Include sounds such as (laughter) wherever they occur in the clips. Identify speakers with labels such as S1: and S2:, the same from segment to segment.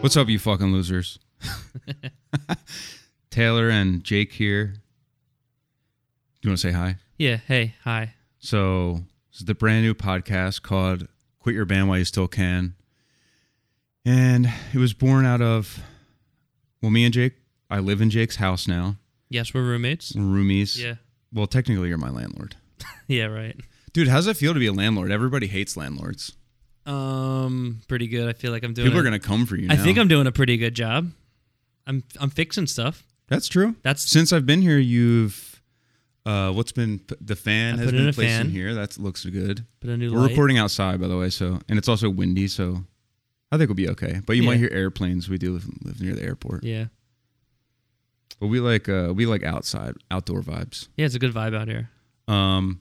S1: What's up, you fucking
S2: (laughs)
S1: losers? Taylor and Jake here. You want to say hi?
S2: Yeah. Hey. Hi.
S1: So, this is the brand new podcast called Quit Your Band While You Still Can. And it was born out of, well, me and Jake, I live in Jake's house now.
S2: Yes, we're roommates.
S1: We're roomies.
S2: Yeah. (laughs)
S1: Well, technically, you're my landlord.
S2: Yeah. Right.
S1: Dude, how's it feel to be a landlord? Everybody hates landlords.
S2: Um. Pretty good. I feel like I'm doing.
S1: People
S2: a-
S1: are going to come for you
S2: I
S1: now.
S2: think I'm doing a pretty good job. I'm I'm fixing stuff.
S1: That's true.
S2: That's
S1: Since I've been here, you've uh, what's been the fan
S2: I
S1: has
S2: put in
S1: been
S2: a
S1: placed in
S2: fan.
S1: here. That looks good.
S2: put a new
S1: We're
S2: light.
S1: recording outside, by the way, so and it's also windy, so I think we'll be okay. But you might
S2: Yeah.
S1: hear airplanes. We do live, live near the airport,
S2: Yeah.
S1: but we like uh, we like outside outdoor vibes.
S2: Yeah. It's a good vibe out here.
S1: Um,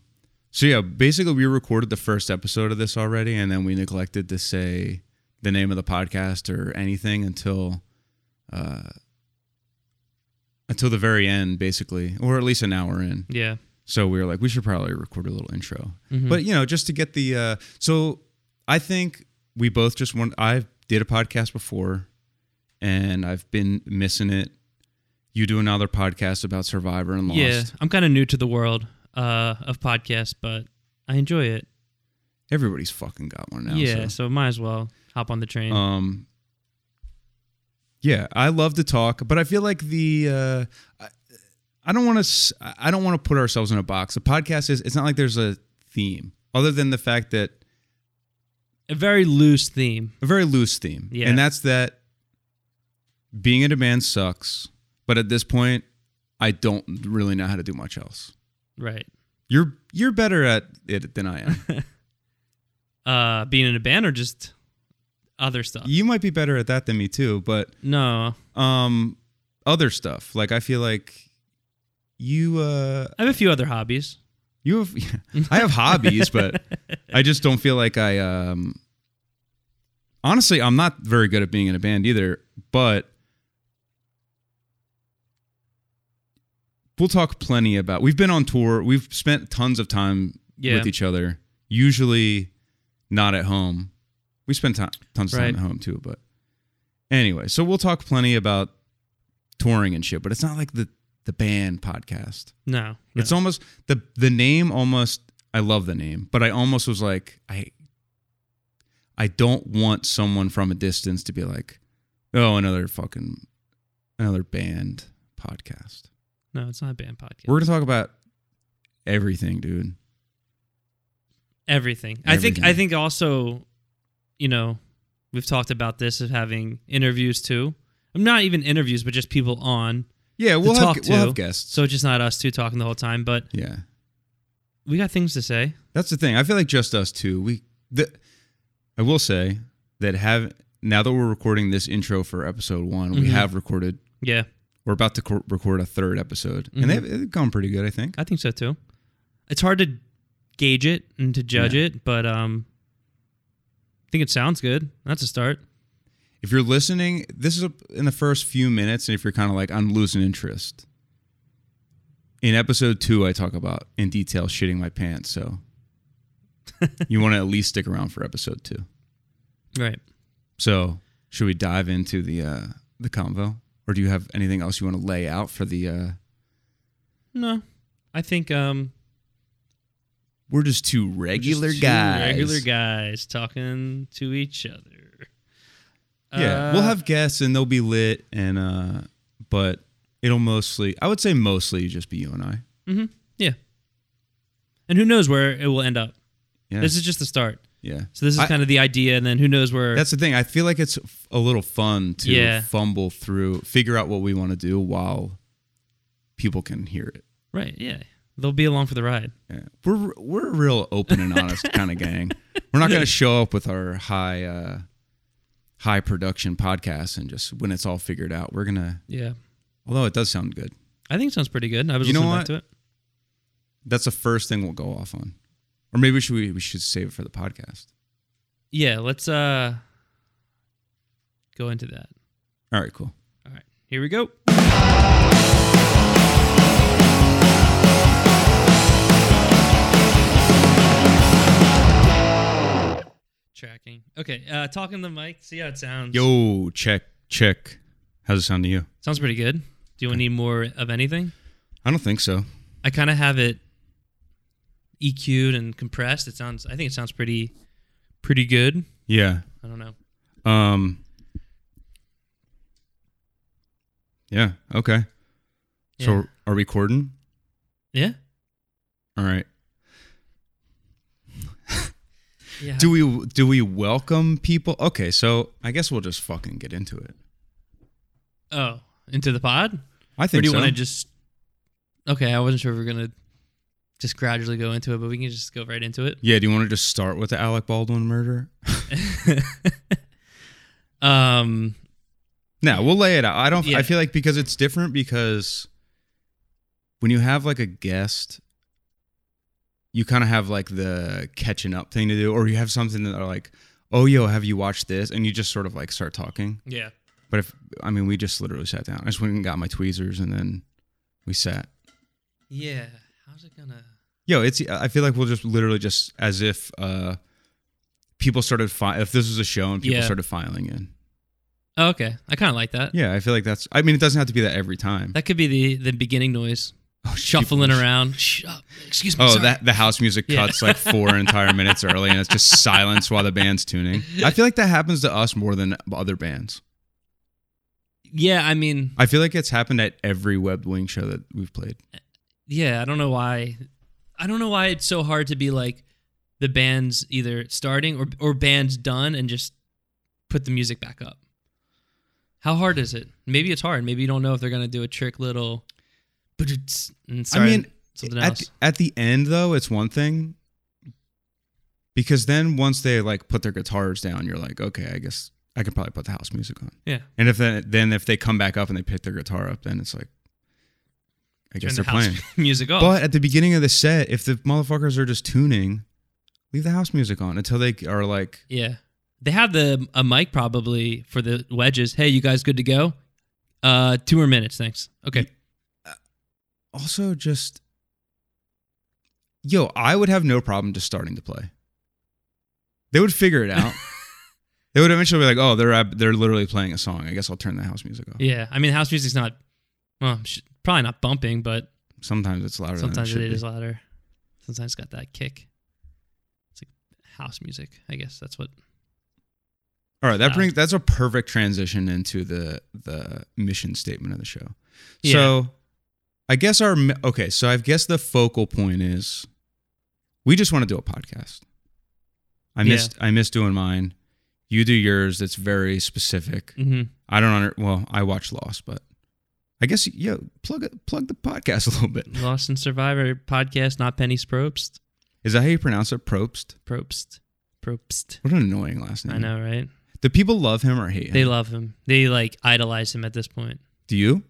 S1: so yeah, basically we recorded the first episode of this already, and then we neglected to say the name of the podcast or anything until uh, until the very end, basically, or at least an hour in.
S2: Yeah.
S1: So we were like, we should probably record a little intro.
S2: Mhm.
S1: But you know, just to get the uh, so I think we both just want. I did a podcast before, and I've been missing it. You do another podcast about Survivor and Lost.
S2: Yeah. I'm kind of new to the world uh of podcasts, but I enjoy it.
S1: Everybody's fucking got one now.
S2: yeah.
S1: So.
S2: So. might as well hop on the train.
S1: Um. Yeah, I love to talk, but I feel like the uh, I, I don't want to I don't want to put ourselves in a box. The podcast is it's not like there's a theme other than the fact that
S2: a very loose theme.
S1: a very loose theme.
S2: Yeah.
S1: And that's that being in a band sucks, but at this point, I don't really know how to do much else.
S2: Right.
S1: You're you're better at it than I am.
S2: Uh, being in a band or just other stuff.
S1: you might be better at that than me too, but
S2: No.
S1: um other stuff. Like I feel like you uh
S2: I have a few other hobbies.
S1: you have (laughs) I have hobbies, but I just don't feel like I um honestly I'm not very good at being in a band either, but we'll talk plenty about we've been on tour, we've spent tons of time
S2: Yeah.
S1: with each other, usually not at home. We spend time, tons of
S2: Right.
S1: time at home too, but anyway, so we'll talk plenty about touring and shit, but it's not like the the band podcast.
S2: (laughs) No. no.
S1: It's almost the the name almost I love the name, but I almost was like I I don't want someone from a distance to be like, "Oh, another fucking another band podcast."
S2: No, it's not a band podcast.
S1: We're going to talk about everything, dude.
S2: everything. I think I
S1: Everything.
S2: think also, you know, we've talked about this of having interviews too. I'm not even interviews, but just people on.
S1: Yeah, we'll have
S2: talk
S1: we'll have
S2: to.
S1: guests.
S2: So it's just not us two talking the whole time, but
S1: yeah.
S2: we got things to say.
S1: That's the thing. I feel like just us two. We the I will say that have now that we're recording this intro for episode 1, we
S2: Mhm.
S1: have recorded
S2: Yeah, we're
S1: we're about to co- record a third episode,
S2: Mhm.
S1: and they've, they've gone pretty good, I think.
S2: I think so too. It's hard to gauge it and to judge it, but um I think it sounds good. That's a start.
S1: If you're listening, this is a, in the first few minutes, and if you're kind of like, I'm losing interest. In episode two, I talk about in detail shitting my pants,
S2: (laughs)
S1: so you want to at least stick around for episode two.
S2: Right.
S1: So, should we dive into the uh, the convo, or do you have anything else you want to lay out for the? Uh,
S2: No. I think um
S1: we're just two
S2: we're just
S1: regular
S2: two
S1: guys.
S2: Regular guys talking to each other.
S1: Yeah,
S2: Uh,
S1: we'll have guests and they'll be lit, and uh, but it'll mostly, I would say, mostly just be you and I.
S2: Mm-hmm. Yeah. And who knows where it will end up?
S1: Yeah,
S2: This is just the start.
S1: yeah.
S2: So this is
S1: I-
S2: kind of the idea, and then who knows where?
S1: That's the thing. I feel like it's f- a little fun to
S2: Yeah.
S1: fumble through, figure out what we want to do while people can hear it.
S2: right. Yeah, they'll be along for the ride.
S1: Yeah. We're we're a real open and honest
S2: (laughs)
S1: kind of gang. We're not going to show up with our high uh, high production podcast and just when it's all figured out, we're gonna.
S2: Yeah,
S1: Although it does sound good,
S2: I think it sounds pretty good. I was
S1: You know
S2: listening back
S1: what?
S2: to it.
S1: that's the first thing we'll go off on, or maybe we should we, we should save it for the podcast.
S2: Yeah, let's uh go into that.
S1: All right, cool.
S2: All right, here we go. Tracking. Okay, uh, talking the mic. See how it sounds.
S1: Yo, check, check. How's it sound to you?
S2: sounds pretty good. Do you need more of anything?
S1: I don't think so.
S2: I kind of have it EQ'd and compressed. It sounds. I think it sounds pretty, pretty good.
S1: Yeah.
S2: I don't know.
S1: Um. Yeah. Okay.
S2: Yeah.
S1: So are we recording?
S2: yeah.
S1: All right.
S2: Yeah.
S1: Do we do we welcome people? Okay, so I guess we'll just fucking get into it.
S2: oh, into the pod?
S1: I
S2: Or
S1: think
S2: do you
S1: so.
S2: want to just? Okay, I wasn't sure if we are gonna just gradually go into it, but we can just go right into it.
S1: yeah, do you want to just start with the Alec Baldwin murder?
S2: um.
S1: No, we'll lay it out. I don't.
S2: Yeah.
S1: I feel like because it's different because when you have like a guest, you kind of have like the catching up thing to do, or you have something that are like, oh yo, have you watched this? And you just sort of like start talking.
S2: Yeah.
S1: But if I mean, we just literally sat down. I just went and got my tweezers, and then we sat.
S2: Yeah. How's it gonna?
S1: Yo, it's. I feel like we'll just literally just as if uh people started. Fi- if this was a show and people
S2: Yeah.
S1: started filing in,
S2: Oh, okay, I kind of like that.
S1: yeah, I feel like that's. I mean, it doesn't have to be that every time.
S2: That could be the the beginning noise,
S1: Oh,
S2: shuffling
S1: people-
S2: around. Shh, oh, excuse me.
S1: Oh,
S2: sorry.
S1: that the house music
S2: Yeah.
S1: cuts like
S2: (laughs)
S1: four entire minutes early, and it's just silence while the band's tuning. I feel like that happens to us more than other bands.
S2: Yeah, I mean,
S1: I feel like it's happened at every Web Wing show that we've played.
S2: yeah, I don't know why. I don't know why it's so hard to be like the band's either starting or or band's done and just put the music back up. How hard is it? Maybe it's hard. Maybe you don't know if they're gonna do a trick little. But it's and sorry,
S1: mean,
S2: something
S1: At
S2: else.
S1: the, at the end, though, it's one thing because then once they like put their guitars down, you're like, okay, I guess I can probably put the house music on.
S2: yeah,
S1: And if then, then if they come back up and they pick their guitar up, then it's like, I guess
S2: turn the
S1: they're
S2: house
S1: playing.
S2: (laughs) music off.
S1: But at the beginning of the set, if the motherfuckers are just tuning, leave the house music on until they are like,
S2: Yeah. They have the a mic probably for the wedges. Hey, you guys good to go? Uh two more minutes, thanks. Okay.
S1: also just, yo, I would have no problem just starting to play. They would figure
S2: (laughs)
S1: it out. they would eventually be like, oh, they're ab- they're literally playing a song. I guess I'll turn the house music off.
S2: Yeah. I mean house music's not well, sh- probably not bumping, but
S1: Sometimes it's louder.
S2: sometimes
S1: than
S2: it
S1: it should
S2: is
S1: be.
S2: louder. Sometimes it's got that kick. It's like house music, I guess that's what
S1: All right, that
S2: loud.
S1: brings that's a perfect transition into the the mission statement of the show.
S2: Yeah.
S1: So, I guess our mi- okay. So I guess the focal point is we just want to do a podcast. I
S2: Yeah.
S1: missed I missed doing mine. You do yours. That's very specific.
S2: hmm
S1: I don't under, well. I watch Lost, but I guess yo plug it, plug the podcast (laughs) a little bit.
S2: Lost and Survivor podcast, not Penny Probst.
S1: Is that how you pronounce it? Probst.
S2: Probst. Probst.
S1: What an annoying last name.
S2: I know, right?
S1: Do people love him or hate him?
S2: They love him. They like idolize him at this point.
S1: do you?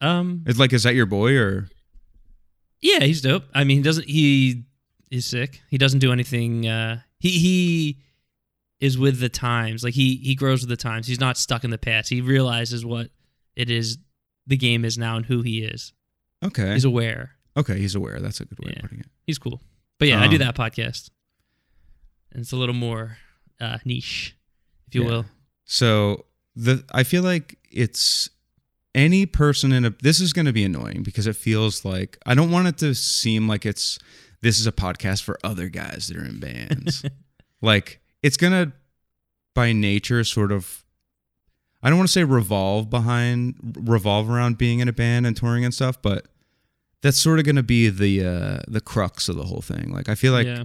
S2: Um
S1: It's like is that your boy or?
S2: Yeah, he's dope. I mean, he doesn't. He is sick. He doesn't do anything. Uh, he he is with the times. Like he he grows with the times. He's not stuck in the past. He realizes what it is. The game is now and who he is.
S1: Okay.
S2: He's aware.
S1: Okay, he's aware. That's a good way
S2: Yeah.
S1: of putting it.
S2: He's cool. But yeah, I do
S1: Um,
S2: that podcast, and it's a little more uh, niche, if you
S1: Yeah.
S2: will.
S1: So the I feel like it's any person in a this is going to be annoying because it feels like I don't want it to seem like it's this is a podcast for other guys that are in
S2: (laughs)
S1: bands. like it's going to by nature sort of I don't want to say revolve behind revolve around being in a band and touring and stuff, but that's sort of going to be the uh the crux of the whole thing. Like I feel like
S2: yeah,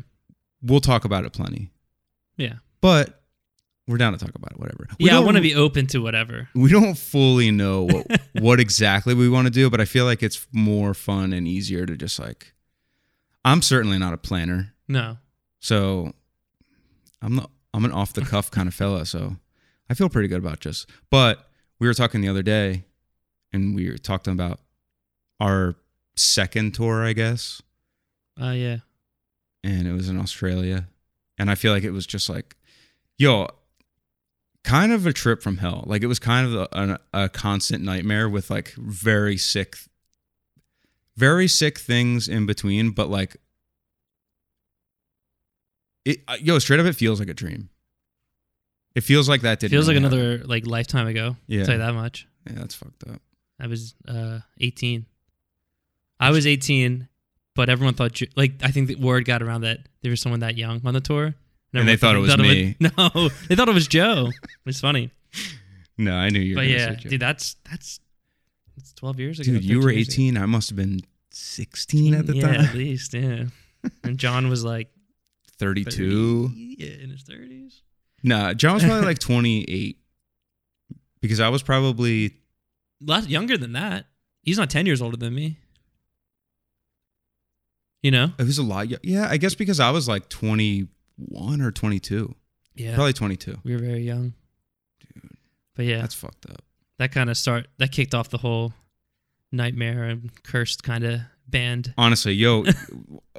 S1: we'll talk about it plenty.
S2: yeah,
S1: but we're down to talk about it. Whatever. We
S2: yeah. I
S1: don't-
S2: want to be open to whatever.
S1: (laughs) We don't fully know what, what exactly we want to do, but I feel like it's more fun and easier to just like. I'm certainly not a planner,
S2: No,
S1: so I'm not. I'm an off the
S2: (laughs)
S1: cuff kind of fella, so I feel pretty good about just. But we were talking the other day, and we were talking about our second tour, I guess,
S2: uh, yeah,
S1: and it was in Australia. And I feel like it was just like, yo, kind of a trip from hell. Like it was kind of a, an- a, constant nightmare with like very sick, very sick things in between. But like, it, uh, yo, straight up, it feels like a dream. It feels like that did.
S2: Feels like another like lifetime ago.
S1: Yeah.
S2: I'll tell you that much.
S1: Yeah, that's fucked up.
S2: I was uh 18. I was 18, but everyone thought Ju- like I think the word got around that there was someone that young on the tour.
S1: And they
S2: everyone
S1: thought it was
S2: no, they thought it was (laughs) Joe. It was
S1: (laughs)
S2: funny,
S1: No, I knew you. Were
S2: but
S1: gonna
S2: yeah,
S1: say Joe.
S2: dude, that's that's that's 12 years ago.
S1: Dude, you were
S2: 13 years ago.
S1: 18. I must have been 16 at the
S2: yeah, at
S1: time.
S2: least, yeah. and John was like
S1: 32.
S2: 30, yeah, in his 30s.
S1: Nah, John was probably
S2: (laughs)
S1: like 28 because I was probably
S2: A lot younger than that. He's not 10 years older than me. You know?
S1: It was a lot. yo- Yeah, I guess because I was like 21 or 22.
S2: Yeah.
S1: Probably 22.
S2: We were very young. Dude. But yeah,
S1: That's fucked up.
S2: that kind of start that kicked off the whole nightmare and cursed kind of band.
S1: Honestly,
S2: (laughs)
S1: yo, (sighs)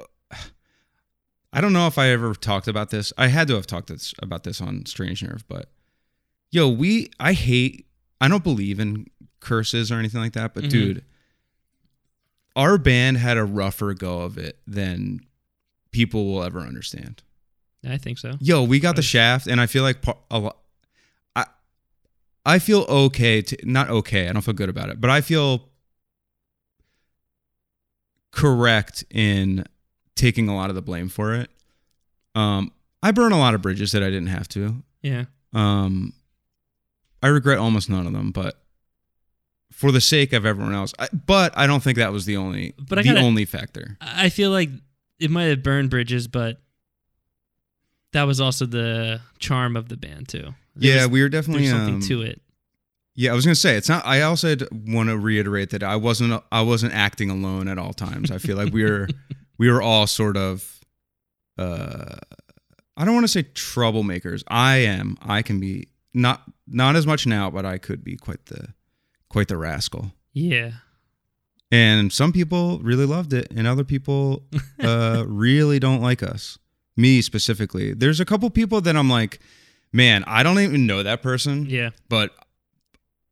S1: I don't know if I ever talked about this. I had to have talked this, about this on Strange Nerve, but yo, we, I hate, I don't believe in curses or anything like that, but
S2: Mhm.
S1: dude, our band had a rougher go of it than people will ever understand.
S2: I think so.
S1: Yo, we got the
S2: Nice.
S1: shaft, and I feel like par- a lot. I I feel okay to not okay. I don't feel good about it, but I feel correct in taking a lot of the blame for it. Um, I burn a lot of bridges that I didn't have to.
S2: Yeah.
S1: Um, I regret almost none of them, but for the sake of everyone else. I, but I don't think that was the only
S2: But
S1: the
S2: I gotta-
S1: only factor.
S2: I I feel like it might have burned bridges, but that was also the charm of the band too. There
S1: yeah,
S2: was,
S1: we were
S2: there
S1: definitely
S2: was something
S1: um,
S2: to it.
S1: Yeah, I was gonna say it's not. I also want to reiterate that I wasn't. I wasn't acting alone at all times. I feel like we were, we were all sort of. Uh, I don't want to say troublemakers. I am. I can be not not as much now, but I could be quite the, quite the rascal.
S2: Yeah.
S1: And some people really loved it, and other people uh, really don't like us. Me specifically. There's a couple people that I'm like, man, I don't even know that person
S2: Yeah.
S1: but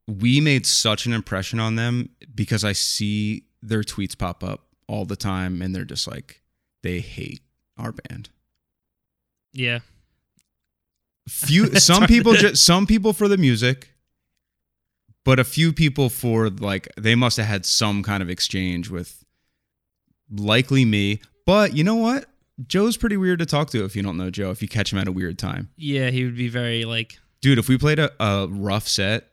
S1: we made such an impression on them because I see their tweets pop up all the time and they're just like they hate our band.
S2: Yeah.
S1: Few
S2: That's
S1: some
S2: hard.
S1: people just some people for the music but a few people for like they must have had some kind of exchange with likely me. But you know what? Joe's pretty weird to talk to if you don't know Joe, if you catch him at a weird time.
S2: Yeah, he would be very like
S1: Dude, if we played a, a rough set,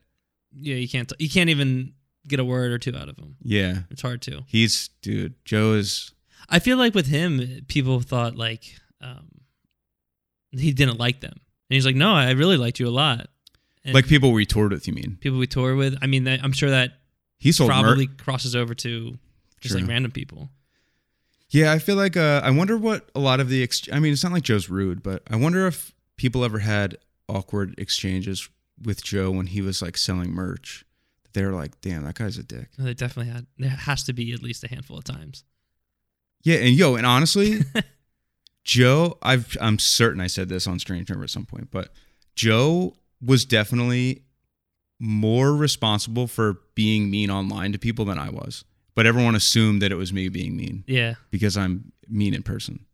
S2: yeah, you can't you can't even get a word or two out of him.
S1: yeah.
S2: It's hard to.
S1: He's dude, Joe is
S2: I feel like with him, people thought like um, he didn't like them, and he's like, "No, I really liked you a lot." And
S1: like people we toured with, you mean?
S2: people we tour with. I mean, that, I'm sure that
S1: He sold merch.
S2: probably crosses over to just
S1: True.
S2: like random people.
S1: Yeah, I feel like uh, I wonder what a lot of the. Ex- I mean, it's not like Joe's rude, but I wonder if people ever had awkward exchanges with Joe when he was like selling merch. They were like, "Damn, that guy's a dick."
S2: No, they definitely had. There has to be at least a handful of times.
S1: Yeah, and yo, and
S2: (laughs)
S1: honestly, Joe, I've I'm certain I said this on Strange Number at some point, but Joe was definitely more responsible for being mean online to people than I was. But everyone assumed that it was me being mean
S2: Yeah,
S1: because I'm mean in person.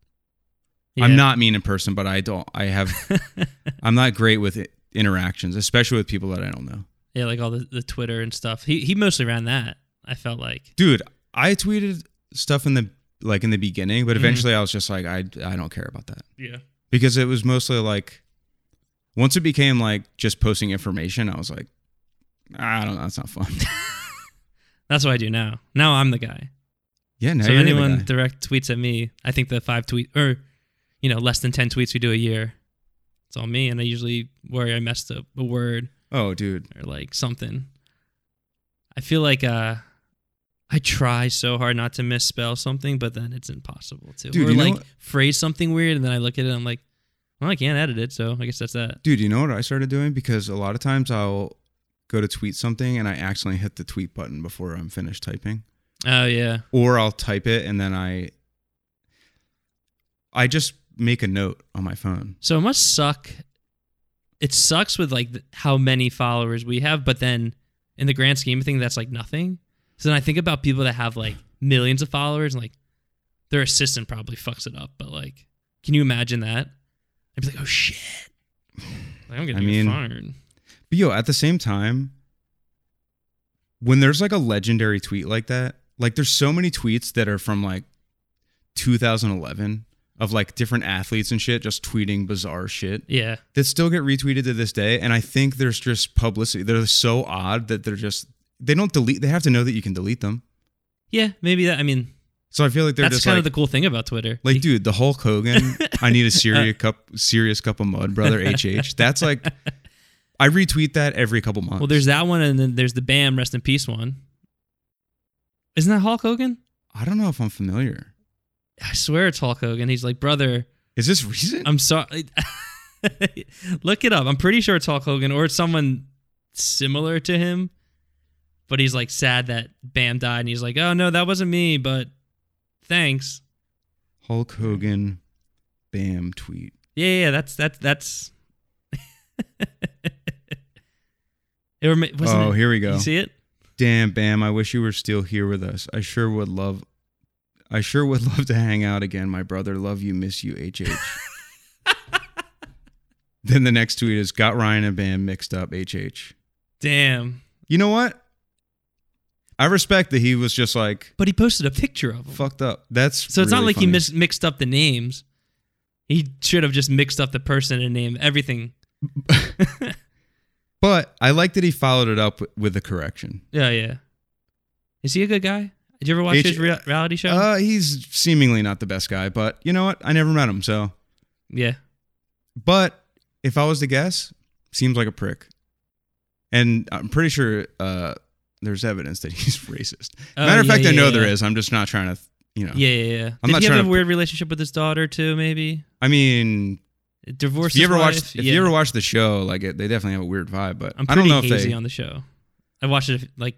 S2: yeah.
S1: I'm not mean in person, but I don't. I
S2: (laughs)
S1: have. I'm not great with i- interactions, especially with people that I don't know.
S2: Yeah, like all the, the Twitter and stuff. He he mostly ran that. I felt like.
S1: Dude, I tweeted stuff in the like in the beginning,
S2: Mm-hmm.
S1: but eventually I was just like, I I don't care about that
S2: Yeah.
S1: because it was mostly like, once it became like just posting information, I was like, "Ah, I don't know, that's not fun. (laughs)
S2: That's what I do now. Now I'm the guy.
S1: yeah, now
S2: so if
S1: you're the
S2: anyone
S1: guy.
S2: direct tweets at me, I think the five tweet or you know less than ten tweets we do a year, it's all me, and I usually worry I messed up a word
S1: oh, dude,
S2: or like something. I feel like uh, I try so hard not to misspell something, but then it's impossible to.
S1: Dude,
S2: or
S1: you know
S2: like
S1: what-
S2: phrase something weird, and then I look at it, and I'm like, well, I can't edit it, so I guess that's that.
S1: dude, you know what I started doing because a lot of times I'll go to tweet something and I accidentally hit the tweet button before I'm finished typing.
S2: Oh yeah,
S1: or I'll type it and then I I just make a note on my phone.
S2: So it must suck. It sucks with like th- how many followers we have, but then in the grand scheme of things, that's like nothing. So then I think about people that have like millions of followers and like their assistant probably fucks it up, but like, can you imagine that? I'd be like, oh shit. Like, I'm gonna
S1: I
S2: be
S1: mean-
S2: fired.
S1: But yo, at the same time, when there's like a legendary tweet like that, like there's so many tweets that are from like 2011 of like different athletes and shit just tweeting bizarre shit
S2: Yeah,
S1: that still get retweeted to this day. And I think there's just publicity. They're so odd that they're just, they don't delete, they have to know that you can delete them.
S2: yeah, maybe that. I mean,
S1: So I feel like they're
S2: that's
S1: just
S2: kind
S1: like,
S2: of the cool thing about Twitter.
S1: like, dude, the Hulk Hogan, I need a
S2: (laughs)
S1: serious cup, serious cup of mud, brother. HH. That's like, I retweet that every couple months.
S2: well, there's that one, and then there's the Bam Rest in Peace one. Isn't that Hulk Hogan?
S1: I don't know if I'm familiar.
S2: I swear it's Hulk Hogan. He's like, brother,
S1: Is this recent?
S2: I'm sorry. (laughs) Look it up. I'm pretty sure it's Hulk Hogan or it's someone similar to him. But he's like sad that Bam died, and he's like, oh no, that wasn't me, but thanks.
S1: Hulk Hogan, bam tweet.
S2: Yeah, yeah, yeah, that's that's that's. (laughs) it remi- wasn't
S1: oh,
S2: it-
S1: here we go.
S2: You see it?
S1: Damn, bam! I wish you were still here with us. I sure would love. I sure would (laughs) love to hang out again, my brother. Love you, miss you,
S2: (laughs)
S1: HH. then the next tweet is got Ryan and Bam mixed up, HH.
S2: Damn.
S1: You know what? I respect that he was just like
S2: But he posted a picture of him.
S1: fucked up. That's
S2: So it's not
S1: really
S2: like he
S1: funny.
S2: mis- mixed up the names. He should have just mixed up the person and name everything.
S1: But I like that he followed it up with a correction.
S2: Yeah, yeah. Is he a good guy? Did you ever watch
S1: H-
S2: his rea- reality show?
S1: Uh, he's seemingly not the best guy, but you know what? I never met him, so
S2: yeah.
S1: But if I was to guess, seems like a prick. And I'm pretty sure uh, there's evidence that (laughs) he's racist.
S2: Oh,
S1: Matter of
S2: yeah,
S1: fact, I
S2: yeah,
S1: know
S2: yeah.
S1: there is. I'm just not trying to, you know.
S2: Yeah, yeah, yeah.
S1: I'm
S2: Did
S1: not
S2: he
S1: trying
S2: have a
S1: to-
S2: weird relationship with his daughter too? Maybe
S1: I mean,
S2: divorce.
S1: if you ever
S2: wife?
S1: watched, if
S2: yeah.
S1: you ever watched the show, like it, they definitely have a weird vibe. But
S2: I'm
S1: I don't
S2: pretty
S1: know if
S2: hazy
S1: they.
S2: on the show. I watched it like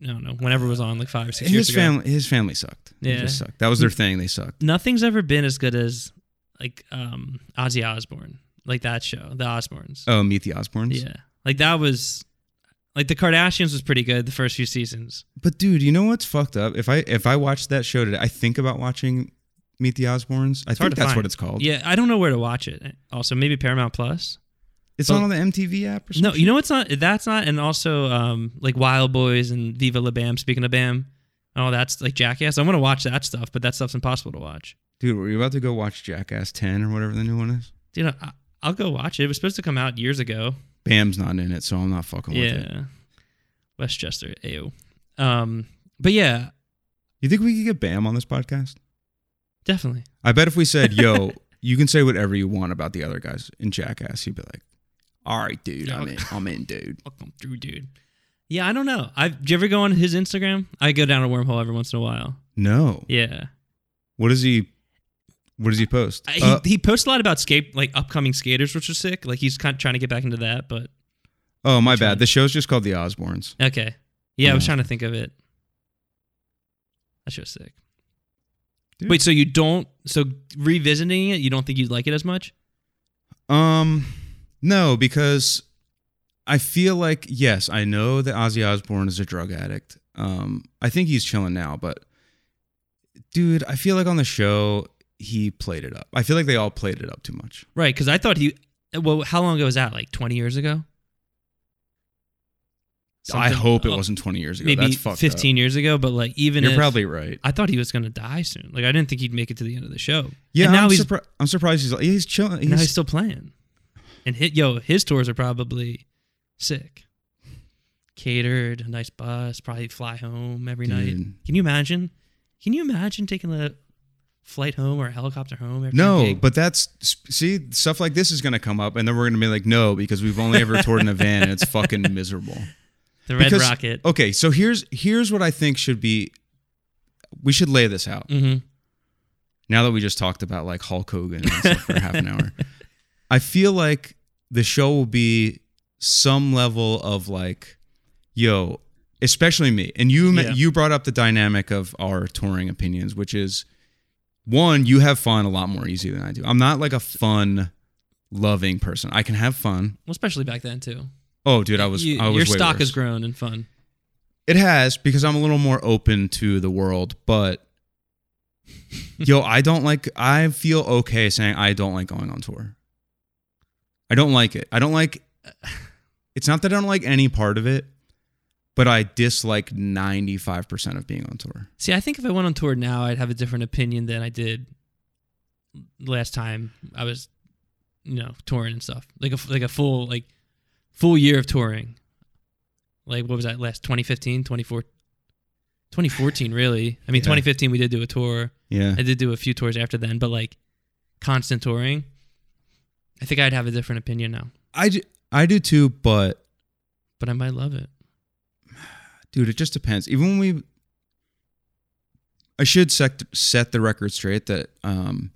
S2: I don't know whenever it was on, like five or six years
S1: his
S2: ago.
S1: family, his family sucked. They
S2: Yeah.
S1: just sucked. That was their thing. They sucked.
S2: Nothing's ever been as good as like um Ozzy Osbourne, like that show, the Osbournes.
S1: Oh, meet the Osbournes.
S2: Yeah, like that was like the Kardashians was pretty good the first few seasons.
S1: But dude, you know what's fucked up? If I if I watched that show today, I think about watching Meet the Osbournes. I
S2: It's hard
S1: think
S2: to
S1: that's
S2: find.
S1: what it's called.
S2: Yeah, I don't know where to watch it. Also, maybe Paramount Plus.
S1: It's
S2: But-
S1: not on the MTV app or something.
S2: No, you know it's not. That's not. And also, um, like Wild Boys and Viva La Bam. Speaking of Bam, oh, that's like Jackass. I want to watch that stuff, but that stuff's impossible to watch.
S1: Dude, were you about to go watch Jackass 10 or whatever the new one is?
S2: Dude, I, I'll go watch it. It was supposed to come out years ago.
S1: Bam's not in it, so I'm not fucking with it.
S2: Yeah, Westchester. Ew. Um, but yeah,
S1: You think we could get Bam on this podcast?
S2: definitely.
S1: I bet if we said,
S2: (laughs)
S1: yo, you can say whatever you want about the other guys in Jackass, he'd be like, all right, dude, I'm in. I'm in, dude.
S2: I'll come through, dude. Yeah, I don't know. I do you ever go on his Instagram? I go down a wormhole every once in a while.
S1: No.
S2: Yeah,
S1: What does he what does he post?
S2: I- he,
S1: Uh,
S2: he posts a lot about skate like upcoming skaters, which is sick. Like he's kind of trying to get back into that, but
S1: oh, my bad. The show's just called The Osbournes.
S2: Okay. Yeah, I was
S1: Yeah.
S2: trying to think of it. That show's sick.
S1: Dude.
S2: Wait, so you don't so revisiting it, you don't think you'd like it as much?
S1: Um no, because I feel like yes, I know that Ozzy Osbourne is a drug addict. Um I think he's chilling now, but dude, I feel like on the show he played it up. I feel like they all played it up too much.
S2: Right, because I thought he well, how long ago was that? Like twenty years ago?
S1: I
S2: Something-
S1: hope it
S2: oh,
S1: wasn't 20 years ago.
S2: Maybe
S1: That's fucked
S2: fifteen years ago, but like
S1: Up.
S2: even
S1: You're
S2: if-
S1: probably right.
S2: I thought he was gonna die soon. Like I didn't think he'd make it to the end of the show.
S1: Yeah,
S2: And now
S1: I'm,
S2: he's
S1: surpri- I'm surprised he's he's chilling.
S2: now he's
S1: He's,
S2: still playing. And hit yo, his tours are probably sick. Catered, a nice bus, probably fly home every night.
S1: Dude.
S2: Can you imagine? Can you imagine taking a flight home or a helicopter home? After your
S1: no,
S2: gig?
S1: but that's see stuff like this is gonna come up, and then we're gonna be like, no, because we've only ever toured in a van, and it's fucking miserable.
S2: the Red
S1: Because-
S2: Rocket.
S1: Okay, so here's here's what I think should be. We should lay this out
S2: hmm
S1: now that we just talked about like Hulk Hogan and stuff for half an
S2: (laughs)
S1: hour. I feel like the show will be some level of like, yo, especially me and you. me-
S2: Yeah.
S1: You brought up the dynamic of our touring opinions, which is one, you have fun a lot more easy than I do. I'm not like a fun loving person. I can have fun.
S2: Well, especially back then too.
S1: Oh, dude, I was
S2: You-
S1: I was
S2: your
S1: way
S2: stock
S1: worse.
S2: has grown in fun.
S1: It has because I'm a little more open to the world, but yo, I don't like I feel okay saying I don't like going on tour. I don't like it. I don't like. It's not that I don't like any part of it, but I dislike ninety five percent of being on tour.
S2: See, I think if I went on tour now, I'd have a different opinion than I did last time I was, you know, touring and stuff. Like a like a full like full year of touring. Like what was that last 2015, 24 2014 really. I mean,
S1: Yeah.
S2: 2015 we did do a tour.
S1: Yeah,
S2: I did do a few tours after then, but like constant touring, I think I'd have a different opinion now.
S1: I ju- I do too, but
S2: But I might love it.
S1: dude it just depends even when we i should set, set the record straight that um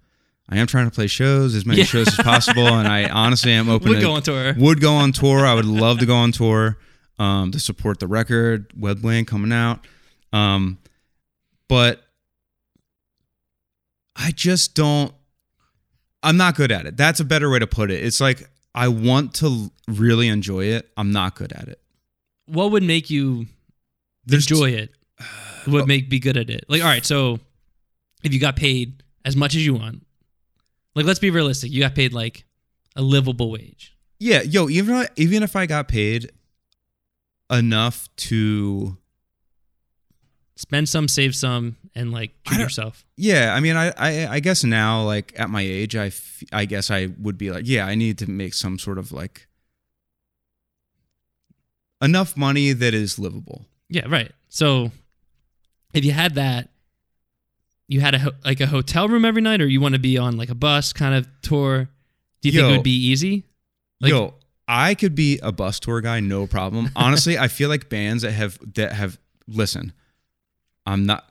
S1: i am trying to play shows as many
S2: Yeah.
S1: shows as possible and
S2: (laughs)
S1: i honestly am open
S2: Would
S1: to
S2: go on tour.
S1: would go on tour i would love to go on tour um to support the record weblink coming out um but i just don't i'm not good at it that's a better way to put it it's like i want to really enjoy it i'm not good at it
S2: What would make you
S1: There's- Oh.
S2: enjoy it? Would make be good at it? Like all right, so if you got paid as much as you want, like let's be realistic, you got paid like a livable wage.
S1: Yeah, yo, even if- even if I got paid enough to
S2: Spend some, save some, and like
S1: I
S2: treat
S1: don't-
S2: yourself.
S1: yeah, I mean, I, I I guess now like at my age, I f- I guess I would be like, yeah, I need to make some sort of like enough money that is livable.
S2: Yeah, right. So if you had that, you had a ho- like a hotel room every night, or you want to be on like a bus kind of tour. Do you think
S1: Yo.
S2: it would be easy? Like-
S1: yo, I could be a bus tour guy, no
S2: (laughs)
S1: problem. Honestly, I feel like bands that have that have listen. I'm not.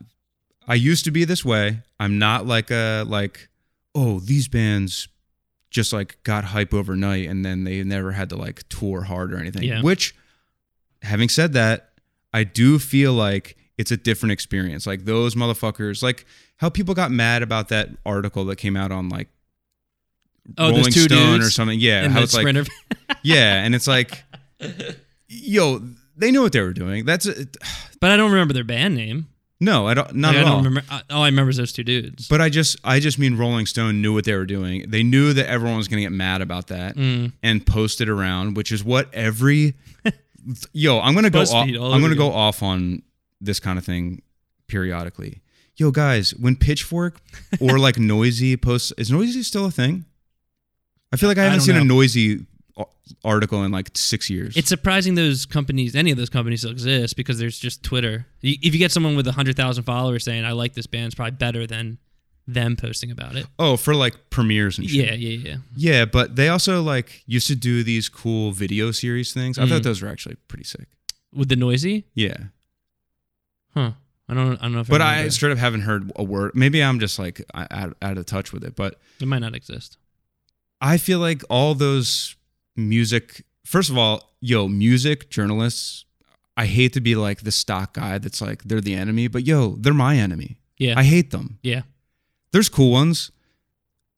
S1: I used to be this way. I'm not like a like. Oh, these bands just like got hype overnight, and then they never had to like tour hard or anything.
S2: Yeah.
S1: Which, having said that, I do feel like it's a different experience. Like those motherfuckers, like how people got mad about that article that came out on like
S2: Oh,
S1: Rolling
S2: there's two
S1: Stone
S2: dudes
S1: or something. Yeah,
S2: in
S1: how
S2: the
S1: it's like
S2: sprinter. (laughs)
S1: yeah, and it's like, yo, they knew what they were doing. That's a,
S2: but I don't remember their band name.
S1: no, I don't, not
S2: Like,
S1: at
S2: I
S1: all.
S2: don't remember. I- All I remember is those two dudes.
S1: But I just, I just mean Rolling Stone knew what they were doing. They knew that everyone was gonna get mad about that
S2: Mm.
S1: and post it around, which is what every, yo, I'm gonna go, off, I'm
S2: (laughs) BuzzFeed all over
S1: gonna go
S2: again.
S1: off on this kind of thing periodically. Yo, guys, when Pitchfork or like (laughs) Noisy posts, is Noisy still a thing? I feel like I
S2: I
S1: haven't
S2: don't
S1: seen a
S2: know.
S1: Noisy ar- article in like six years.
S2: It's surprising those companies, any of those companies, still exist because there's just Twitter. You- If you get someone with hundred thousand followers saying "I like this band," it's probably better than them posting about it.
S1: oh, for like premieres and shit.
S2: Yeah, yeah, yeah.
S1: Yeah, but they also like used to do these cool video series things. I thought
S2: Mm.
S1: those were actually pretty sick.
S2: With the noisy,
S1: Yeah.
S2: huh? I don't. I don't know if.
S1: But
S2: I,
S1: I
S2: remember.
S1: straight up haven't heard a word. Maybe I'm just like I- out, out of touch with it, but
S2: it might not exist.
S1: I feel like all those music, first of all, yo, music journalists, I hate to be like the stock guy that's like they're the enemy, but yo, they're my enemy.
S2: Yeah,
S1: I hate them.
S2: yeah.
S1: There's cool ones,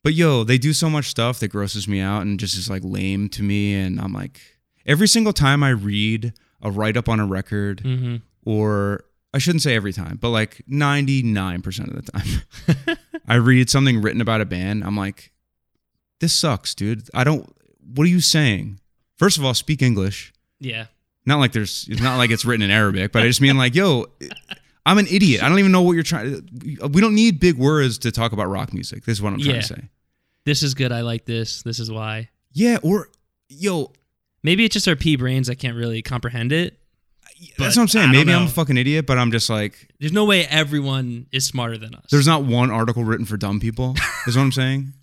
S1: but yo, they do so much stuff that grosses me out and just is like lame to me. And I'm like, every single time I read a write up on a record,
S2: Mm-hmm.
S1: or I shouldn't say every time, but like 99% of the time, (laughs) I read something written about a band. I'm like, this sucks, dude. I don't, what are you saying? First of all, speak English.
S2: Yeah.
S1: Not like there's, it's not like it's written in Arabic, but I just mean like, yo, I'm an idiot. I don't even know what you're trying. We don't need big words to talk about rock music. This is what I'm trying
S2: Yeah.
S1: to say.
S2: This is good. I like this. This is why.
S1: Yeah. Or, yo,
S2: Maybe it's just our pea brains that can't really comprehend it.
S1: that's
S2: But
S1: what I'm saying.
S2: I don't
S1: Maybe I'm a
S2: know.
S1: fucking idiot, but I'm just like,
S2: There's no way everyone is smarter than us.
S1: There's not one article written for dumb people, is what I'm
S2: (laughs)
S1: saying.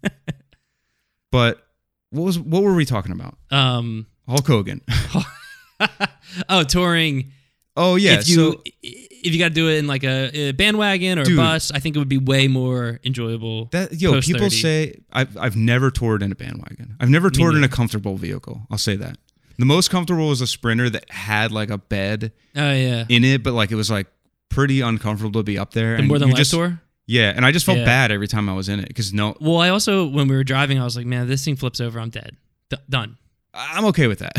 S1: but what was what were we talking about?
S2: um.
S1: Hulk Hogan.
S2: oh, touring.
S1: Oh yeah,
S2: if you
S1: so
S2: if you got to do it in like a, a bandwagon or
S1: Dude.
S2: a bus, I think it would be way more enjoyable.
S1: that yo,
S2: post
S1: people
S2: 30.
S1: say I've I've never toured in a bandwagon. I've never toured in a comfortable vehicle. I'll say that. The most comfortable was a sprinter that had like a bed
S2: oh yeah,
S1: in it, but like it was like pretty uncomfortable to be up there.
S2: the more than
S1: you
S2: life
S1: just,
S2: tour.
S1: Yeah, and I just felt
S2: Yeah.
S1: bad every time I was in it because no,
S2: Well, I also when we were driving, I was like, man, this thing flips over, I'm dead. D- done.
S1: I'm okay with that.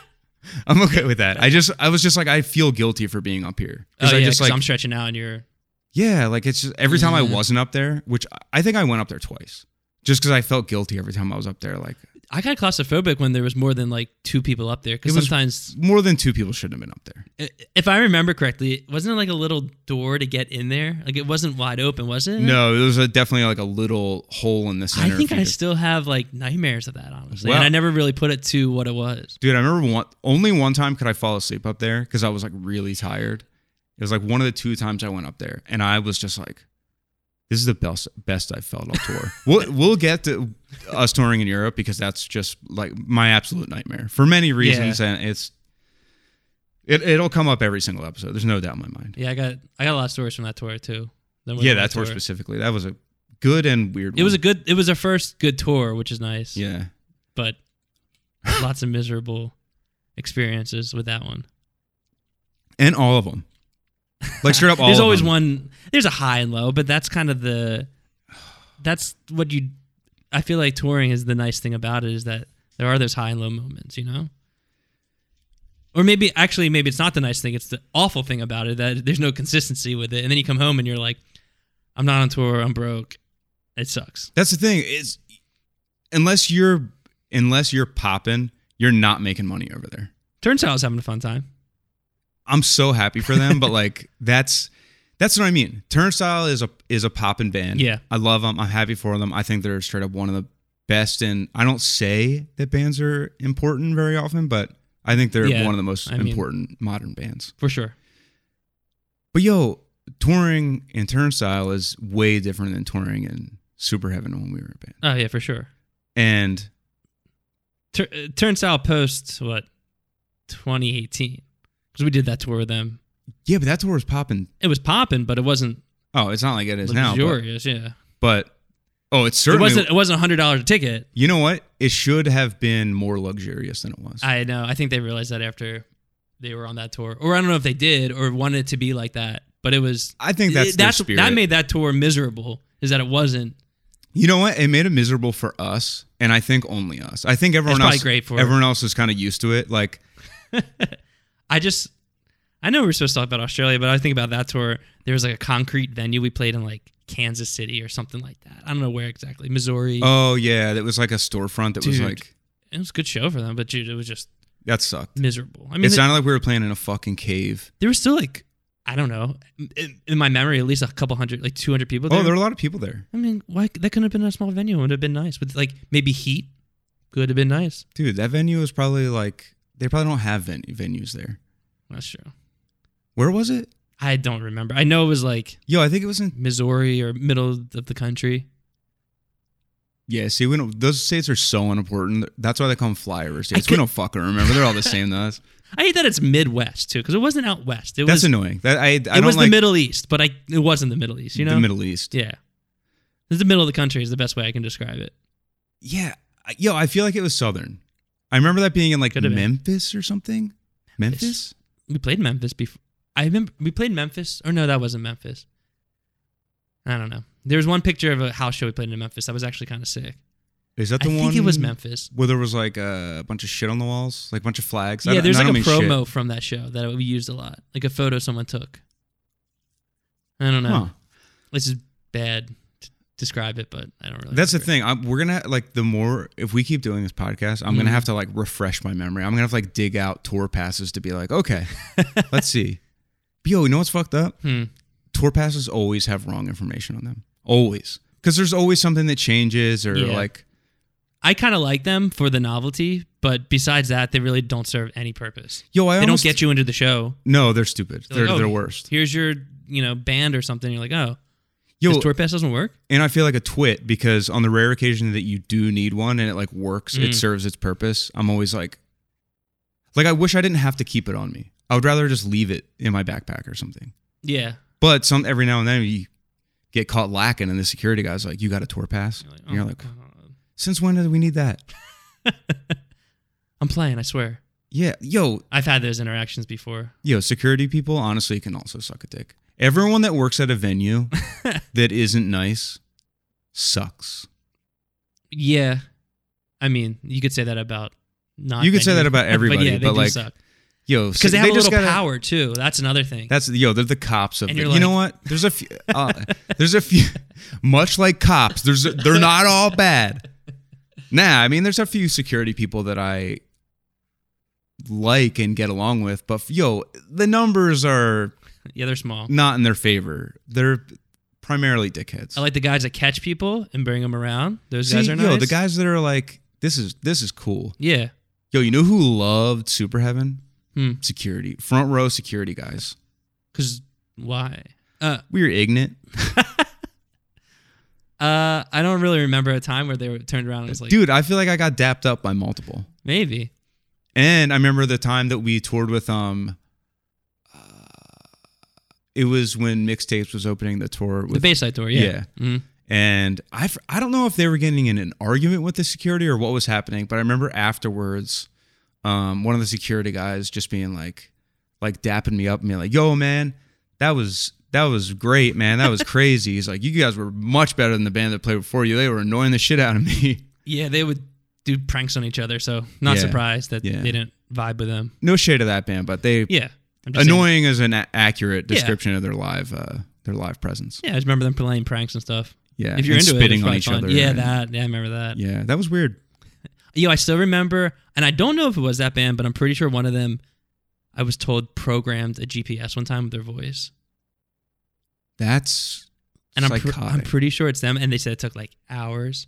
S1: (laughs) I'm okay with that. I just I was just like I feel guilty for being up here
S2: Oh,
S1: I
S2: yeah,
S1: just
S2: 'cause
S1: like
S2: I'm Mm. stretching out, and you're
S1: Yeah, like it's just every time I
S2: Yeah.
S1: wasn't up there, which I- I think I went up there twice, just because I felt guilty every time I was up there. Like,
S2: I got claustrophobic when there was more than like two people up there because
S1: It was-
S2: sometimes,
S1: More than two people shouldn't have been up there.
S2: i- if I remember correctly, wasn't it like a little door to get in there? Like it wasn't wide open, was it?
S1: No, there was a, definitely like a little hole in the
S2: Mm-hmm. I
S1: center.
S2: think
S1: if you
S2: I
S1: just-
S2: still have like nightmares of that, honestly,
S1: Well-
S2: and I never really put it to what it was.
S1: Dude, I remember one only one time could I fall asleep up there because I was like really tired. It was like one of the two times I went up there, and I was just like, "This is the best best I've felt all
S2: (laughs)
S1: tour." we'll we'll get to us touring in Europe because that's just like my absolute nightmare for many reasons, and it's it it'll come up every single episode. There's no doubt in my mind.
S2: Yeah, I got I got a lot of stories from that tour too. That was
S1: Yeah,
S2: on
S1: that tour specifically, that was a good and weird.
S2: It was a
S1: one.
S2: good. It was our first good tour, which is nice.
S1: yeah.
S2: but lots of miserable experiences with that one.
S1: and all of them. Like straight
S2: (laughs)
S1: up, all
S2: there's
S1: of
S2: always
S1: them.
S2: one. There's a high and low, but that's kind of the. That's what you. I feel like touring is the nice thing about it is that there are those high and low moments, you know. Or maybe actually, maybe it's not the nice thing. It's the awful thing about it that there's no consistency with it, and then you come home and you're like, "I'm not on tour. I'm broke. It sucks."
S1: That's the thing is, unless you're unless you're popping, you're not making money over there.
S2: Turns out I was having a fun time.
S1: I'm so happy for them,
S2: (laughs)
S1: but like that's that's what I mean. Turnstile is a is a poppin' band.
S2: Yeah.
S1: I love them. I'm happy for them. I think they're straight up one of the best. And I don't say that bands are important very often, but I think they're
S2: Yeah,
S1: one of the most
S2: I mean-
S1: important modern bands.
S2: For sure.
S1: But yo, touring in Turnstile is way different than touring in Super Heaven when we were a band.
S2: Oh yeah, for sure.
S1: And
S2: Tur- uh, Turnstile post what 2018 because we did that tour with them.
S1: yeah, but that tour was popping.
S2: It was popping, but it wasn't
S1: Oh, it's not like it is now. But,
S2: luxurious. yeah,
S1: but oh, it's
S2: it
S1: certainly.
S2: wasn't. It wasn't a hundred dollars a ticket.
S1: you know what? It should have been more luxurious than it was.
S2: I know. I think they realized that after they were on that tour, or I don't know if they did or wanted it to be like that. But it was.
S1: I think that's,
S2: it-
S1: their spirit.
S2: that made that tour miserable. Is that it wasn't?
S1: you know what? It made it miserable for us, and I think only us. I think everyone
S2: probably
S1: else,
S2: great for-
S1: everyone else is kind of used to it. Like,
S2: I just. I know we were supposed to talk about Australia, but I think about that tour. There was like a concrete venue we played in like Kansas City or something like that. I don't know where exactly. Missouri.
S1: oh yeah, that was like a storefront that was
S2: Dude.
S1: like
S2: It was a good show for them, but dude, it was just
S1: that sucked.
S2: miserable. I mean,
S1: it
S2: they-
S1: sounded like we were playing in a fucking cave.
S2: there was still like I don't know in, in my memory at least a couple hundred, like two hundred people. There.
S1: oh, there were a lot of people there,
S2: I mean, why that couldn't have been a small venue? It would have been nice with like maybe heat. Could have been nice.
S1: dude. That venue was probably like they probably don't have ven- venues there.
S2: That's true.
S1: Where was it?
S2: I don't remember. I know it was like
S1: Yo, I think it was in
S2: Missouri or middle of the country.
S1: Yeah, see, we don't. Those states are so unimportant. That's why they call them flyover states.
S2: could-
S1: we don't fucking remember. They're all the same to us.
S2: I hate that it's Midwest too, because it wasn't out west. (laughs) It
S1: That's
S2: was
S1: annoying. That I, I
S2: it
S1: don't
S2: was
S1: like
S2: the Middle East, but I it wasn't the Middle East. You know,
S1: the Middle East.
S2: yeah. It's the middle of the country is the best way I can describe it.
S1: Yeah, I- yo, I feel like it was southern. I remember that being in like
S2: Could've been.
S1: Memphis or something. Memphis.
S2: we played Memphis before. I remember we played Memphis, or no, that wasn't Memphis. I don't know. There was one picture of a house show we played in Memphis that was actually kind of sick.
S1: Is that
S2: I
S1: the
S2: think
S1: one?
S2: it was Memphis.
S1: Where there was like a bunch of shit on the walls, like a bunch of flags. I
S2: yeah,
S1: don't-
S2: there's
S1: I
S2: like a
S1: don't mean
S2: promo from that show that we used a lot, like a photo someone took. I
S1: shit.
S2: don't know.
S1: Huh.
S2: This is bad to describe it, but I don't really.
S1: That's the
S2: remember
S1: thing. I'm, we're gonna like the more if we keep doing this podcast, I'm gonna
S2: Mhm.
S1: have to like refresh my memory. I'm gonna have to like dig out tour passes to be like, okay,
S2: (laughs)
S1: let's see. But yo, you know what's fucked up?
S2: it.
S1: tour passes always have wrong information on them. Always. Because there's always something that changes or
S2: Yeah.
S1: like,
S2: Hmm. I kind of like them for the novelty, but besides that, they really don't serve any purpose.
S1: yo, I
S2: They
S1: almost,
S2: don't get you into the show.
S1: No, they're stupid. They're,
S2: They're like,
S1: they're
S2: oh,
S1: worst.
S2: Here's your, you know, band or something. You're like, oh,
S1: Yo,
S2: this tour pass doesn't work.
S1: and I feel like a twit because on the rare occasion that you do need one and it like works, it
S2: Mm.
S1: serves its purpose. I'm always like, like I wish I didn't have to keep it on me. I would rather just leave it in my backpack or something.
S2: Yeah.
S1: But some every now and then you get caught lacking, and the security guy's like, "You got a tour pass?"
S2: You're like,
S1: And you're
S2: "Oh,
S1: like,
S2: God."
S1: "Since when did we need that?"
S2: I'm playing, I swear.
S1: Yeah, yo,
S2: I've had those interactions before.
S1: Yo, security people honestly can also suck a dick. Everyone that works at a venue
S2: (laughs)
S1: that isn't nice sucks.
S2: Yeah. I mean, you could say that about not.
S1: You could say
S2: venues.
S1: that about everybody,
S2: but yeah, they
S1: but,
S2: do
S1: like,
S2: suck.
S1: Yo,
S2: because they have a
S1: just
S2: little
S1: gotta-
S2: power too. That's another thing.
S1: That's yo, they're the cops of.
S2: And
S1: the-
S2: you're
S1: you know
S2: like-
S1: what? There's a few.
S2: (laughs)
S1: Uh, there's a few. Much like cops, there's a, they're not all bad. Nah, I mean, there's a few security people that I like and get along with, but yo, the numbers are
S2: yeah, they're small.
S1: not in their favor. They're primarily dickheads.
S2: I like the guys that catch people and bring them around. Those
S1: See,
S2: guys are nice.
S1: yo, the guys that are like, this is this is cool.
S2: Yeah.
S1: Yo, you know who loved Super Heaven?
S2: Hmm.
S1: Security, front row security guys.
S2: Cause why? Uh,
S1: We were ignorant,
S2: uh, I don't really remember a time where they were turned around and was like,
S1: dude. I feel like I got dapped up by multiple.
S2: maybe.
S1: And I remember the time that we toured with um. uh, It was when mixtapes was opening the tour
S2: The
S1: with
S2: Bayside tour, yeah.
S1: Yeah.
S2: Mhm.
S1: And I, f- I don't know if they were getting in an argument with the security or what was happening, but I remember afterwards, um, one of the security guys just being like, like dapping me up and being like, "Yo, man, that was that was great, man. That was crazy." He's like, "You guys were much better than the band that played before you. They were annoying the shit out of me." (laughs)
S2: Yeah, they would do pranks on each other, so not
S1: Yeah.
S2: surprised that
S1: Yeah.
S2: they didn't vibe with them.
S1: No shade of that band, but they
S2: Yeah. I'm just saying-
S1: annoying is an a- accurate
S2: Yeah.
S1: description of their live uh, their live presence.
S2: Yeah, I just remember them playing pranks and stuff.
S1: Yeah,
S2: If you're
S1: and
S2: into it,
S1: spitting
S2: it's
S1: on
S2: probably
S1: each
S2: fun.
S1: other.
S2: Yeah,
S1: and-
S2: that. Yeah, I remember that.
S1: Yeah, that was weird.
S2: Yo, I still remember, and I don't know if it was that band, but I'm pretty sure one of them, I was told, programmed a GPS one time with their voice.
S1: That's
S2: And I'm, pr- I'm
S1: psychotic.
S2: pretty sure it's them. And they said it took like hours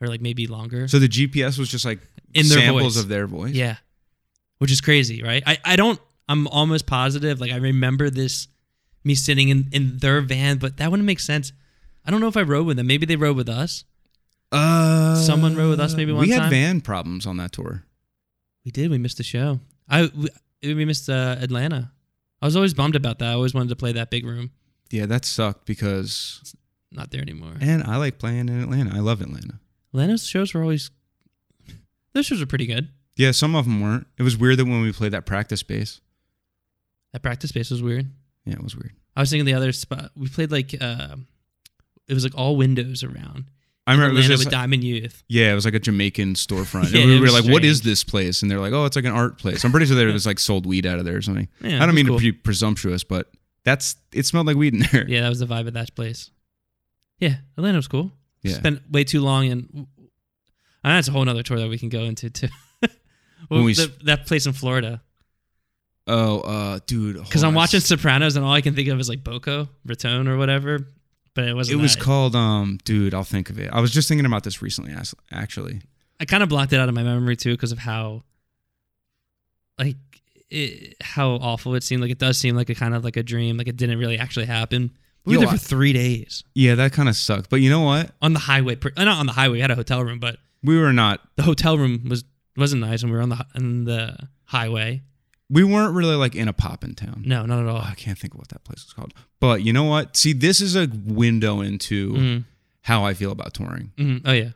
S2: or like maybe longer
S1: So the GPS was just like
S2: in their
S1: samples
S2: voice.
S1: of their voice.
S2: yeah. Which is crazy, right? I, I don't, I'm almost positive. Like, I remember this, me sitting in, in their van, but that wouldn't make sense. I don't know if I rode with them. Maybe they rode with us.
S1: Uh,
S2: Someone rode with us maybe one
S1: We had
S2: time?
S1: van problems on that tour.
S2: We did. We missed the show. I we, we missed uh, Atlanta. I was always bummed about that. I always wanted to play that big room.
S1: Yeah, that sucked because.
S2: Not there anymore.
S1: And I like playing in Atlanta. I love Atlanta.
S2: Atlanta's shows were always. Those shows were pretty good.
S1: Yeah, some of them weren't. It was weird that when we played that practice space.
S2: That practice space was weird.
S1: Yeah, it was weird.
S2: I was thinking the other spot. We played like uh, it was like all windows around.
S1: I remember it was
S2: Atlanta
S1: just
S2: with Diamond Youth.
S1: yeah, it was like a Jamaican
S2: (laughs)
S1: storefront.
S2: Yeah,
S1: and we
S2: it
S1: were
S2: was
S1: like, "What is
S2: strange.
S1: this place?" And they're like, "Oh, it's like an art place." I'm pretty sure they just like sold weed out of there or something. I
S2: Yeah, it
S1: don't
S2: was
S1: mean
S2: cool.
S1: to be presumptuous, but that's it smelled like weed in there.
S2: Yeah, that was the vibe of that place. Yeah, Atlanta was cool.
S1: Yeah.
S2: Spent way too long, and, and that's a whole nother tour that we can go into too. (laughs) well,
S1: When we
S2: the-
S1: s-
S2: that place in Florida.
S1: (laughs) Oh, uh, dude.
S2: Because
S1: hold
S2: I'm
S1: on.
S2: watching Sopranos and all I can think of is like Boco, Raton, or whatever. But it
S1: It
S2: wasn't.
S1: was
S2: that.
S1: called um, dude. I'll think of it. I was just thinking about this recently, as- actually.
S2: I kind of blocked it out of my memory too because of how, like, it, how awful it seemed. Like it does seem like a kind of like a dream. Like it didn't really actually happen. We
S1: Yo,
S2: were there
S1: I-
S2: for three days
S1: Yeah, that kind of sucked. But you know what?
S2: on the highway. per- Not on the highway. We had a hotel room, but
S1: We were not.
S2: the hotel room was wasn't nice, and we were on the on the highway.
S1: We weren't really like in a pop in town.
S2: No, not at all.
S1: Oh, I can't think of what that place was called. But you know what? See, this is a window into
S2: Mm,
S1: how I feel about touring.
S2: mm, oh yeah.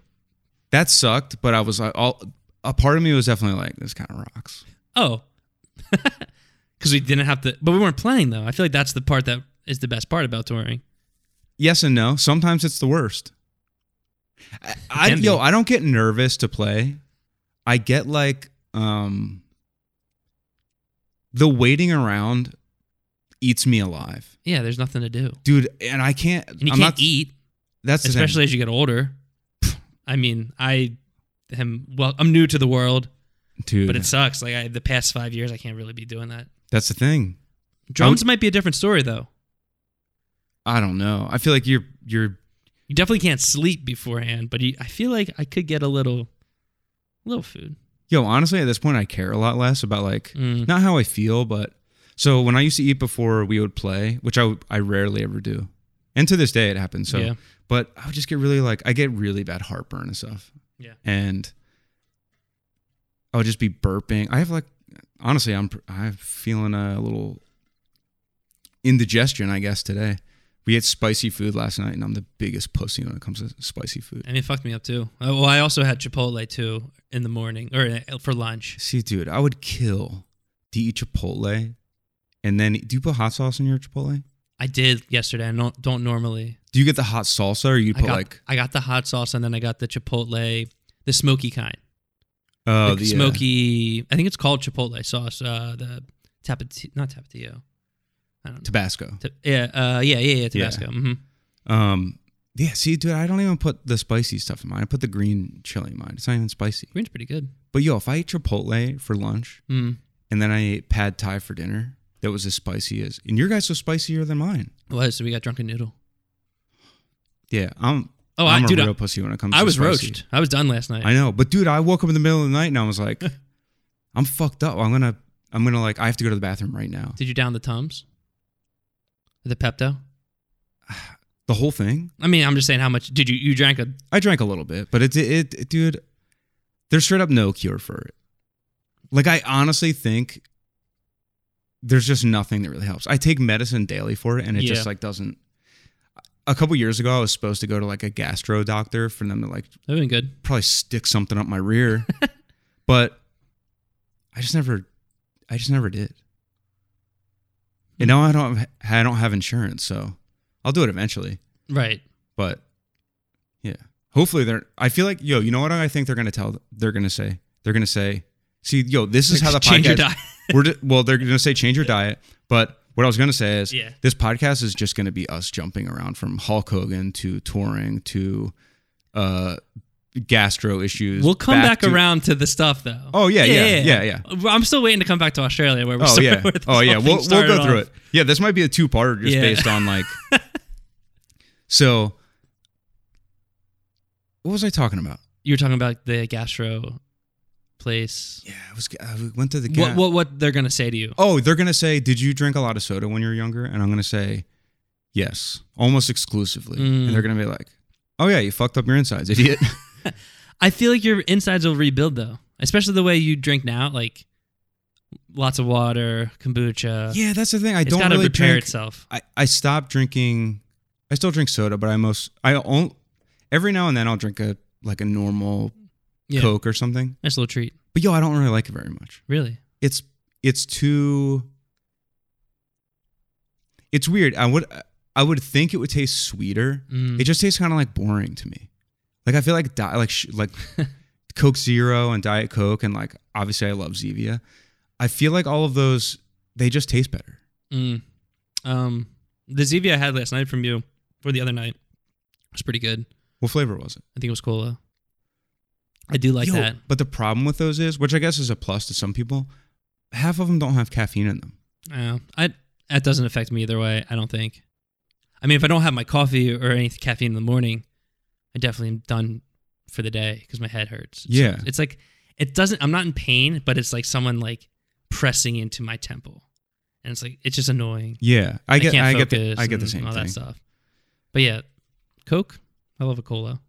S1: That sucked, but I was like, all a part of me was definitely like, this kind of rocks.
S2: Oh. (laughs) Because we didn't have to, but we weren't playing though. I feel like that's the part that is the best part about touring.
S1: Yes and no. Sometimes it's the worst. I, I
S2: can be.
S1: yo, I don't get nervous to play. I get like um the waiting around eats me alive.
S2: Yeah, there's nothing to do.
S1: Dude, and I can't
S2: And you
S1: I'm
S2: can't
S1: not
S2: eat,
S1: that's the thing.
S2: especially as you get older. (sighs) I mean, I am well, I'm new to the world,
S1: Dude,
S2: but it sucks. Like I, the past five years, I can't really be doing that.
S1: that's the thing.
S2: Drums might be a different story though.
S1: I don't know. I feel like you're you're
S2: You definitely can't sleep beforehand, but you, I feel like I could get a little, little food.
S1: yo, honestly at this point I care a lot less about like
S2: Mm.
S1: Mm-hmm. not how I feel, but so when I used to eat before we would play, which I I rarely ever do. And to this day it happens. So
S2: Yeah.
S1: but I would just get really like I get really bad heartburn and stuff.
S2: Yeah.
S1: And I would just be burping. I have like honestly I'm pr- I'm feeling a little indigestion I guess today. We ate spicy food last night and I'm the biggest pussy when it comes to spicy food.
S2: I mean, it fucked me up too. Uh, Well, I also had Chipotle too in the morning or uh, for lunch.
S1: See dude, I would kill to eat Chipotle and then do you put hot sauce in your Chipotle?
S2: I did yesterday. I don't, don't normally.
S1: Do you get the hot salsa or you
S2: I
S1: put
S2: got,
S1: like
S2: I got the hot sauce and then I got the Chipotle, the smoky kind.
S1: oh
S2: the
S1: uh,
S2: smoky. I think it's called Chipotle sauce. Uh, the tapatio, not tapatio. I don't know.
S1: Tabasco.
S2: Mm-hmm. Ta- yeah, uh, yeah, yeah, yeah. Tabasco. hmm
S1: Um, Yeah, see, dude, I don't even put the spicy stuff in mine. I put the green chili in mine. It's not even spicy.
S2: Green's pretty good.
S1: But yo, if I ate Chipotle for lunch
S2: Mm.
S1: and then I ate pad thai for dinner, that was as spicy as. And your guys was spicier than mine.
S2: Well, so we got drunken noodle.
S1: Yeah, I'm.
S2: Oh, I-
S1: I'm a
S2: dude, I-
S1: real pussy when it comes.
S2: I
S1: to
S2: was
S1: spicy.
S2: roached. I was done last night.
S1: I know, but dude, I woke up in the middle of the night and I was
S2: (laughs)
S1: like, I'm fucked up. I'm gonna, I'm gonna like, I have to go to the bathroom right now.
S2: Did you down the tums? The Pepto?
S1: The whole thing.
S2: I mean, I'm just saying how much did you you drank a
S1: I drank a little bit, but it, it, it dude, there's straight up no cure for it. Like, I honestly think there's just nothing that really helps. I take medicine daily for it, and it
S2: Yeah.
S1: just like doesn't. A couple years ago, I was supposed to go to like a gastro doctor for them to like
S2: that'd been good.
S1: probably stick something up my rear, but I just never, I just never did. And now I don't, have, I don't have insurance, so I'll do it eventually.
S2: Right.
S1: But yeah, hopefully they're. I feel like yo, you know what I think they're gonna tell. They're gonna say. They're gonna say. See, yo, this is how the
S2: Change
S1: podcast.
S2: your diet.
S1: we're di- well, they're gonna say change your diet. But what I was gonna say is,
S2: Yeah.
S1: this podcast is just gonna be us jumping around from Hulk Hogan to touring to uh gastro issues.
S2: We'll come back,
S1: to-
S2: around to the stuff though.
S1: Oh, yeah, yeah, yeah,
S2: I'm still waiting to come back to Australia where we're
S1: Oh
S2: starting-
S1: yeah.
S2: (laughs) where this
S1: Oh yeah. We'll
S2: whole thing
S1: we'll go
S2: started
S1: through
S2: off.
S1: it. Yeah, this might be a two parter just
S2: Yeah.
S1: based on
S2: (laughs)
S1: like. so, what was I talking about?
S2: You were talking about the gastro place.
S1: Yeah, I was. I went to the. Ga-
S2: What what what they're gonna say to you?
S1: Oh, they're gonna say, "Did you drink a lot of soda when you were younger?" And I'm gonna say, "Yes, almost exclusively."
S2: Mm.
S1: And they're gonna be like, "Oh yeah, you fucked up your insides,
S2: (laughs)
S1: idiot."
S2: I feel like your insides will rebuild though, especially the way you drink now, like lots of water, kombucha.
S1: yeah, that's the thing. I
S2: it's
S1: don't
S2: gotta
S1: really
S2: repair
S1: drink.
S2: itself.
S1: I I stopped drinking. I still drink soda, but I most I only every now and then I'll drink a like a normal
S2: Yeah,
S1: Coke or something.
S2: nice little treat.
S1: But yo, I don't really like it very much.
S2: Really?
S1: it's it's too it's weird i would i would think it would taste sweeter
S2: Mm.
S1: it just tastes kind of like boring to me like i feel like di- like sh-
S2: (laughs)
S1: like coke zero and diet coke and like obviously i love zevia i feel like all of those they just taste better
S2: Mm. Um, the Zevia I had last night from you for the other night was pretty good.
S1: what flavor was it
S2: I think it was cola. I do like
S1: Yo,
S2: that.
S1: but the problem with those is which i guess is a plus to some people half of them don't have caffeine in them
S2: Uh, I that doesn't affect me either way. I don't think. I mean, if I don't have my coffee or any caffeine in the morning, I definitely am done for the day because my head hurts. It's-
S1: Yeah.
S2: it's like it doesn't. I'm not in pain, but it's like someone like pressing into my temple, and it's like it's just annoying.
S1: yeah i get
S2: can't
S1: i, get
S2: focus
S1: the, i get the
S2: and
S1: same
S2: all
S1: thing
S2: that stuff. But yeah, Coke. I love a cola.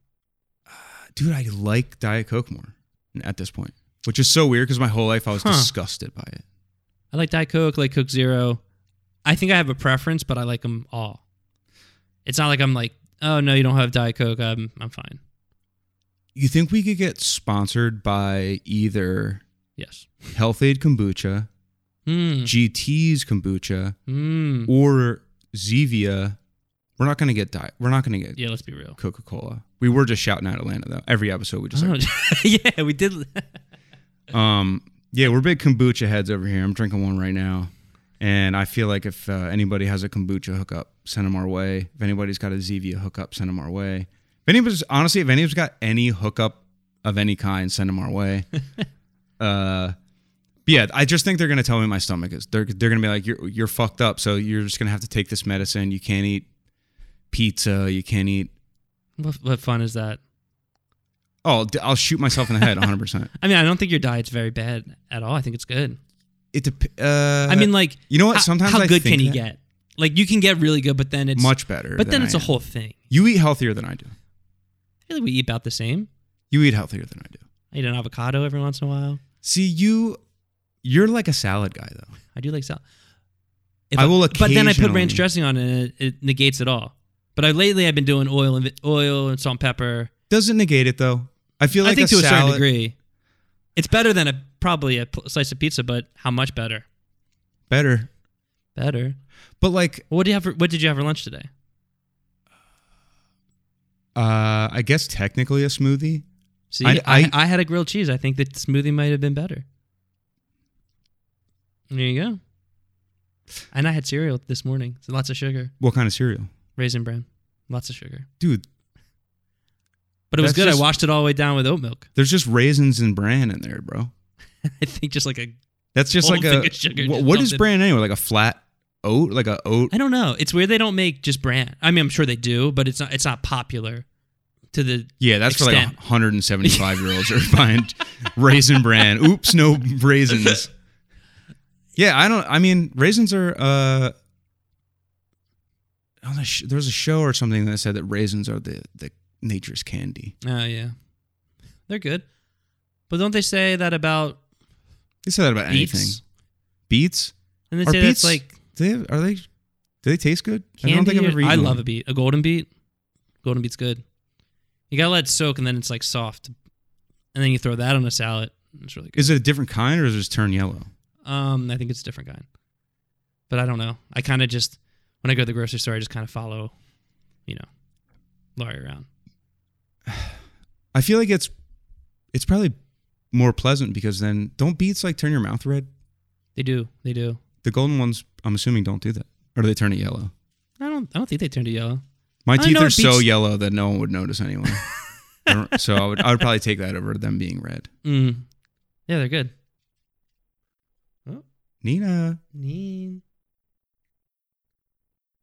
S1: dude, I like Diet Coke more at this point, which is so weird because my whole life I was
S2: Huh.
S1: disgusted by it.
S2: I like Diet Coke, I like Coke Zero. I think I have a preference, but I like them all. It's not like I'm like, oh no, you don't have Diet Coke. I'm I'm fine.
S1: You think we could get sponsored by either
S2: Yes.
S1: Health Aid kombucha,
S2: Hmm.
S1: GT's kombucha,
S2: Hmm.
S1: or Zevia? We're not gonna get diet. We're not gonna get
S2: Yeah, let's be
S1: (laughs)
S2: real.
S1: Coca Cola. We were just shouting out Atlanta though. Every episode we just like,
S2: Oh, (laughs) yeah, we did.
S1: um yeah, we're big kombucha heads over here. I'm drinking one right now. And I feel like if uh, anybody has a kombucha hookup, send them our way. If anybody's got a Zevia hookup, send them our way. If anybody's honestly, if anyone's got any hookup of any kind, send them our
S2: (laughs)
S1: way. uh, but yeah, I just think they're gonna tell me my stomach is. They're they're gonna be like, you're you're fucked up, so you're just gonna have to take this medicine. You can't eat pizza. You can't eat.
S2: (laughs) what, what fun is that?
S1: Oh, I'll shoot myself in the head, 100. percent
S2: I mean, I don't think your diet's very bad at all. I think it's good.
S1: It dep- uh,
S2: I mean, like,
S1: you know what?
S2: how-
S1: Sometimes
S2: how
S1: I
S2: good
S1: think
S2: can you
S1: that-
S2: get? Like, you can get really good, but then it's
S1: much better.
S2: But then
S1: than
S2: it's
S1: I
S2: a
S1: am.
S2: whole thing.
S1: You eat healthier than I do.
S2: I feel like we eat about the same.
S1: You eat healthier than I do.
S2: I eat an avocado every once in a while.
S1: See, you, you're like a salad guy though.
S2: I do like salad.
S1: I will
S2: but then I put ranch
S1: occasionally-
S2: dressing on it, and it, it negates it all. But I lately I've been doing oil and vi- oil and salt and pepper.
S1: Doesn't negate it though. I feel like
S2: I think
S1: a
S2: to a
S1: salad,
S2: certain degree, it's better than a probably a pl- slice of pizza. But how much better?
S1: better.
S2: Better.
S1: But like,
S2: What do you have? For, what did you have for lunch today?
S1: uh, I guess technically a smoothie.
S2: See, I,
S1: I-
S2: I,
S1: I-
S2: had a grilled cheese. I think that smoothie might have been better. There you go. And I had cereal this morning. So lots of sugar,
S1: What kind of cereal?
S2: raisin bran, Lots of sugar.
S1: Dude,
S2: But it was
S1: That's
S2: good.
S1: just-
S2: I washed it all the way down with oat milk. (laughs)
S1: there's just raisins and bran in there, bro.
S2: I think just like a
S1: That's just
S2: Whole
S1: like a
S2: thing of sugar,
S1: wh-
S2: just
S1: what
S2: dumped
S1: is
S2: in.
S1: bran anyway? Like a flat oat, like a oat.
S2: I don't know. It's weird they don't make just bran. I mean, I'm sure they do, but it's not it's not popular to the
S1: Yeah, that's for like
S2: Extent.
S1: 175 year olds are buying raisin bran. Oops, no raisins. Yeah, I don't. I mean, raisins are. uh on the sh- There was a show or something that said that raisins are the the nature's candy.
S2: Oh yeah. They're good. But don't they say that about
S1: They say that about
S2: beets?
S1: anything. Beets
S2: And they
S1: Are
S2: say
S1: beets
S2: that's like
S1: do they have, are they? Do they taste good?
S2: candy.
S1: I don't think I've ever
S2: or-
S1: eaten.
S2: I love
S1: one.
S2: a beet. A golden beet. Golden beet's good. You gotta let it soak and then it's like soft. And then you throw that on a salad. It's really good.
S1: Is it a different kind or does it just turn yellow?
S2: Um, I think it's a different kind. But I don't know. I kind of just when I go to the grocery store, I just kind of follow, you know, Laurie around.
S1: I feel like it's it's probably more pleasant because then don't beets like turn your mouth red?
S2: They do. They do.
S1: The golden ones, I'm assuming, don't do that, or do they turn it yellow?
S2: I don't. I don't think they turn to yellow.
S1: My
S2: I
S1: teeth
S2: know
S1: are so
S2: beets-
S1: yellow that no one would notice
S2: (laughs)
S1: anyway. I don't- so I would, I would probably take that over them being red.
S2: Mm. Yeah, they're good.
S1: Nina,
S2: Need.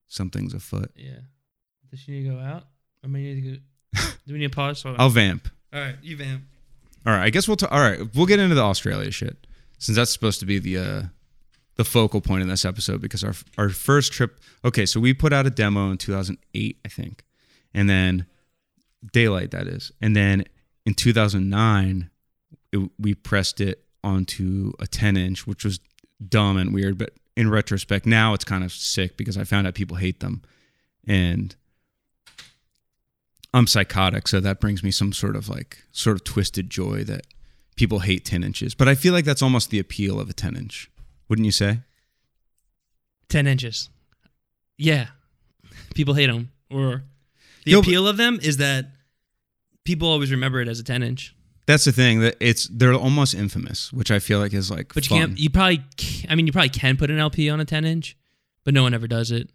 S1: something's afoot.
S2: Yeah. Does she need to go out? I mean, need
S1: (laughs)
S2: to go. do we need to pause? Hold on.
S1: I'll vamp.
S2: All right, you vamp.
S1: All right, I guess we'll ta- all right. We'll get into the Australia shit since that's supposed to be the uh, the focal point in this episode because our our first trip. Okay, so we put out a demo in 2008, I think, and then daylight that is, and then in 2009 it, we pressed it onto a 10 inch, which was dumb and weird, but in retrospect now it's kind of sick because I found out people hate them, and I'm psychotic, so that brings me some sort of like sort of twisted joy that people hate 10 inches. But I feel like that's almost the appeal of a 10 inch, wouldn't you say?
S2: Ten inches. Yeah. (laughs) People hate them. Or the
S1: Yo, but-
S2: appeal of them is that people always remember it as a ten inch.
S1: That's the thing that it's they're almost infamous, which I feel like is like
S2: But you
S1: fun.
S2: can't. You probably. ca- I mean, you probably can put an LP on a ten inch, but no one ever does it.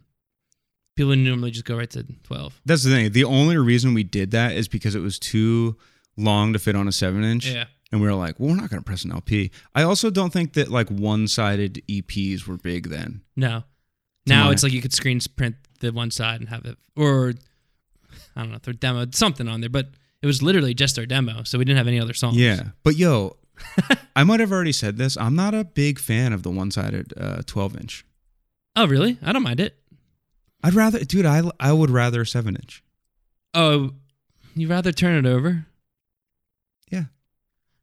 S2: People normally just go right to twelve.
S1: That's the thing. The only reason we did that is because it was too long to fit on a 7 inch.
S2: Yeah.
S1: And we were like, well, we're not going to press an LP. I also don't think that like one sided EPs were big then.
S2: No. Now
S1: mine.
S2: it's like you could screen print the one side and have it, or I don't know, throw demo something on there. But it was literally just our demo, so we didn't have any other songs.
S1: Yeah. But yo, (laughs) I might have already said this. I'm not a big fan of the one sided uh, 12 inch.
S2: Oh, really? I don't mind it.
S1: I'd rather, dude. I I would rather a seven inch.
S2: Oh, you rather turn it over?
S1: Yeah.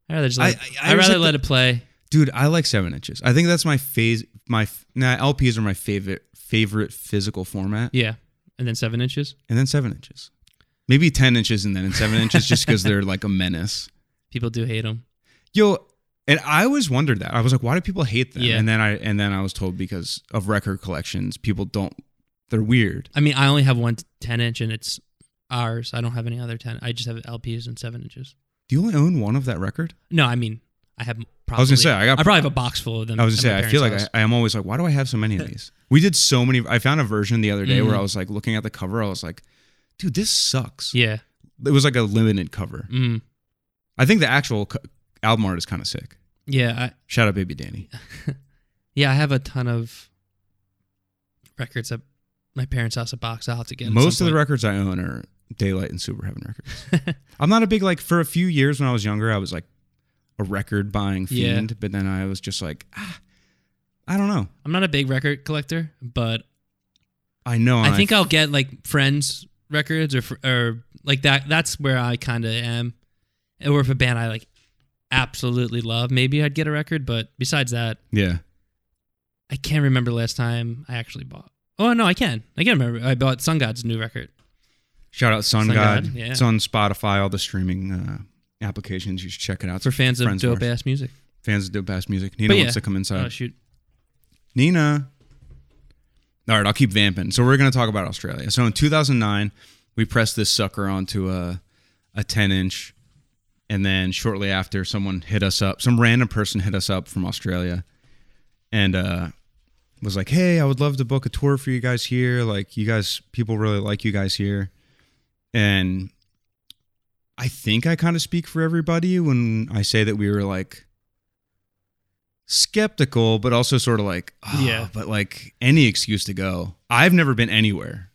S2: I rather just
S1: I-
S2: let it,
S1: I- I
S2: I, rather
S1: respect
S2: let it play.
S1: Dude, I like seven inches. I think that's my phase. My f- nah, LPs are my favorite favorite physical format,
S2: Yeah, and then seven inches.
S1: and then seven inches, maybe ten inches, and then and seven inches, just because they're like a menace.
S2: People do hate them.
S1: Yo, and I always wondered that. I was like, why do people hate them?
S2: Yeah.
S1: And then I and then I was told because of record collections, people don't. They're weird.
S2: I mean, I only have one t- ten inch, and it's ours. I don't have any other ten. I just have LPs and seven inches.
S1: Do you only own one of that record?
S2: No, I mean, I have. Probably,
S1: was gonna say, I got-
S2: probably have a box full of them.
S1: I was
S2: at
S1: gonna
S2: my
S1: say, I feel like
S2: parents'
S1: I,
S2: house.
S1: I am always like, why do I have so many of these? We did so many. I found a version the other day where
S2: Mhm.
S1: I was like looking at the cover. I was like, dude, this sucks.
S2: Yeah.
S1: It was like a limited cover.
S2: Mm.
S1: I think the actual co- album art is kind of sick.
S2: Yeah, I,
S1: Shout out, baby Danny.
S2: yeah, I have a ton of records at my parents' house. A box I'll have to get. at
S1: Most
S2: some
S1: of the
S2: point.
S1: records I own are Daylight and Super Heaven
S2: (laughs)
S1: records. I'm not a big like. For a few years when I was younger, I was like a record buying
S2: Yeah.
S1: fiend, but then I was just like, ah, I don't know.
S2: I'm not a big record collector, but
S1: I know. and
S2: I think I'll get like friends' records or fr- or like that. That's where I kind of am. Or if a band I like absolutely love, maybe I'd get a record. But besides that,
S1: yeah.
S2: I can't remember last time I actually bought. Oh no, I can. I can remember. I bought Sun God's new record.
S1: Shout out Sun,
S2: Sun
S1: God.
S2: God, yeah.
S1: It's on Spotify, all the streaming uh, applications. You should check it out. It's
S2: for fans of
S1: friends ours.
S2: dope ass music.
S1: Fans of dope bass music. Nina
S2: But yeah.
S1: wants to come inside.
S2: Oh shoot.
S1: Nina. All right, I'll keep vamping. So we're going to talk about Australia. So in 2009, we pressed this sucker onto a a 10 inch, and then shortly after, someone hit us up. Some random person hit us up from Australia, and uh, was like, "Hey, I would love to book a tour for you guys here. Like, you guys, people really like you guys here." And I think I kind of speak for everybody when I say that we were like skeptical, but also sort of like, "Ah,
S2: Yeah.
S1: but like any excuse to go. I've never been anywhere.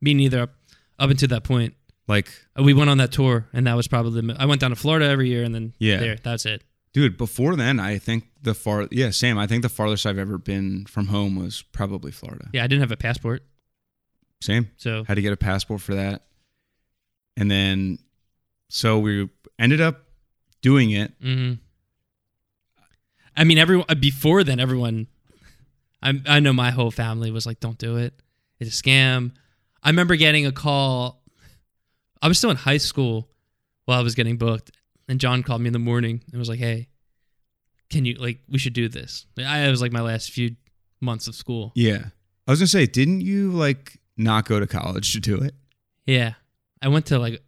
S2: Me neither. Up, up until that point,
S1: Like,
S2: Uh, we went on that tour, and that was probably the, I went down to Florida every year, and then
S1: Yeah.
S2: there, that's it.
S1: dude, before then, I think the far, yeah, same. I think the farthest I've ever been from home was probably Florida.
S2: Yeah, I didn't have a passport,
S1: Same.
S2: so
S1: had to get a passport for that. And then, so we ended up doing it.
S2: hmm I mean, everyone uh, before then, everyone. I I know my whole family was like, "Don't do it. It's a scam." I remember getting a call. I was still in high school while I was getting booked, and John called me in the morning and was like, "Hey, can you like we should do this?" I it was like my last few months of school.
S1: Yeah. I was going to say, didn't you like not go to college to do it?
S2: Yeah, I went to like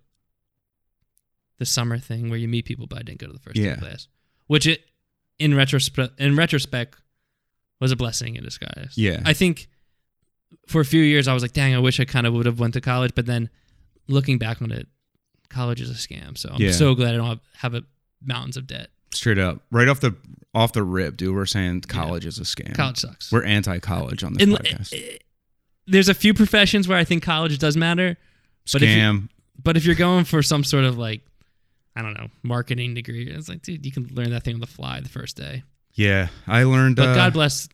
S2: the summer thing where you meet people, but I didn't go to the first day
S1: Yeah.
S2: of class, which it in retrospect in retrospect was a blessing in disguise.
S1: Yeah.
S2: I think for a few years I was like, dang, I wish I kind of would have went to college, but then looking back on it, college is a scam. So I'm
S1: Yeah.
S2: so glad I don't have, have a mountains of debt.
S1: Straight up, right off the off the rip, dude. We're saying college is a scam.
S2: College sucks.
S1: We're anti-college on this
S2: And,
S1: podcast.
S2: eh, eh, there's a few professions where I think college does matter, but if you-
S1: scam.
S2: But if you're going for some sort of like, I don't know, marketing degree, it's like, dude, you can learn that thing on the fly the first day.
S1: yeah, I learned.
S2: But
S1: uh,
S2: God bless.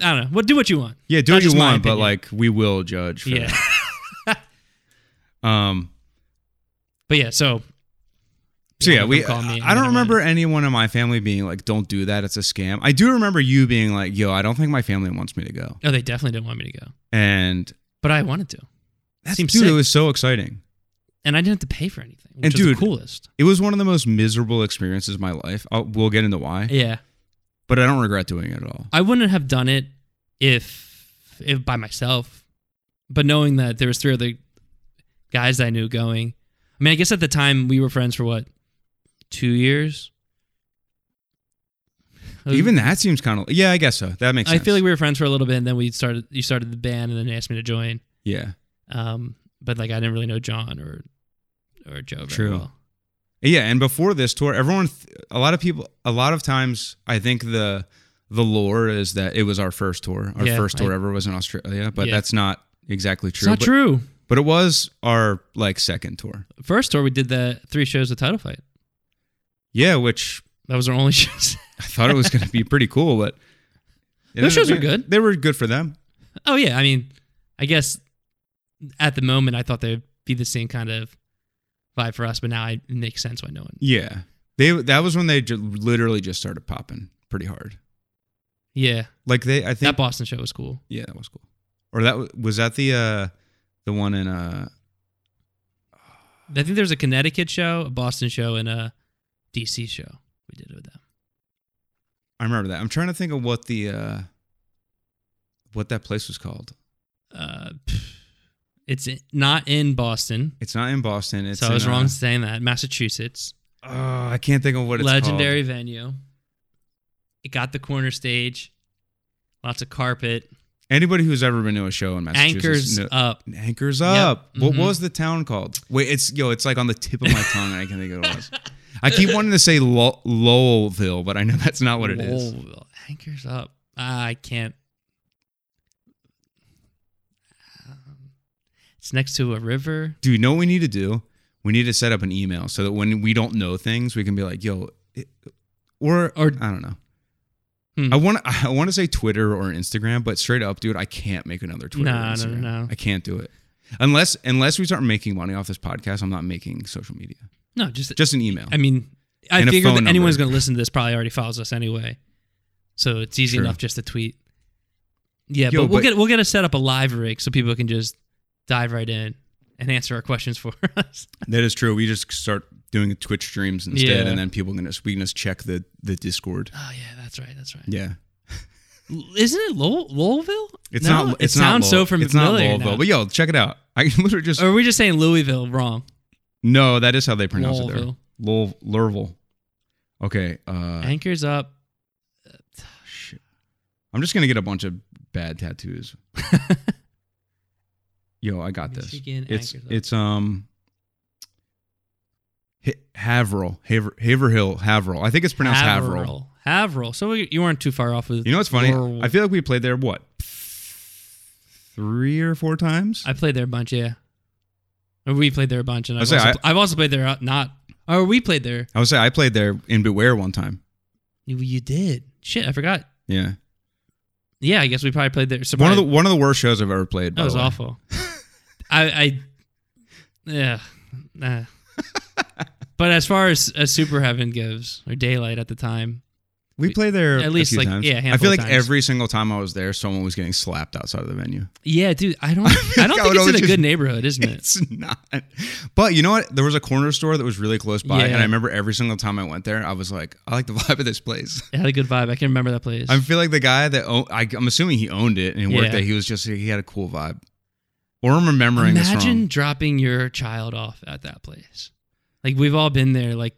S2: I don't know. What do what you want.
S1: yeah, do what
S2: That's
S1: you
S2: just my
S1: want, but
S2: opinion.
S1: like we will judge. For
S2: Yeah.
S1: That. Um.
S2: But yeah. So.
S1: So yeah, we.
S2: Call me
S1: I, I don't
S2: Never
S1: remember
S2: mind.
S1: anyone in my family being like, "Don't do that. It's a scam." I do remember you being like, "Yo, I don't think my family wants me to go,"
S2: Oh, they definitely didn't want me to go,
S1: and
S2: but I wanted to,
S1: that dude,
S2: Seems sick.
S1: it was so exciting.
S2: and I didn't have to pay for anything, which
S1: And
S2: was
S1: dude-
S2: the coolest.
S1: It was one of the most miserable experiences of my life. I'll, we'll get into why,
S2: Yeah,
S1: but I don't regret doing it at all.
S2: I wouldn't have done it if if by myself, but knowing that there was three other guys I knew going. I mean, I guess at the time we were friends for what two years.
S1: Even that seems kind of yeah. I guess so. That makes.
S2: Uh, I
S1: sense.
S2: feel like we were friends for a little bit, and then we started. You started the band, and then they asked me to join.
S1: yeah.
S2: Um, but like I didn't really know John or or Joe very
S1: True.
S2: well.
S1: Yeah, and before this tour, everyone, th- a lot of people, a lot of times, I think the the lore is that it was our first tour. Our
S2: Yeah,
S1: first tour
S2: I-
S1: ever was in Australia, but
S2: Yeah.
S1: that's not exactly
S2: It's
S1: true.
S2: not
S1: but,
S2: true.
S1: but it was our like second tour.
S2: First tour we did the three shows with Title Fight.
S1: Yeah, which
S2: That was our only (laughs) shows.
S1: I thought it was going to be pretty cool, but it
S2: (laughs)
S1: ended
S2: Those
S1: up
S2: shows were
S1: being-
S2: good.
S1: They were good for them.
S2: oh yeah, I mean, I guess at the moment I thought they'd be the same kind of vibe for us, but now I- it makes sense why no one.
S1: Yeah, they that was when they ju- literally just started popping pretty hard.
S2: Yeah,
S1: Like they, I think,
S2: that Boston show was cool.
S1: yeah, that was cool. Or that w- was that the uh the one in uh
S2: I think there was a Connecticut show, a Boston show, and a DC show. We did with them.
S1: I remember that. I'm trying to think of what the uh what that place was called.
S2: Uh, pff, it's i- not in Boston.
S1: It's not in Boston. It's
S2: so I was
S1: in, uh,
S2: wrong saying that. Massachusetts,
S1: oh, I can't think of what it's
S2: legendary venue. It got the corner stage, lots of carpet,
S1: called. Anybody who's ever been to a show in Massachusetts
S2: anchors
S1: kno-
S2: up.
S1: anchors up. What,
S2: mhm.
S1: what was the town called? Wait, it's yo. It's like on the tip of my tongue, and I can think of what it was. I keep wanting to say Lo- Lowellville, but I know that's not what it is.
S2: Whoa, Anchors up. Ah, I can't. Um, It's next to a river.
S1: Do you know what we need to do? We need to set up an email so that when we don't know things, we can be like, yo, it, or,
S2: Or-
S1: or I don't know.
S2: Hmm.
S1: I want (laughs) I want to say Twitter or Instagram, but straight up, dude, I can't make another Twitter.
S2: No,
S1: or
S2: no,
S1: Instagram.
S2: no.
S1: I can't do it unless unless we start making money off this podcast. I'm not making social media,
S2: No, just,
S1: just an email.
S2: I mean, I
S1: And a
S2: figure that
S1: phone
S2: anyone's
S1: number.
S2: going to listen to this probably already follows us anyway, so it's easy
S1: True.
S2: enough just to tweet. Yeah,
S1: Yo,
S2: but we'll
S1: but-
S2: get we'll get to set up a live rig so people can just dive right in and answer our questions for (laughs) us.
S1: that is true. We just start doing Twitch streams instead,
S2: Yeah.
S1: and then people can just we can just check the the Discord.
S2: Oh yeah, that's right, that's right.
S1: Yeah,
S2: L- Isn't it Low- Lowellville?
S1: it's
S2: No,
S1: not.
S2: It
S1: It's
S2: sounds
S1: not
S2: so
S1: Lowell-
S2: familiar.
S1: It's not Lowellville,
S2: now.
S1: but yo, check it out. I (laughs) literally just
S2: or are we just saying Louisville wrong?
S1: no. That is how they pronounce it there.
S2: Lowellville. Eh.
S1: Lol- Lurville. Okay. Uh,
S2: Anchors up. (laughs)
S1: shit. I'm just gonna get a bunch of bad tattoos. Yo, I got
S2: Maybe
S1: this.
S2: she can
S1: It's
S2: anchor them.
S1: it's um H- Haverhill, Haver, Haverhill, Haverhill. I think it's pronounced Haverhill.
S2: Haverhill. Haverhill. So we- you weren't too far off with.
S1: You know what's funny?
S2: Laurel.
S1: I feel like we played there what three or four times.
S2: I played there a bunch. Yeah, or we played there a bunch, and
S1: I
S2: I've,
S1: say,
S2: also,
S1: I-
S2: have also played there. uh, Not or we played there.
S1: I would say I played there in Beware one time.
S2: You, you did. Shit, I forgot.
S1: Yeah,
S2: Yeah, I guess we probably played there. So
S1: one of the
S2: probably-
S1: one of the worst shows I've ever played. by
S2: that was
S1: the way. (laughs)
S2: awful. I, I, yeah, nah. but as far as, as Super Heaven goes, or Daylight at the time,
S1: We played there
S2: At
S1: a
S2: least,
S1: few
S2: like,
S1: times.
S2: yeah, a
S1: I
S2: handful
S1: feel
S2: of
S1: like
S2: times.
S1: every single time I was there, someone was getting slapped outside of the venue. (laughs)
S2: yeah, dude, I don't, I don't
S1: I
S2: think
S1: would
S2: it's in a
S1: always
S2: good
S1: just-
S2: neighborhood, isn't it?
S1: (laughs) It's not. But you know what? There was a corner store that was really close by,
S2: Yeah.
S1: and I remember every single time I went there, I was like, I like the (laughs) vibe of this place.
S2: It had a good vibe. I can remember that place.
S1: I feel like the guy that own, I, I'm assuming he owned it and worked
S2: Yeah.
S1: there. He was just he had a cool vibe. Or I'm remembering this
S2: Imagine
S1: wrong.
S2: dropping your child off at that place. Like we've all been there, like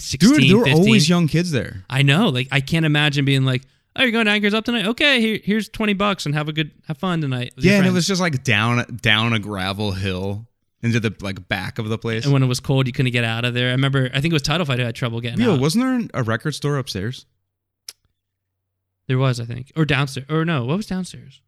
S2: 16,
S1: Dude, there were
S2: 15.
S1: always young kids there.
S2: I know. Like I can't imagine being like, "Oh, you're going to Anchors Up tonight? Okay, here, here's twenty bucks and have a good, have fun tonight." with your
S1: Yeah, and it
S2: friends."
S1: was just like down down a gravel hill into the like back of the place.
S2: And when it was cold, you couldn't get out of there. I remember. I think it was Title Fight who had trouble getting
S1: Yo,
S2: out.
S1: wasn't there a record store upstairs?
S2: there was, I think, or downstairs, or no, what was downstairs?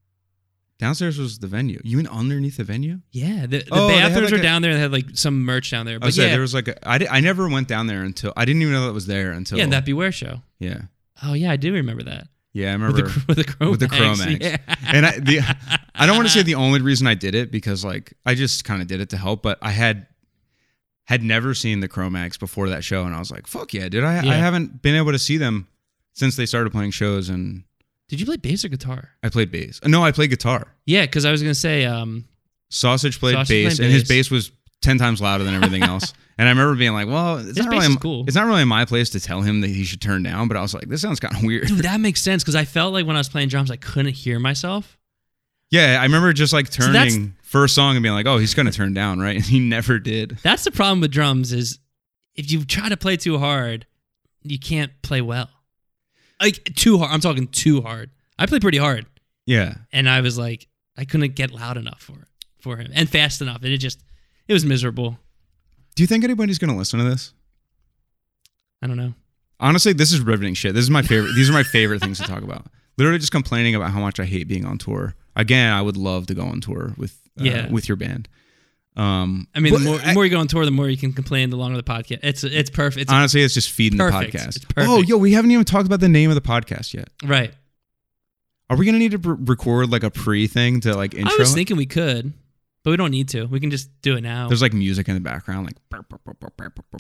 S1: Downstairs was the venue. You went underneath the venue?
S2: Yeah, the, the
S1: Oh, they had,
S2: bathrooms
S1: like,
S2: were
S1: a- Oh,
S2: down there. and They had like some merch down there,
S1: I
S2: but
S1: said
S2: yeah,
S1: there was like a, I, di- I never went down there until I didn't even know that was there until
S2: yeah, and that Beware show.
S1: yeah
S2: Oh yeah, I do remember that
S1: yeah I
S2: with the
S1: remember
S2: cr- (laughs) with the Cro-Mags.
S1: with the Cro-Mags. and I the I
S2: (laughs)
S1: don't want to say the only reason I did it because like I just kind of did it to help but I had had never seen the Chromax before that show and I was like fuck yeah dude I
S2: Yeah.
S1: I haven't been able to see them since they started playing shows and
S2: Did you play bass or guitar?
S1: I played bass no I played guitar
S2: Yeah, because I was gonna say, um,
S1: Sausage played
S2: Sausage
S1: bass
S2: played
S1: and his
S2: bass.
S1: bass was 10 times louder than everything
S2: (laughs)
S1: else and I remember being like well it's
S2: His
S1: not
S2: bass
S1: really
S2: is
S1: m-
S2: cool.
S1: it's not really my place to tell him that he should turn down but I was like this sounds kind of weird
S2: (laughs) dude, that makes sense because I felt like when I was playing drums, I couldn't hear myself.
S1: Yeah, I remember just like
S2: that's-
S1: turning first song and being like, "Oh, he's gonna turn down, right?" And he never did.
S2: That's the problem with drums is if you try to play too hard, you can't play well. Like too hard. I'm talking too hard. I play pretty hard,
S1: Yeah,
S2: and I was like, I couldn't get loud enough for it, for him, and fast enough, and it just, it was miserable.
S1: do you think anybody's gonna listen to this?
S2: I don't know.
S1: Honestly, this is riveting shit. This is my favorite. these are my favorite things to talk about. Literally, just complaining about how much I hate being on tour. Again, I would love to go on tour with uh,
S2: Yeah.
S1: with your band. Um,
S2: I mean,
S1: but
S2: the more,
S1: I-
S2: the more you go on tour, the more you can complain. The longer the podcast, it's it's perfect. It's
S1: honestly, it's just feeding
S2: Perfect.
S1: the podcast.
S2: It's perfect.
S1: Oh, yo, we haven't even talked about the name of the podcast yet.
S2: right.
S1: Are we gonna need to br- record like a pre thing to like intro?
S2: I was
S1: it?
S2: thinking we could, but we don't need to. We can just do it now.
S1: There's like music in the background, like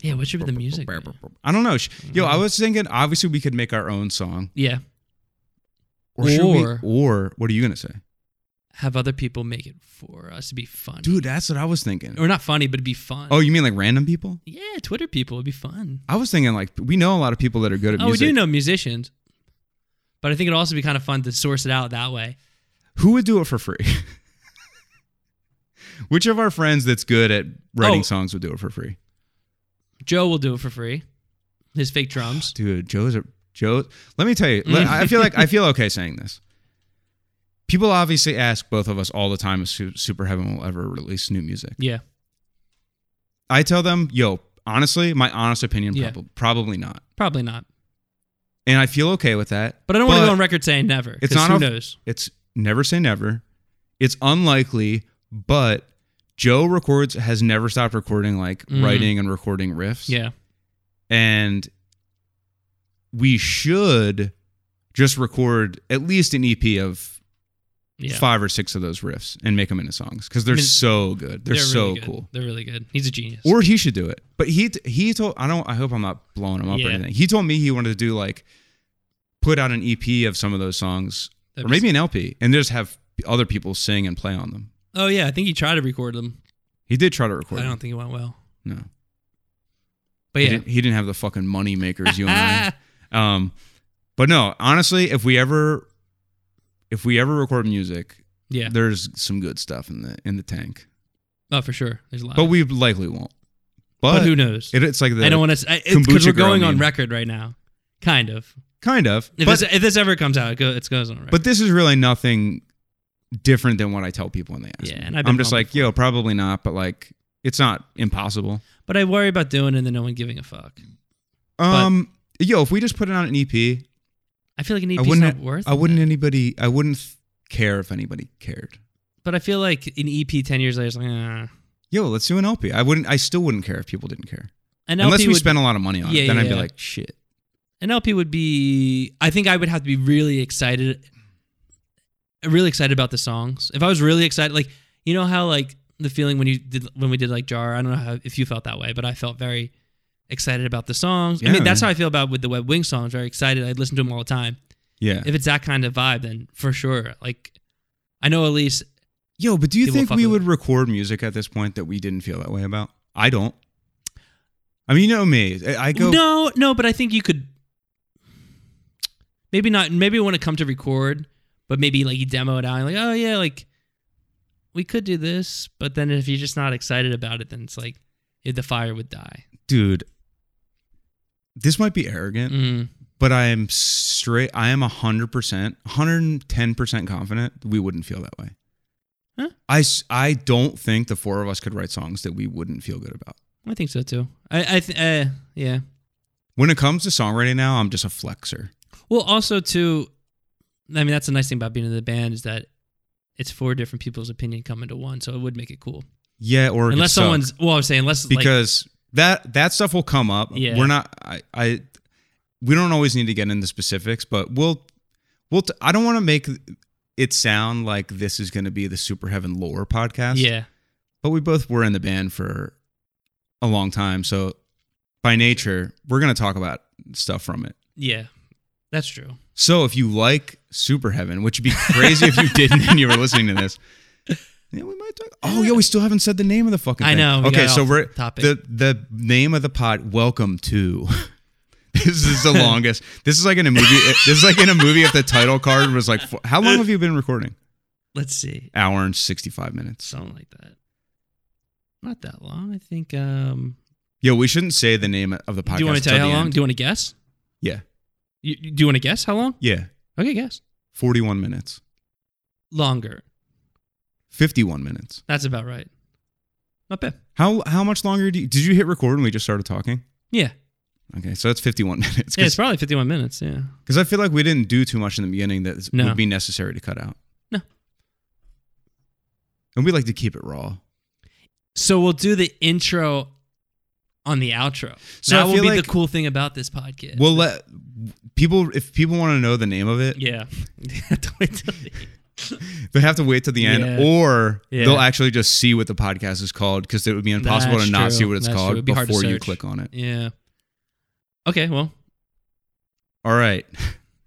S2: Yeah, what should the music Mm. be?
S1: I don't know. Sh- Yo, I was thinking. Obviously, we could make our own song,
S2: yeah,
S1: or should
S2: Or-
S1: we, or what are you gonna say,
S2: have other people make it for us to be fun,
S1: dude? That's what I was thinking.
S2: Or not funny, but it'd be fun.
S1: Oh, you mean like random people?
S2: Yeah, Twitter people. It'd be fun.
S1: I was thinking like we know a lot of people that are good at
S2: Oh, we
S1: music.
S2: do know musicians, but I think it'd also be kind of fun to source it out that way.
S1: Who would do it for free? (laughs) Which of our friends that's good at writing
S2: Oh.
S1: songs would do it for free?
S2: Joe will do it for free. His fake drums.
S1: Dude, Joe's a Joe. Let me tell you. let- I feel like I feel okay (laughs) saying this. People obviously ask both of us all the time if Su- Super Heaven will ever release new music.
S2: Yeah,
S1: I tell them, yo, honestly, my honest opinion,
S2: Yeah.
S1: prob- probably not.
S2: probably not.
S1: And I feel okay with that.
S2: But I don't want to
S1: But
S2: go on record saying never.
S1: it's
S2: It's
S1: not
S2: who
S1: off-
S2: knows.
S1: It's never say never. It's unlikely, but Joe records has never stopped recording, like
S2: Mhm.
S1: writing and recording riffs.
S2: Yeah,
S1: And we should just record at least an EP of
S2: yeah.
S1: five or six of those riffs and make them into songs because they're
S2: I mean,
S1: so good. They're,
S2: really
S1: so
S2: good.
S1: cool.
S2: They're really good. He's a genius.
S1: Or he should do it. But he he told I don't I hope I'm not blowing him up or
S2: Yeah.
S1: anything. He told me he wanted to do like put out an EP of some of those songs
S2: That'd
S1: or
S2: be
S1: maybe an LP and just have other people sing and play on them.
S2: Oh yeah, I think he tried to record them.
S1: He did try to record.
S2: I
S1: them.
S2: don't think it went well.
S1: No.
S2: But
S1: He,
S2: yeah,
S1: didn't, he didn't have the fucking money makers you and I. Um but no, honestly, if we ever if we ever record music,
S2: (laughs) yeah.
S1: there's some good stuff in the in the tank.
S2: Oh, for sure. There's a lot.
S1: But we likely won't. But,
S2: But who knows?
S1: It, it's like the
S2: I don't want to. Because
S1: kombucha
S2: we're
S1: girl
S2: going on
S1: meme.
S2: record right now, kind of.
S1: kind of.
S2: If,
S1: but
S2: this, if this ever comes out, it, go, it goes on record.
S1: But this is really nothing different than what I tell people when they ask.
S2: Yeah,
S1: me.
S2: and I've been
S1: E. I'm just
S2: wrong
S1: like, yo, probably not, but like, it's not impossible.
S2: But I worry about doing it and then no one giving a fuck.
S1: Um, yo, if we just put it on an EP,
S2: I feel like an
S1: I
S2: EP's
S1: wouldn't.
S2: E not worth.
S1: I wouldn't
S2: it.
S1: anybody. I wouldn't th- care if anybody cared.
S2: But I feel like an EP ten years later is like, eh.
S1: Yo, let's do an LP. I wouldn't. I still wouldn't care if people didn't care.
S2: an
S1: Unless
S2: LP
S1: we
S2: would,
S1: spent a lot of money on
S2: Yeah,
S1: it, then I'd be
S2: yeah.
S1: like, shit.
S2: an LP would be. I think I would have to be really excited, really excited about the songs. If I was really excited, like you know how like the feeling when you did when we did like Jar. I don't know how, if you felt that way, but I felt very excited about the songs. I
S1: Yeah,
S2: mean, that's
S1: man.
S2: how I feel about with the Web Wing songs. Very excited. I listen to them all the time.
S1: Yeah.
S2: If it's that kind of vibe, then for sure. Like I know Elise.
S1: Yo, but do you
S2: People
S1: think
S2: fuck
S1: we
S2: with
S1: would record music at this point that we didn't feel that way about? I don't. I mean, you know me. I I go.
S2: No, no, but I think you could. Maybe not. Maybe when it come to record, but maybe like you demo it out. And like, oh yeah, like we could do this, but then if you're just not excited about it, then it's like eh, the fire would die.
S1: dude. This might be arrogant,
S2: Mm.
S1: but I am straight. I am hundred percent, hundred and ten percent confident we wouldn't feel that way.
S2: Huh?
S1: I s- I don't think the four of us could write songs that we wouldn't feel good about.
S2: I think so too. I, I, th- uh, yeah.
S1: When it comes to songwriting now, I'm just a flexer.
S2: Well, also too. I mean, that's the nice thing about being in the band is that it's four different people's opinion coming to one, so it would make it cool.
S1: Yeah, or it could
S2: unless
S1: suck.
S2: someone's, well, I'm saying unless like,
S1: because that that stuff will come up.
S2: Yeah.
S1: We're not I, I we don't always need to get into specifics, but we'll we'll t- I don't want to make it sound like this is going to be the Super Heaven lore podcast.
S2: yeah.
S1: But we both were in the band for a long time, so by nature, we're going to talk about stuff from it.
S2: Yeah, that's true.
S1: So if you like Super Heaven, which would be crazy
S2: (laughs)
S1: if you didn't and you were listening to this, yeah, we might talk. Oh, yeah, we still haven't said the name of the fucking.
S2: I
S1: thing.
S2: know, we
S1: Okay,
S2: got
S1: so
S2: off
S1: we're
S2: topic.
S1: the the name of the pod. Welcome to. (laughs) this is
S2: (laughs)
S1: the longest. This is like in a movie. This is like in a movie if the title card was like, fo- how long have you been recording?
S2: Let's see,
S1: Hour and sixty five minutes.
S2: something like that. Not that long, I think. Um,
S1: Yo, we shouldn't say the name of the podcast.
S2: do you want to tell
S1: till
S2: you how
S1: the
S2: long?
S1: end.
S2: Do you want to guess?
S1: Yeah,
S2: You, you- do you want to guess how long?
S1: yeah,
S2: Okay, guess
S1: forty one minutes,
S2: longer.
S1: fifty one minutes.
S2: That's about right. Not bad.
S1: How how much longer do you, did you hit record when we just started talking?
S2: Yeah,
S1: Okay, so that's fifty one (laughs) minutes.
S2: yeah.
S1: 'cause
S2: It's probably fifty-one minutes. Yeah.
S1: Because I feel like we didn't do too much in the beginning that
S2: No.
S1: would be necessary to cut out.
S2: No.
S1: And we like to keep it raw.
S2: So we'll do the intro on the outro.
S1: So
S2: So
S1: I
S2: that will
S1: feel
S2: be
S1: like-
S2: the cool thing about this podcast.
S1: We'll let people if people want to know the name of it, (laughs)
S2: yeah. Don't wait till the-
S1: they have to wait till the end,
S2: Yeah.
S1: or
S2: Yeah.
S1: they'll actually just see what the podcast is called because it would be impossible
S2: That's
S1: to not
S2: true.
S1: see what it's
S2: That's true.
S1: called
S2: It'd be hard to
S1: before you
S2: search.
S1: click on it.
S2: yeah. Okay. Well,
S1: All right.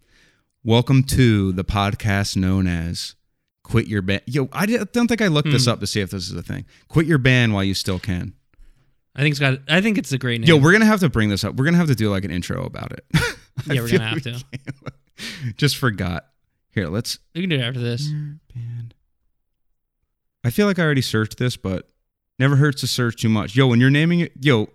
S1: (laughs) Welcome to the podcast known as Quit Your Band. Yo, I di- don't think I looked this
S2: Hmm.
S1: up to see if this is a thing. Quit Your Band While You Still Can.
S2: I think it's got. I think it's a great name.
S1: Yo, we're gonna have to bring this up. We're gonna have to do like an intro about it. (laughs) I
S2: Yeah, we're
S1: feel
S2: gonna have
S1: we
S2: to.
S1: can't. Just forgot. Here, let's.
S2: we can do it after
S1: Mm.
S2: this.
S1: I feel like I already searched this, but never hurts to search too much. Yo, when you're naming it, yo,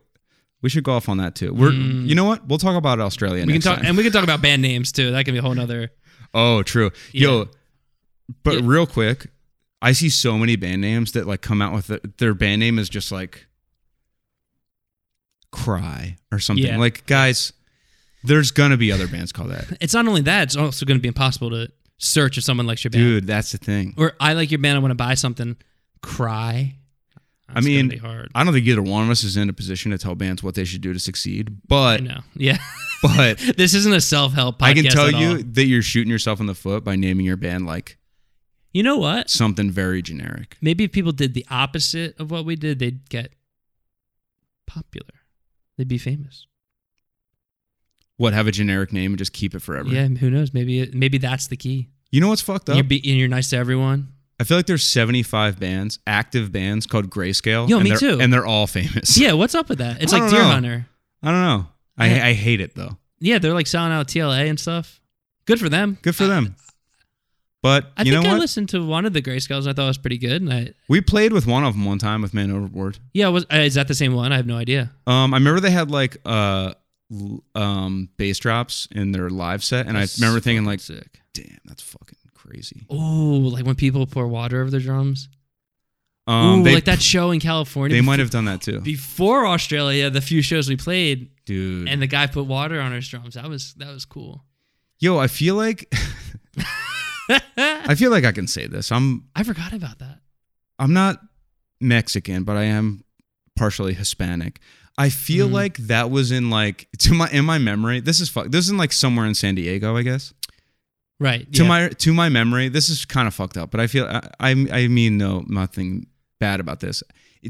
S1: we should go off on that too. We're,
S2: Mm.
S1: you know what? We'll talk about Australia
S2: we can
S1: next
S2: talk,
S1: time.
S2: and we can talk about band names too. That can be a whole nother.
S1: oh, true.
S2: Yeah.
S1: Yo, but
S2: Yeah.
S1: real quick, I see so many band names that like come out with the, their band name is just like cry or something.
S2: Yeah.
S1: Like guys, there's gonna be other bands called
S2: (laughs)
S1: that.
S2: It's not only that; it's also going to be impossible to search if someone likes your band.
S1: Dude, that's the thing.
S2: Or I like your band. I want to buy something. Cry. That's gonna
S1: mean,
S2: be hard.
S1: I don't think either one of us is in a position to tell bands what they should do to succeed,
S2: I
S1: but
S2: know. (laughs) Yeah, (laughs)
S1: but
S2: this isn't a self-help. podcast
S1: I can tell
S2: at all.
S1: you that you're shooting yourself in the foot by naming your band like
S2: You know what?
S1: something very generic.
S2: Maybe if people did the opposite of what we did, they'd get popular. They'd be famous.
S1: What have a generic name and just keep it forever.
S2: Yeah. Who knows? Maybe it, maybe that's the key.
S1: You know what's fucked up?
S2: You're be, and you're nice to everyone.
S1: I feel like there's 75 bands, active bands called Grayscale.
S2: Yo,
S1: and
S2: me
S1: they're-
S2: too.
S1: And they're all famous.
S2: Yeah. What's up with that? It's
S1: I
S2: like
S1: don't
S2: Deer
S1: know.
S2: Hunter.
S1: (laughs) I don't know. I,
S2: Yeah.
S1: I hate it though.
S2: Yeah, they're like selling out TLA and stuff. Good for them.
S1: Good for them. But
S2: I
S1: you know
S2: think I
S1: what?
S2: listened to one of the Grayscales. and I thought it was pretty good. And I,
S1: we played with one of them one time with Man Overboard.
S2: yeah, was uh, is that the same one? I have no idea.
S1: Um, I remember they had like uh, l- um, bass drops in their live set, and I remember thinking like,
S2: sick.
S1: "Damn, that's fucking crazy.
S2: Oh, like when people pour water over their drums.
S1: Um,
S2: Ooh,
S1: they,
S2: like that show in California.
S1: they
S2: bef-
S1: might have done that too,
S2: before Australia, the few shows we played,
S1: dude.
S2: and the guy put water on his drums. That was that was cool. (laughs)
S1: Yo, I feel like (laughs) I feel like I can say this. I'm
S2: I forgot about that.
S1: I'm not Mexican, but I am partially Hispanic. I feel
S2: Mhm.
S1: like that was in like to my in my memory. This is fuck. This is in like somewhere in San Diego, I guess.
S2: Right.
S1: To
S2: yeah.
S1: my to my memory, this is kind of fucked up. But I feel I I, I mean no nothing bad about this.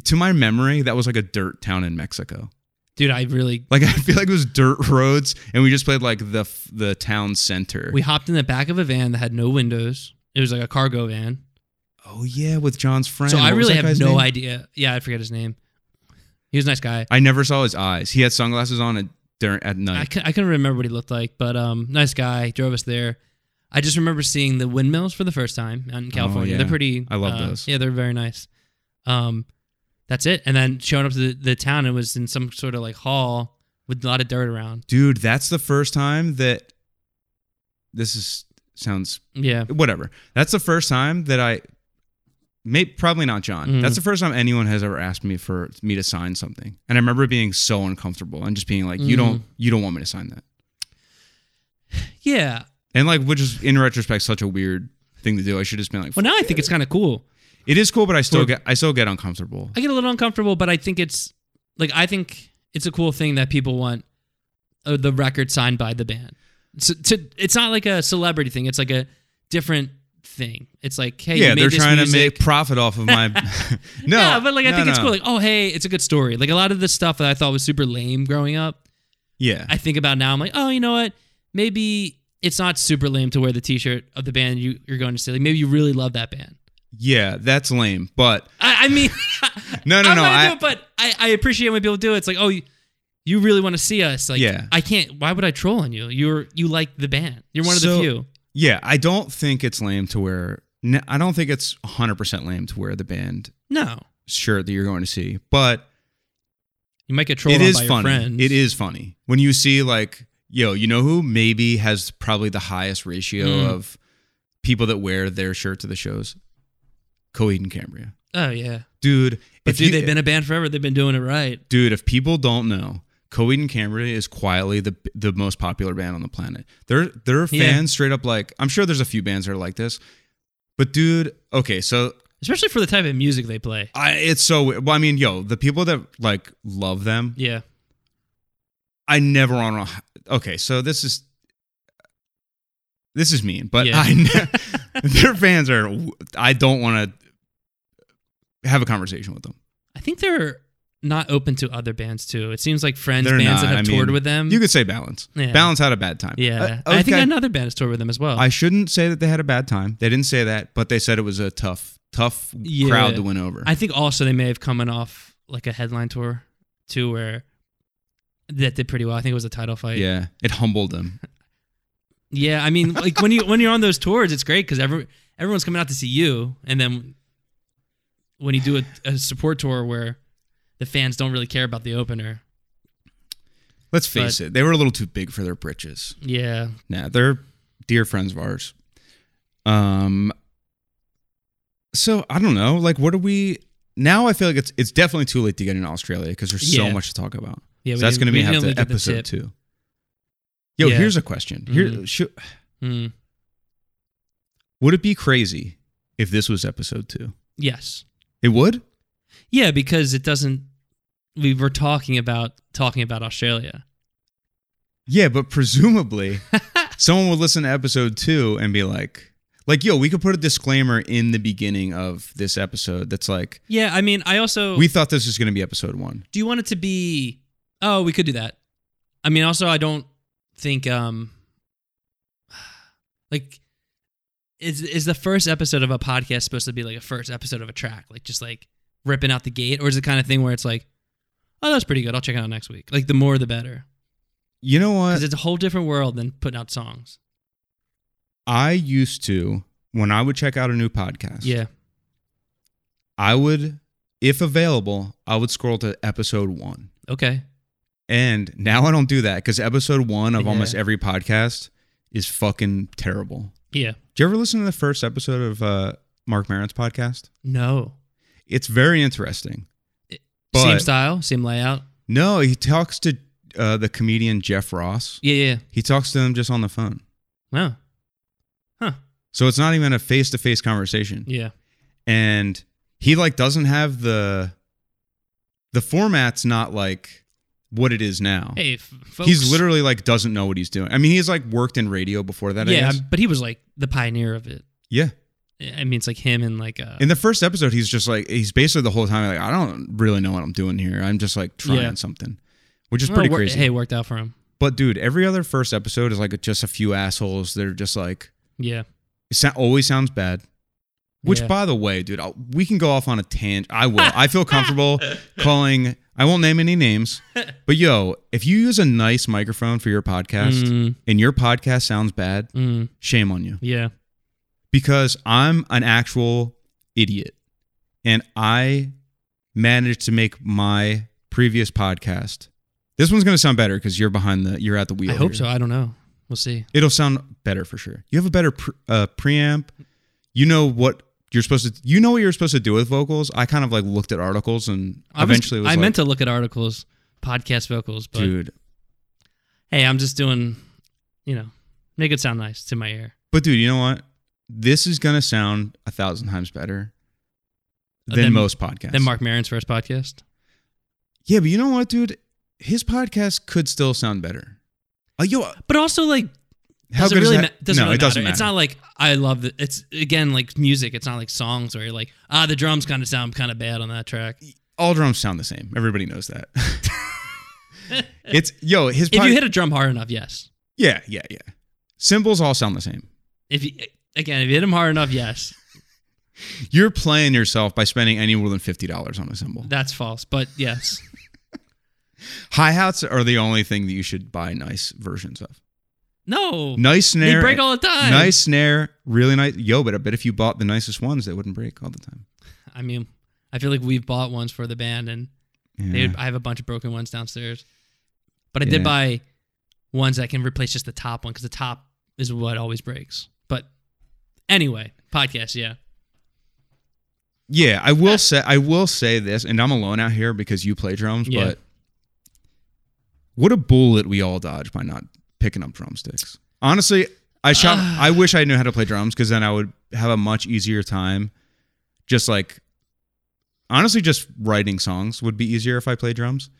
S1: To my memory, that was like a dirt town in Mexico.
S2: dude, I really
S1: Like (laughs) I feel like it was dirt roads, and we just played like the f- the town center.
S2: we hopped in the back of a van that had no windows. It was like a cargo van.
S1: oh yeah, with John's friend.
S2: so
S1: What
S2: I
S1: was
S2: really
S1: that
S2: have
S1: guy's
S2: no
S1: name?
S2: idea. Yeah, I forget his name. He was a nice guy.
S1: I never saw his eyes. He had sunglasses on at during at
S2: I,
S1: night.
S2: cou- I couldn't remember what he looked like, but um, nice guy. Drove us there. I just remember seeing the windmills for the first time out in
S1: Oh,
S2: California.
S1: yeah.
S2: They're pretty.
S1: I love
S2: uh,
S1: those.
S2: Yeah, they're very nice. Um, that's it. And then showing up to the, the town, it was in some sort of like hall with a lot of dirt around.
S1: Dude, that's the first time that this is sounds
S2: Yeah,
S1: whatever. That's the first time that I may probably not John.
S2: Mhm.
S1: That's the first time anyone has ever asked me for me to sign something. And I remember being so uncomfortable and just being like, You don't
S2: Mm-hmm.
S1: you don't want me to sign that.
S2: yeah.
S1: And like which is in retrospect such a weird thing to do. I should just been like
S2: Well, now I think it's kind of cool.
S1: it is cool, but I still
S2: Well-
S1: get I still get uncomfortable.
S2: I get a little uncomfortable, but I think it's like I think it's a cool thing that people want uh, the record signed by the band. So, to, it's not like a celebrity thing. It's like a different thing. It's like, hey,
S1: yeah,
S2: you made
S1: they're
S2: this
S1: trying to
S2: music.
S1: make profit off of
S2: (laughs)
S1: my (laughs) No.
S2: yeah, but like I
S1: no,
S2: think it's
S1: no.
S2: cool. Like, oh, hey, it's a good story. Like a lot of the stuff that I thought was super lame growing up,
S1: Yeah.
S2: I think about now. I'm like, oh, you know what? Maybe it's not super lame to wear the T-shirt of the band you, you're going to see. Like maybe you really love that band.
S1: yeah, that's lame. But
S2: I, I mean, (laughs)
S1: No, no,
S2: I'm
S1: no,
S2: gonna
S1: I-
S2: do it, but I, I appreciate when people do it. It's like, oh, you, you really want to see us? Like,
S1: Yeah.
S2: I can't. Why would I troll on you? You're you like the band. You're one of
S1: So-
S2: the few.
S1: Yeah, I don't think it's lame to wear. n- I don't think it's 100% lame to wear the band
S2: No,
S1: shirt that you're going to see, but
S2: you might get trolled
S1: it
S2: on
S1: is
S2: by
S1: funny.
S2: your friends.
S1: It is funny when you see like, yo, you know who maybe has probably the highest ratio
S2: Mm.
S1: of people that wear their shirt to the shows, Coheed and Cambria,
S2: Oh yeah,
S1: dude.
S2: but
S1: if
S2: dude,
S1: you-
S2: they've been a band forever. They've been doing it right.
S1: dude, if people don't know, Coheed and Cambria is quietly the the most popular band on the planet. Their their fans
S2: Yeah.
S1: straight up like, I'm sure there's a few bands that are like this, but dude, okay, so
S2: Especially for the type of music they play.
S1: I it's so weird. Well, I mean, yo, the people that like love them,
S2: Yeah.
S1: I never on. a- Okay, so this is this is mean, but
S2: Yeah.
S1: I ne- (laughs) their fans are. I don't want to have a conversation with them.
S2: I think they're not open to other bands too. It seems like friends
S1: They're
S2: bands
S1: not,
S2: that have
S1: I
S2: toured
S1: mean,
S2: with them.
S1: You could say balance.
S2: Um, Yeah.
S1: Balance had a bad time.
S2: yeah,
S1: Uh,
S2: I think
S1: okay.
S2: another band has toured with them as well.
S1: I shouldn't say that they had a bad time. They didn't say that, but they said it was a tough, tough
S2: Yeah.
S1: crowd to win over.
S2: I think also they may have coming off like a headline tour too, where that did pretty well. I think it was a title fight.
S1: yeah, it humbled them.
S2: yeah. I mean, like when you when you're on those tours, it's great because every everyone's coming out to see you, and then when you do a, a support tour where the fans don't really care about the opener,
S1: Let's face it, they were a little too big for their britches.
S2: yeah,
S1: Nah, they're dear friends of ours. Um so I don't know, like what are we now I feel like it's it's definitely too late to get in Australia because there's so
S2: Yeah.
S1: much to talk about.
S2: yeah.
S1: so that's going to
S2: didn't-
S1: be
S2: didn't
S1: have
S2: really
S1: to
S2: get the
S1: episode
S2: tip.
S1: 2. Yo,
S2: Yeah.
S1: here's a question. Here
S2: Mhm.
S1: should,
S2: Mm,
S1: would it be crazy if this was episode 2?
S2: yes,
S1: It would?
S2: yeah, because it doesn't. We were talking about talking about Australia.
S1: Yeah, but
S2: (laughs)
S1: presumably someone would listen to episode 2 and be like like yo, we could put a disclaimer in the beginning of this episode that's like
S2: Yeah, I mean, I also
S1: we thought this was going to be episode 1.
S2: Do you want it to be? Oh, we could do that. I mean, also, I don't think um, (sighs) like is is the first episode of a podcast supposed to be like a first episode of a track, like just like ripping out the gate, or is it kind of thing where it's like, oh, that's pretty good. I'll check it out next week. Like the more the better,
S1: You know what?
S2: because it's a whole different world than putting out songs.
S1: I used to, when I would check out a new podcast,
S2: Yeah,
S1: I would, if available, I would scroll to episode one.
S2: okay,
S1: And now I don't do that because episode one of
S2: Yeah.
S1: almost every podcast is fucking terrible.
S2: Yeah.
S1: Do you ever listen to the first episode of uh, Mark Maron's podcast?
S2: No.
S1: It's very interesting. But-
S2: same style, same layout.
S1: No, he talks to uh, the comedian Jeff Ross.
S2: Yeah, yeah.
S1: He talks to them just on the phone.
S2: Wow. Huh.
S1: So it's not even a face to face conversation.
S2: Yeah.
S1: And he like doesn't have the the format's not like what it is now.
S2: Hey, f- folks.
S1: Oh. He's literally like doesn't know what he's doing. I mean, he's like worked in radio before that. I
S2: Yeah,
S1: guess.
S2: but he was like the pioneer of it.
S1: yeah.
S2: I mean, it's like him and like uh,
S1: In the first episode, he's just like he's basically the whole time like I don't really know what I'm doing here. I'm just like trying
S2: Yeah.
S1: something, which is
S2: well,
S1: pretty
S2: Oh, it wor-
S1: crazy.
S2: Hey, it worked out for him.
S1: But dude, every other first episode is like just a few assholes that are just like
S2: Yeah.
S1: it sou- always sounds bad. Which,
S2: Yeah.
S1: by the way, dude, I'll, we can go off on a tangent. I will. I feel
S2: (laughs)
S1: comfortable calling. I won't name any names, but yo, if you use a nice microphone for your podcast
S2: Mm,
S1: and your podcast sounds bad,
S2: mm,
S1: shame on you.
S2: yeah.
S1: Because I'm an actual idiot, and I managed to make my previous podcast. This one's gonna sound better because you're behind the. You're at the wheel.
S2: I hope
S1: here.
S2: so. I don't know. We'll see.
S1: It'll sound better for sure. You have a better pre- uh, preamp. You know what you're supposed to. You know what you're supposed to do with vocals. I kind of like looked at articles and
S2: I was-
S1: eventually was,
S2: I
S1: like,
S2: meant to look at articles, podcast vocals, but
S1: dude.
S2: hey, I'm just doing, you know, make it sound nice to my ear.
S1: But dude, you know what? This is gonna sound a thousand times better
S2: Uh,
S1: than
S2: than-
S1: most podcasts.
S2: Then Mark Maron's first podcast.
S1: Yeah, but you know what, dude? His podcast could still sound better. Oh, yo, how
S2: But also, like, does
S1: good
S2: it really
S1: is
S2: ma-
S1: that?
S2: doesn't
S1: no,
S2: really
S1: it doesn't
S2: matter. It's not like I love the. It's again like music. It's not like songs where you're like, ah, the drums kind of sound kind of bad on that track.
S1: All drums sound the same. Everybody knows
S2: (laughs)
S1: that. (laughs) it's yo, his
S2: If
S1: pod-
S2: you hit a drum hard enough, yes.
S1: Yeah, yeah, yeah. Cymbals all sound the same.
S2: If you again, if you hit them hard enough, yes.
S1: You're playing yourself by spending any more than fifty dollars on a cymbal.
S2: That's false, but yes.
S1: Hi hats are the only thing that you should buy nice versions of.
S2: No,
S1: Nice snare,
S2: they break all the time.
S1: nice snare, really nice. Yo, but I bet if you bought the nicest ones, they wouldn't break all the time.
S2: I mean, I feel like we've bought ones for the band, and
S1: Yeah.
S2: they I have a bunch of broken ones downstairs. But I
S1: Yeah.
S2: did buy ones that can replace just the top one because the top is what always breaks. But anyway, podcast, yeah.
S1: yeah, I will say I will say this, and I'm alone out here because you play drums,
S2: Yeah.
S1: but what a bullet we all dodge by not picking up drumsticks. Honestly, I shot
S2: Ah.
S1: I wish I knew how to play drums because then I would have a much easier time just like honestly just writing songs would be easier if I played drums.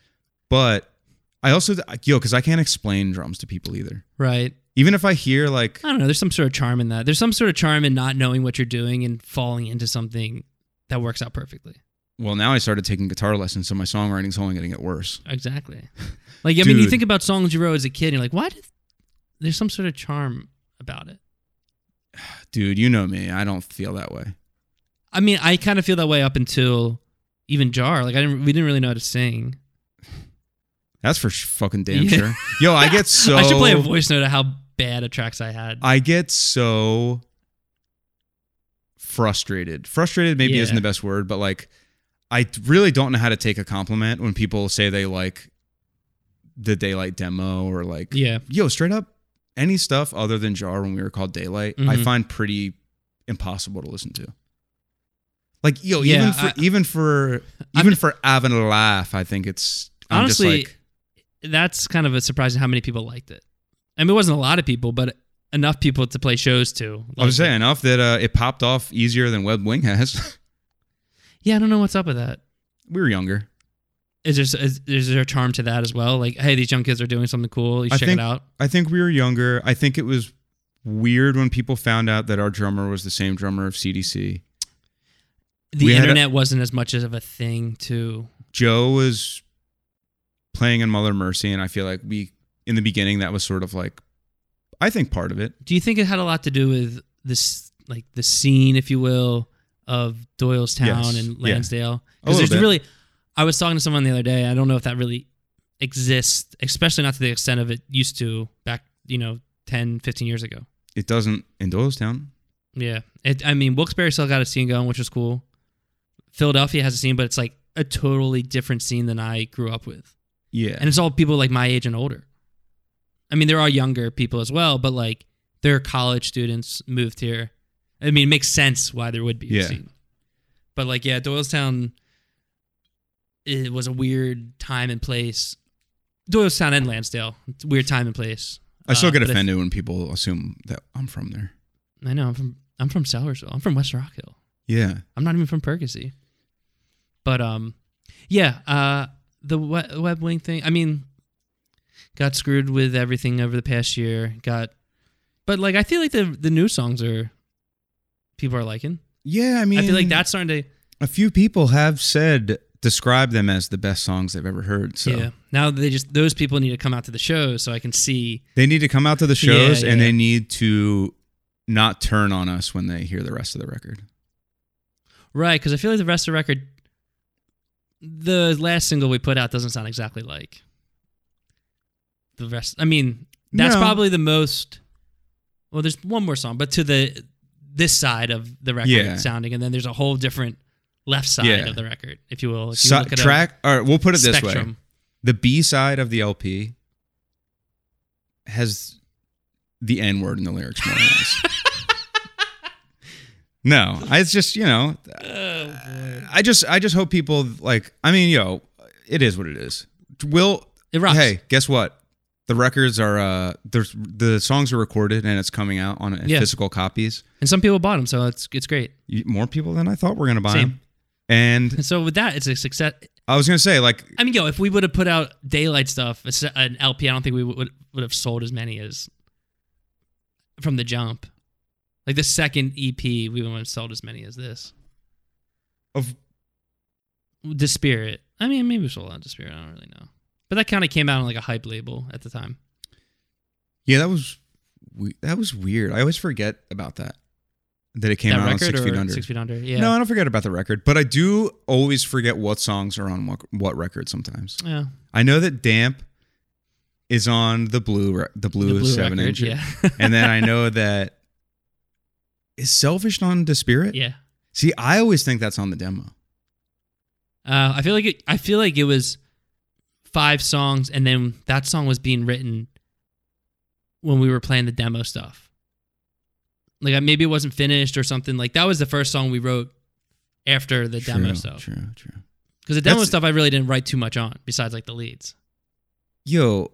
S1: But I also yo, because I can't explain drums to people either.
S2: Right.
S1: Even if I hear like
S2: I don't know. There's some sort of charm in that. There's some sort of charm in not knowing what you're doing and falling into something that works out perfectly.
S1: well, now I started taking guitar lessons, so my songwriting's only gonna get worse.
S2: Exactly. Like, I mean, you
S1: Dude.
S2: think about songs you wrote as a kid and you're like, why did there's some sort of charm about it?
S1: Dude, you know me. I don't feel that way.
S2: I mean, I kind of feel that way up until even Jar. Like, I didn't, we didn't really know how to sing.
S1: That's for sh- fucking damn
S2: Yeah.
S1: sure. Yo, I get so
S2: (laughs) I should play a voice note of how bad of tracks I had.
S1: I get so frustrated. Frustrated maybe
S2: Yeah.
S1: isn't the best word, but like I really don't know how to take a compliment when people say they like the daylight demo or like
S2: yeah.
S1: yo, straight up any stuff other than jar when we were called daylight, I
S2: Mhm.
S1: find pretty impossible to listen to. Like yo,
S2: Yeah,
S1: even for
S2: I-
S1: even
S2: (laughs)
S1: for
S2: I'm-
S1: even for having a laugh, I think it's I'm
S2: Honestly,
S1: just like
S2: That's kind of a surprise how many people liked it. I mean, it wasn't a lot of people, but enough people to play shows to.
S1: I was
S2: liked it.
S1: saying enough that uh, it popped off easier than Web Wing has. (laughs)
S2: Yeah, I don't know what's up with that.
S1: we were younger.
S2: is there is, is there a charm to that as well? Like, hey, these young kids are doing something cool. You
S1: I
S2: should check
S1: think-
S2: it out.
S1: I think we were younger. I think it was weird when people found out that our drummer was the same drummer of CDC. we
S2: The
S1: had a-
S2: internet wasn't as much of a thing too.
S1: Joe was playing in Mother Mercy, and I feel like we, in the beginning, that was sort of like, I think part of it.
S2: Do you think it had a lot to do with this, like the scene, if you will, of Doylestown
S1: Yes.
S2: and
S1: Yeah.
S2: Lansdale?
S1: A little
S2: Because there's
S1: bit.
S2: really, I was talking to someone the other day. I don't know if that really exists, especially not to the extent of it used to back, you know, 10, 15 years ago.
S1: It doesn't in Doylestown.
S2: Yeah. It, I mean, Wilkes-Barre still got a scene going, which was cool. Philadelphia has a scene, but it's like a totally different scene than I grew up with.
S1: Yeah.
S2: And it's all people like my age and older. I mean, there are younger people as well, but like they're college students moved here. I mean, it makes sense why there would be
S1: Yeah.
S2: a scene. But like, yeah, Doylestown it was a weird time and place. Doylestown and Lansdale, it's a weird time and place.
S1: I still
S2: Uh,
S1: get
S2: but I-
S1: offended when people assume that I'm from there.
S2: I know I'm from I'm from Sellersville. I'm from West Rock Hill.
S1: Yeah.
S2: I'm not even from Percy. But um, yeah. Uh, the we- web wing thing. I mean, got screwed with everything over the past year. Got, but like I feel like the the new songs are people are liking.
S1: Yeah, I
S2: I,
S1: mean,
S2: feel like that's starting to
S1: a few people have said describe them as the best songs they've ever heard. So
S2: yeah. Now they just those people need to come out to the show so I can see.
S1: they need to come out to the shows
S2: (laughs) Yeah,
S1: and
S2: yeah.
S1: they need to not turn on us when they hear the rest of the record.
S2: Right, because I feel like the rest of the record, the last single we put out doesn't sound exactly like the rest. I mean, that's
S1: No.
S2: probably the most. Well, there's one more song, but to the this side of the record
S1: Yeah.
S2: sounding, and then there's a whole different left side
S1: Yeah.
S2: of the record, if you will. If you
S1: Si-
S2: look at
S1: track or we'll put
S2: a
S1: it this
S2: spectrum.
S1: way. The B side of the LP has the N word in the lyrics more than
S2: (laughs)
S1: once. No, I- it's just, you know, I just I just hope people like I mean, yo, it is what it is. Will
S2: It rocks.
S1: Hey, guess what? The records are uh there's the songs are recorded and it's coming out on in
S2: Yeah.
S1: physical copies.
S2: And some people bought them, so it's it's great.
S1: You- More people than I thought were gonna buy
S2: Same.
S1: them. And
S2: And (laughs) so with that, it's a success.
S1: I was gonna say like
S2: I mean, yo, if we would have put out daylight stuff, a se- an LP, I don't think we would would have sold as many as from the jump. Like the second EP, we wouldn't have sold as many as this.
S1: of
S2: The Spirit. I mean, maybe we sold out the Spirit. I don't really know, but that kind of came out on like a hype label at the time.
S1: yeah, that was we, that was weird. I always forget about that. That it came
S2: that
S1: out on
S2: record
S1: Six
S2: or
S1: Feet Under.
S2: Six Feet Under. Yeah.
S1: No, I don't forget about the record, but I do always forget what songs are on what, what record sometimes.
S2: yeah.
S1: I know that damp is on the blue re- the blue,
S2: The blue
S1: seven
S2: record.
S1: inch,
S2: Yeah. (laughs)
S1: and then I know that is selfish on the spirit.
S2: yeah.
S1: See, I always think that's on the demo.
S2: Uh, I feel like it, I feel like it was five songs, and then that song was being written when we were playing the demo stuff. Like I- maybe it wasn't finished or something. Like that was the first song we wrote after the demo
S1: True,
S2: stuff.
S1: True, true.
S2: Because the demo
S1: That's-
S2: stuff I really didn't write too much on, besides like the leads.
S1: Yo,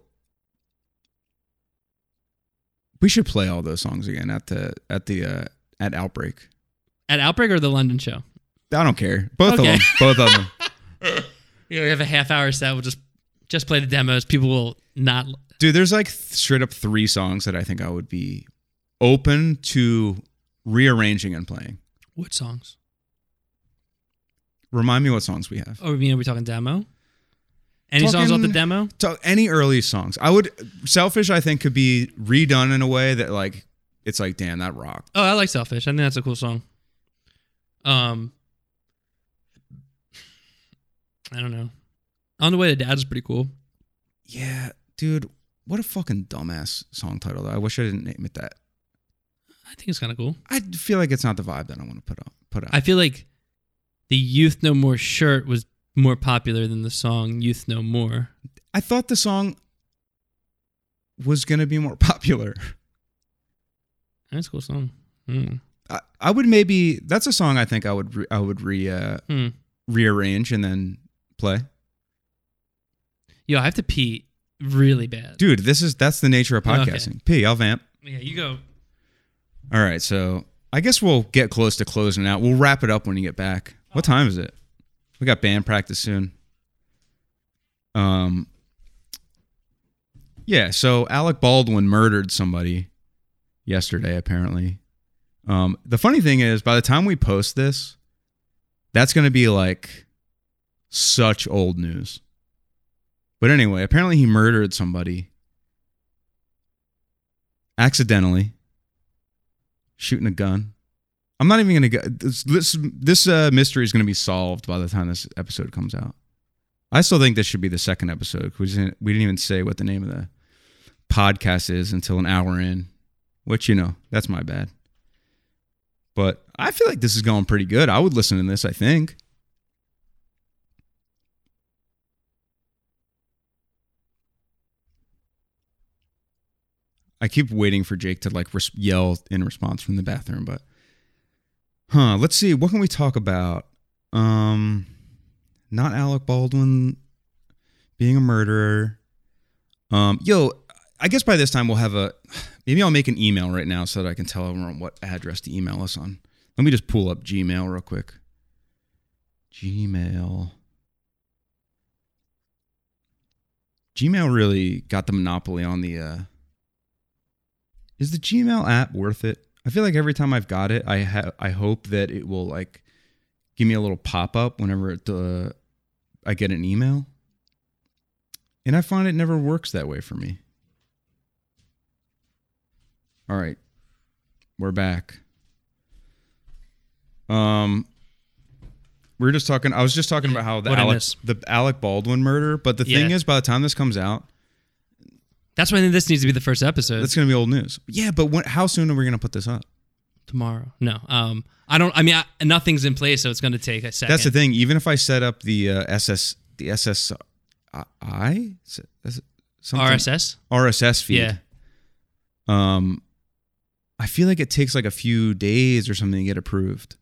S1: we should play all those songs again at the at the uh, at outbreak.
S2: At Outbreak or the London show,
S1: I don't care. Both
S2: Okay.
S1: of them. Both of them. (laughs)
S2: you know, we have a half hour set. We'll just just play the demos. People will not.
S1: Dude, there's like th- straight up three songs that I think I would be open to rearranging and playing.
S2: What songs?
S1: Remind me what songs we have.
S2: Oh, you mean, are we talking demo? Any songs off
S1: Talking-
S2: the demo?
S1: So any early songs, I would selfish. I think could be redone in a way that like it's like damn that rocked.
S2: Oh, I like Selfish. I think that's a cool song. Um, I don't know. On the way to Dad's pretty cool.
S1: Yeah, dude, what a fucking dumbass song title. Though. I wish I didn't name it that.
S2: I think it's kind of cool.
S1: I feel like it's not the vibe that I want to put out. Put out.
S2: I feel like the Youth No More shirt was more popular than the song Youth No More.
S1: I thought the song was gonna be more (laughs) popular.
S2: That's a cool song. Hmm.
S1: I, I would maybe that's a song I think I would re, I would re uh,
S2: Hmm.
S1: rearrange and then play.
S2: Yo, I have to pee really bad.
S1: Dude, this is that's the nature of
S2: Okay.
S1: podcasting. P, I'll vamp.
S2: Yeah, you go.
S1: All right, so I guess we'll get close to closing out. We'll wrap it up when you get back. What time is it? We got band practice soon. Um Yeah, so Alec Baldwin murdered somebody yesterday apparently. Um the funny thing is by the time we post this, that's going to be like such old news. But anyway, apparently he murdered somebody accidentally shooting a gun. I'm not even gonna go. This this, this uh, mystery is gonna be solved by the time this episode comes out. I still think this should be the second episode. 'cause We didn't we didn't even say what the name of the podcast is until an hour in, which you know that's my bad. But I feel like this is going pretty good. I would listen to this. I think. I keep waiting for Jake to like res- yell in response from the bathroom, but huh? Let's see. What can we talk about? Um, not Alec Baldwin being a murderer. Um, yo, I guess by this time we'll have a. Maybe I'll make an email right now so that I can tell everyone what address to email us on. Let me just pull up Gmail real quick. Gmail. Gmail really got the monopoly on the. Uh, is the Gmail app worth it? I feel like every time I've got it, I ha- I hope that it will like give me a little pop up whenever it, uh, I get an email, and I find it never works that way for me. All right, we're back. Um, we were just talking. I was just talking about how the
S2: What'd I
S1: Alec,
S2: miss?
S1: the Alec Baldwin murder, but the
S2: Yeah.
S1: thing is, by the time this comes out,
S2: That's why I think this needs to be the first episode
S1: that's going to be old news. Yeah, but when, how soon are we going to put this up?
S2: tomorrow. No, um, I don't. I mean, I, nothing's in place, so it's going to take a second.
S1: That's the thing. Even if I set up the uh, SS, the SSI, S- S- something-
S2: RSS.
S1: RSS feed.
S2: Yeah.
S1: Um, I feel like it takes like a few days or something to get approved.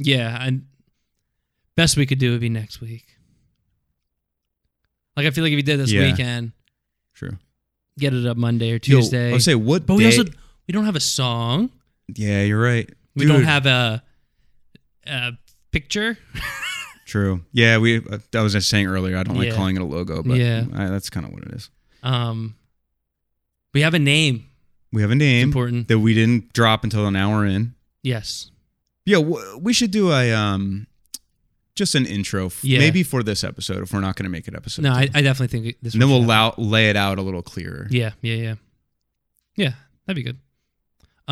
S2: Yeah, I best we could do would be next week. Like I feel like if you did this
S1: Yeah.
S2: weekend,
S1: True.
S2: get it up Monday or Tuesday.
S1: Yo, I say what?
S2: but we
S1: day-
S2: also we don't have a song.
S1: Yeah, you're right.
S2: We don't
S1: Dude,
S2: have a, a picture.
S1: True. Yeah, we. Uh, I was just saying earlier. I don't like
S2: Yeah.
S1: calling it a logo, but
S2: Yeah.
S1: I, that's kind of what it is.
S2: Um, we have a name.
S1: We have a
S2: It's
S1: name
S2: important.
S1: that we didn't drop until an hour in.
S2: Yes.
S1: Yeah, w- we should do a um, just an intro, f-
S2: Yeah.
S1: maybe for this episode if we're not going to make it episode.
S2: No,
S1: two.
S2: I, I definitely think this.
S1: and then
S2: one
S1: we'll
S2: should happen.
S1: allow, lay it out a little clearer.
S2: Yeah, yeah, yeah, yeah. That'd be good.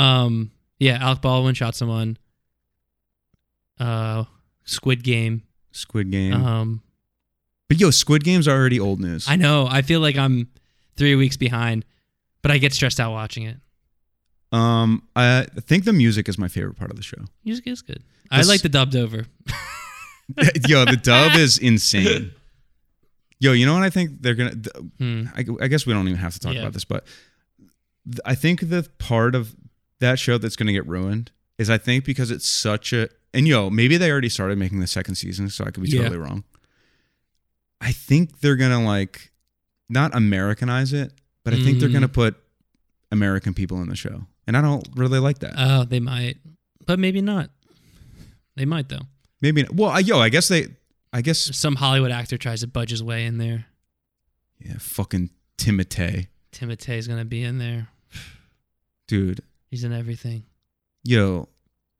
S2: Um, yeah, Alec Baldwin shot someone. Uh, Squid Game.
S1: Squid Game,
S2: Um.
S1: but yo, Squid Game's already old news.
S2: I know. I feel like I'm three weeks behind, but I get stressed out watching it.
S1: um, I think the music is my favorite part of the show. (laughs)
S2: Music is good.
S1: This-
S2: I like the dubbed over.
S1: yo, the dub is
S2: (laughs)
S1: insane. Yo, you know what I think they're gonna? th-
S2: Hmm.
S1: I, I guess we don't even have to talk
S2: Yeah.
S1: about this, but th- I think the part of that show that's going to get ruined is I think because it's such a and yo maybe they already started making the second season, so I could be
S2: Yeah.
S1: totally wrong. I think they're gonna like not Americanize it, but I think they're
S2: Mhm.
S1: gonna put American people in the show, and I don't really like that.
S2: Oh, they might, but maybe not. They might though.
S1: maybe well, I, yo, I guess they, I guess
S2: Some Hollywood actor tries to budge his way in there.
S1: yeah, fucking Timotei,
S2: Timotei's gonna be in there.
S1: dude,
S2: He's in everything.
S1: yo,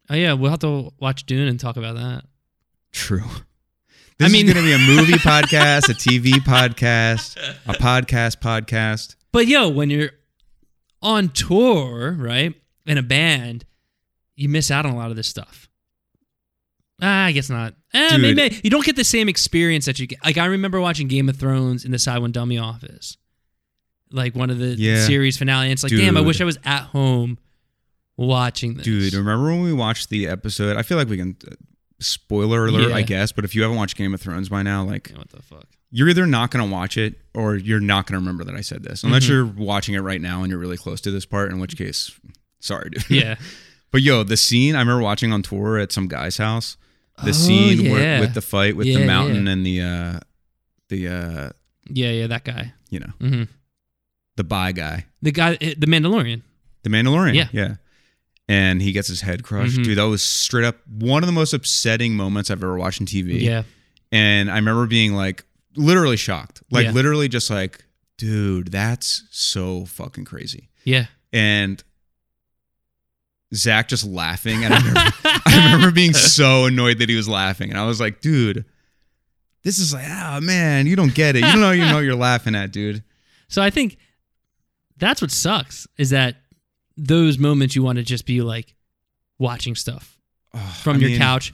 S2: Oh yeah, we'll have to watch Dune and talk about that.
S1: True.
S2: I
S1: (laughs) This
S2: mean-
S1: is going to be a
S2: (laughs)
S1: movie podcast, a TV podcast, a podcast podcast.
S2: But yo, when you're on tour, right, in a band, you miss out on a lot of this stuff. Ah, I guess not. Eh,
S1: Dude.
S2: maybe, you don't get the same experience that you get. Like I remember watching Game of Thrones in the Side One Dummy office, like one of the
S1: Yeah.
S2: series finale. And it's like, damn, I wish
S1: Dude.
S2: I was at home watching this.
S1: Dude, remember when we watched the episode? I feel like we can uh, spoiler alert, I
S2: Yeah.
S1: guess, but if you haven't watched Game of Thrones by now, like
S2: Yeah, what the fuck?
S1: you're either not going to watch it or you're not going to remember that I said this. Unless
S2: Mhm.
S1: you're watching it right now and you're really close to this part, in which case, sorry, dude.
S2: Yeah,
S1: (laughs)
S2: (laughs)
S1: But yo, the scene I remember watching on tour at some guy's house. The
S2: Oh,
S1: scene
S2: yeah.
S1: where, with the fight with
S2: Yeah,
S1: the
S2: yeah.
S1: mountain and the uh the uh
S2: yeah, yeah. That guy,
S1: you know,
S2: hmm
S1: the bye guy.
S2: the guy, eh, the Mandalorian.
S1: The Mandalorian.
S2: Yeah.
S1: Yeah. And he gets his head crushed.
S2: Mhm.
S1: Dude, that was straight up one of the most upsetting moments I've ever watched on TV.
S2: Yeah,
S1: And I remember being like literally shocked. Like
S2: Yeah.
S1: literally just like, dude, that's so fucking crazy. (laughs)
S2: yeah.
S1: And Zach just laughing. And I
S2: (laughs)
S1: remember, I remember being so annoyed that he was laughing. And I was like, dude, this is like, ah man, you don't get it. You don't even know what you're laughing at, dude.
S2: So I think that's what sucks is that those moments you want to just be like watching stuff
S1: Ugh,
S2: from
S1: I
S2: your
S1: mean,
S2: couch,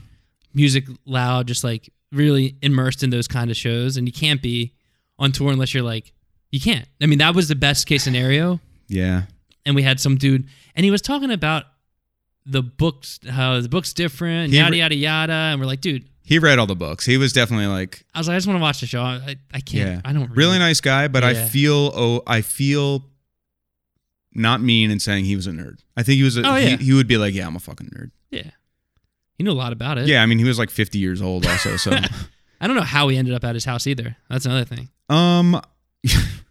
S2: music loud, just like really immersed in those kind of shows. And you can't be on tour unless you're like, you can't. I mean, that was the best case scenario.
S1: Yeah.
S2: And we had some dude, and he was talking about the books, how the book's different,
S1: He
S2: yada,
S1: re-
S2: yada, yada. And we're like, dude,
S1: He read all the books. He was definitely like,
S2: I was like, I just want to watch the show. I, I can't.
S1: Yeah.
S2: I don't
S1: really nice guy, but oh, I
S2: Yeah.
S1: feel oh I feel not mean and saying he was a nerd. I think he was. A,
S2: Oh,
S1: he-
S2: yeah.
S1: he, would be like, yeah, I'm a fucking nerd.
S2: Yeah. He knew a lot about it.
S1: Yeah, I mean, he was like 50 years old also.
S2: (laughs)
S1: So,
S2: I don't know how he ended up at his house either. That's another thing.
S1: um,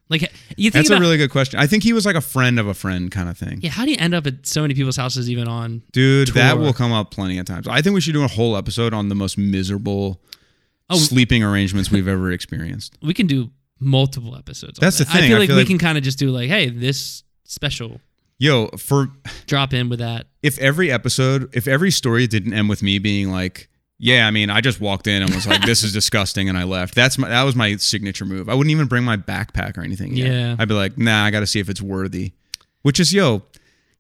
S2: Like you think
S1: that's
S2: about
S1: a really good question. I think he was like a friend of a friend kind of thing.
S2: yeah, how do you end up at so many people's houses even on?
S1: Dude, that
S2: Tour.
S1: will come up plenty of times. I think we should do a whole episode on the most miserable
S2: Oh.
S1: sleeping arrangements we've ever experienced.
S2: We can do multiple episodes. on
S1: That's the
S2: that. I
S1: thing.
S2: feel
S1: I
S2: like
S1: feel
S2: we
S1: like-
S2: can kind of just do like, hey, this special
S1: Yo, for
S2: drop in with that.
S1: if every episode, if every story didn't end with me being like, yeah, I mean, I just walked in and was like, this
S2: (laughs)
S1: is disgusting, and I left. That's my that was my signature move. I wouldn't even bring my backpack or anything. yet.
S2: Yeah.
S1: I'd be like, nah, I got to see if it's worthy, which is yo,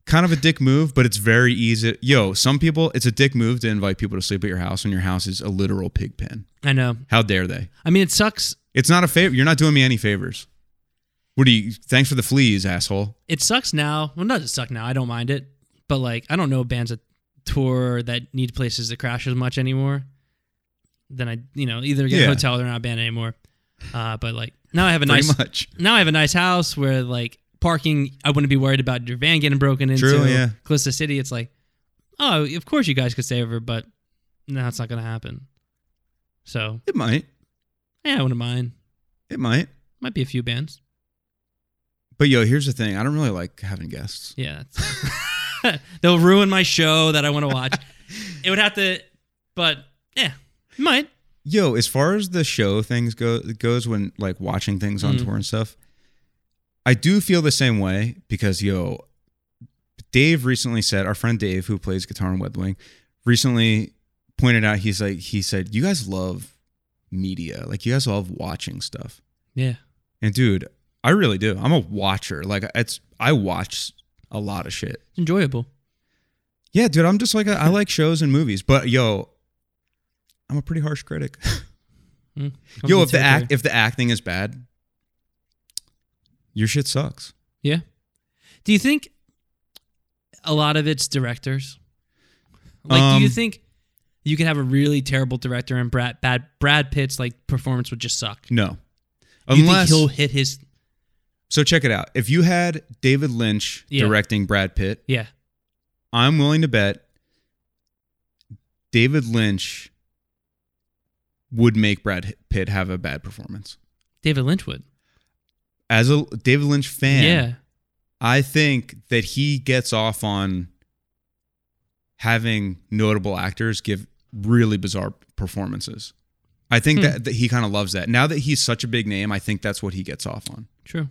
S1: kind of a dick move, but it's very easy. Yo, some people, it's a dick move to invite people to sleep at your house when your house is a literal pig pen.
S2: I know.
S1: How dare they?
S2: I mean, it sucks.
S1: It's not a favor. You're not doing me any favors. What do you? Thanks for the fleas, asshole.
S2: It sucks now. Well, not it suck now. I don't mind it, but like, I don't know bands that tour that need places to crash as much anymore. Then I, you know, either get
S1: Yeah.
S2: a hotel, they're not a band anymore. Uh, but like now I have a
S1: Pretty
S2: nice
S1: much.
S2: now I have a nice house where like parking, I wouldn't be worried about your van getting broken into.
S1: True, yeah.
S2: Close to the city, it's like, oh, of course you guys could stay over, but no, it's not gonna happen. So
S1: It might.
S2: yeah, I wouldn't mind.
S1: It might.
S2: Might be a few bands.
S1: But yo, here's the thing. I don't really like having guests.
S2: Yeah, that's- (laughs) they'll ruin my show that I want to watch. it would have to, but yeah, might.
S1: Yo, as far as the show things go goes when like watching things on
S2: Mm.
S1: tour and stuff, I do feel the same way because yo, Dave recently said our friend Dave who plays guitar in Wed Wing recently pointed out he's like he said you guys love media like you guys love watching stuff
S2: Yeah,
S1: And dude, I really do. I'm a watcher. Like it's I watch a lot of shit.
S2: it's enjoyable.
S1: Yeah, dude, I'm just like I like shows and movies, but yo, I'm a pretty harsh critic. (laughs)
S2: Mm, comes
S1: yo,
S2: with
S1: if the
S2: territory.
S1: act if the acting is bad, your shit sucks.
S2: yeah. Do you think a lot of it's directors? Like, do you
S1: Um,
S2: think you could have a really terrible director and Brad bad Brad Pitt's like performance would just suck?
S1: No.
S2: you think
S1: Unless
S2: he'll hit his
S1: So check it out. If you had David Lynch
S2: Yeah.
S1: directing Brad Pitt,
S2: yeah
S1: I'm willing to bet David Lynch would make Brad Pitt have a bad performance.
S2: David Lynch would
S1: As a David Lynch fan,
S2: yeah
S1: I think that he gets off on having notable actors give really bizarre performances. I think
S2: Hmm.
S1: that, that he kind of loves that. Now that he's such a big name, I think that's what he gets off on.
S2: true.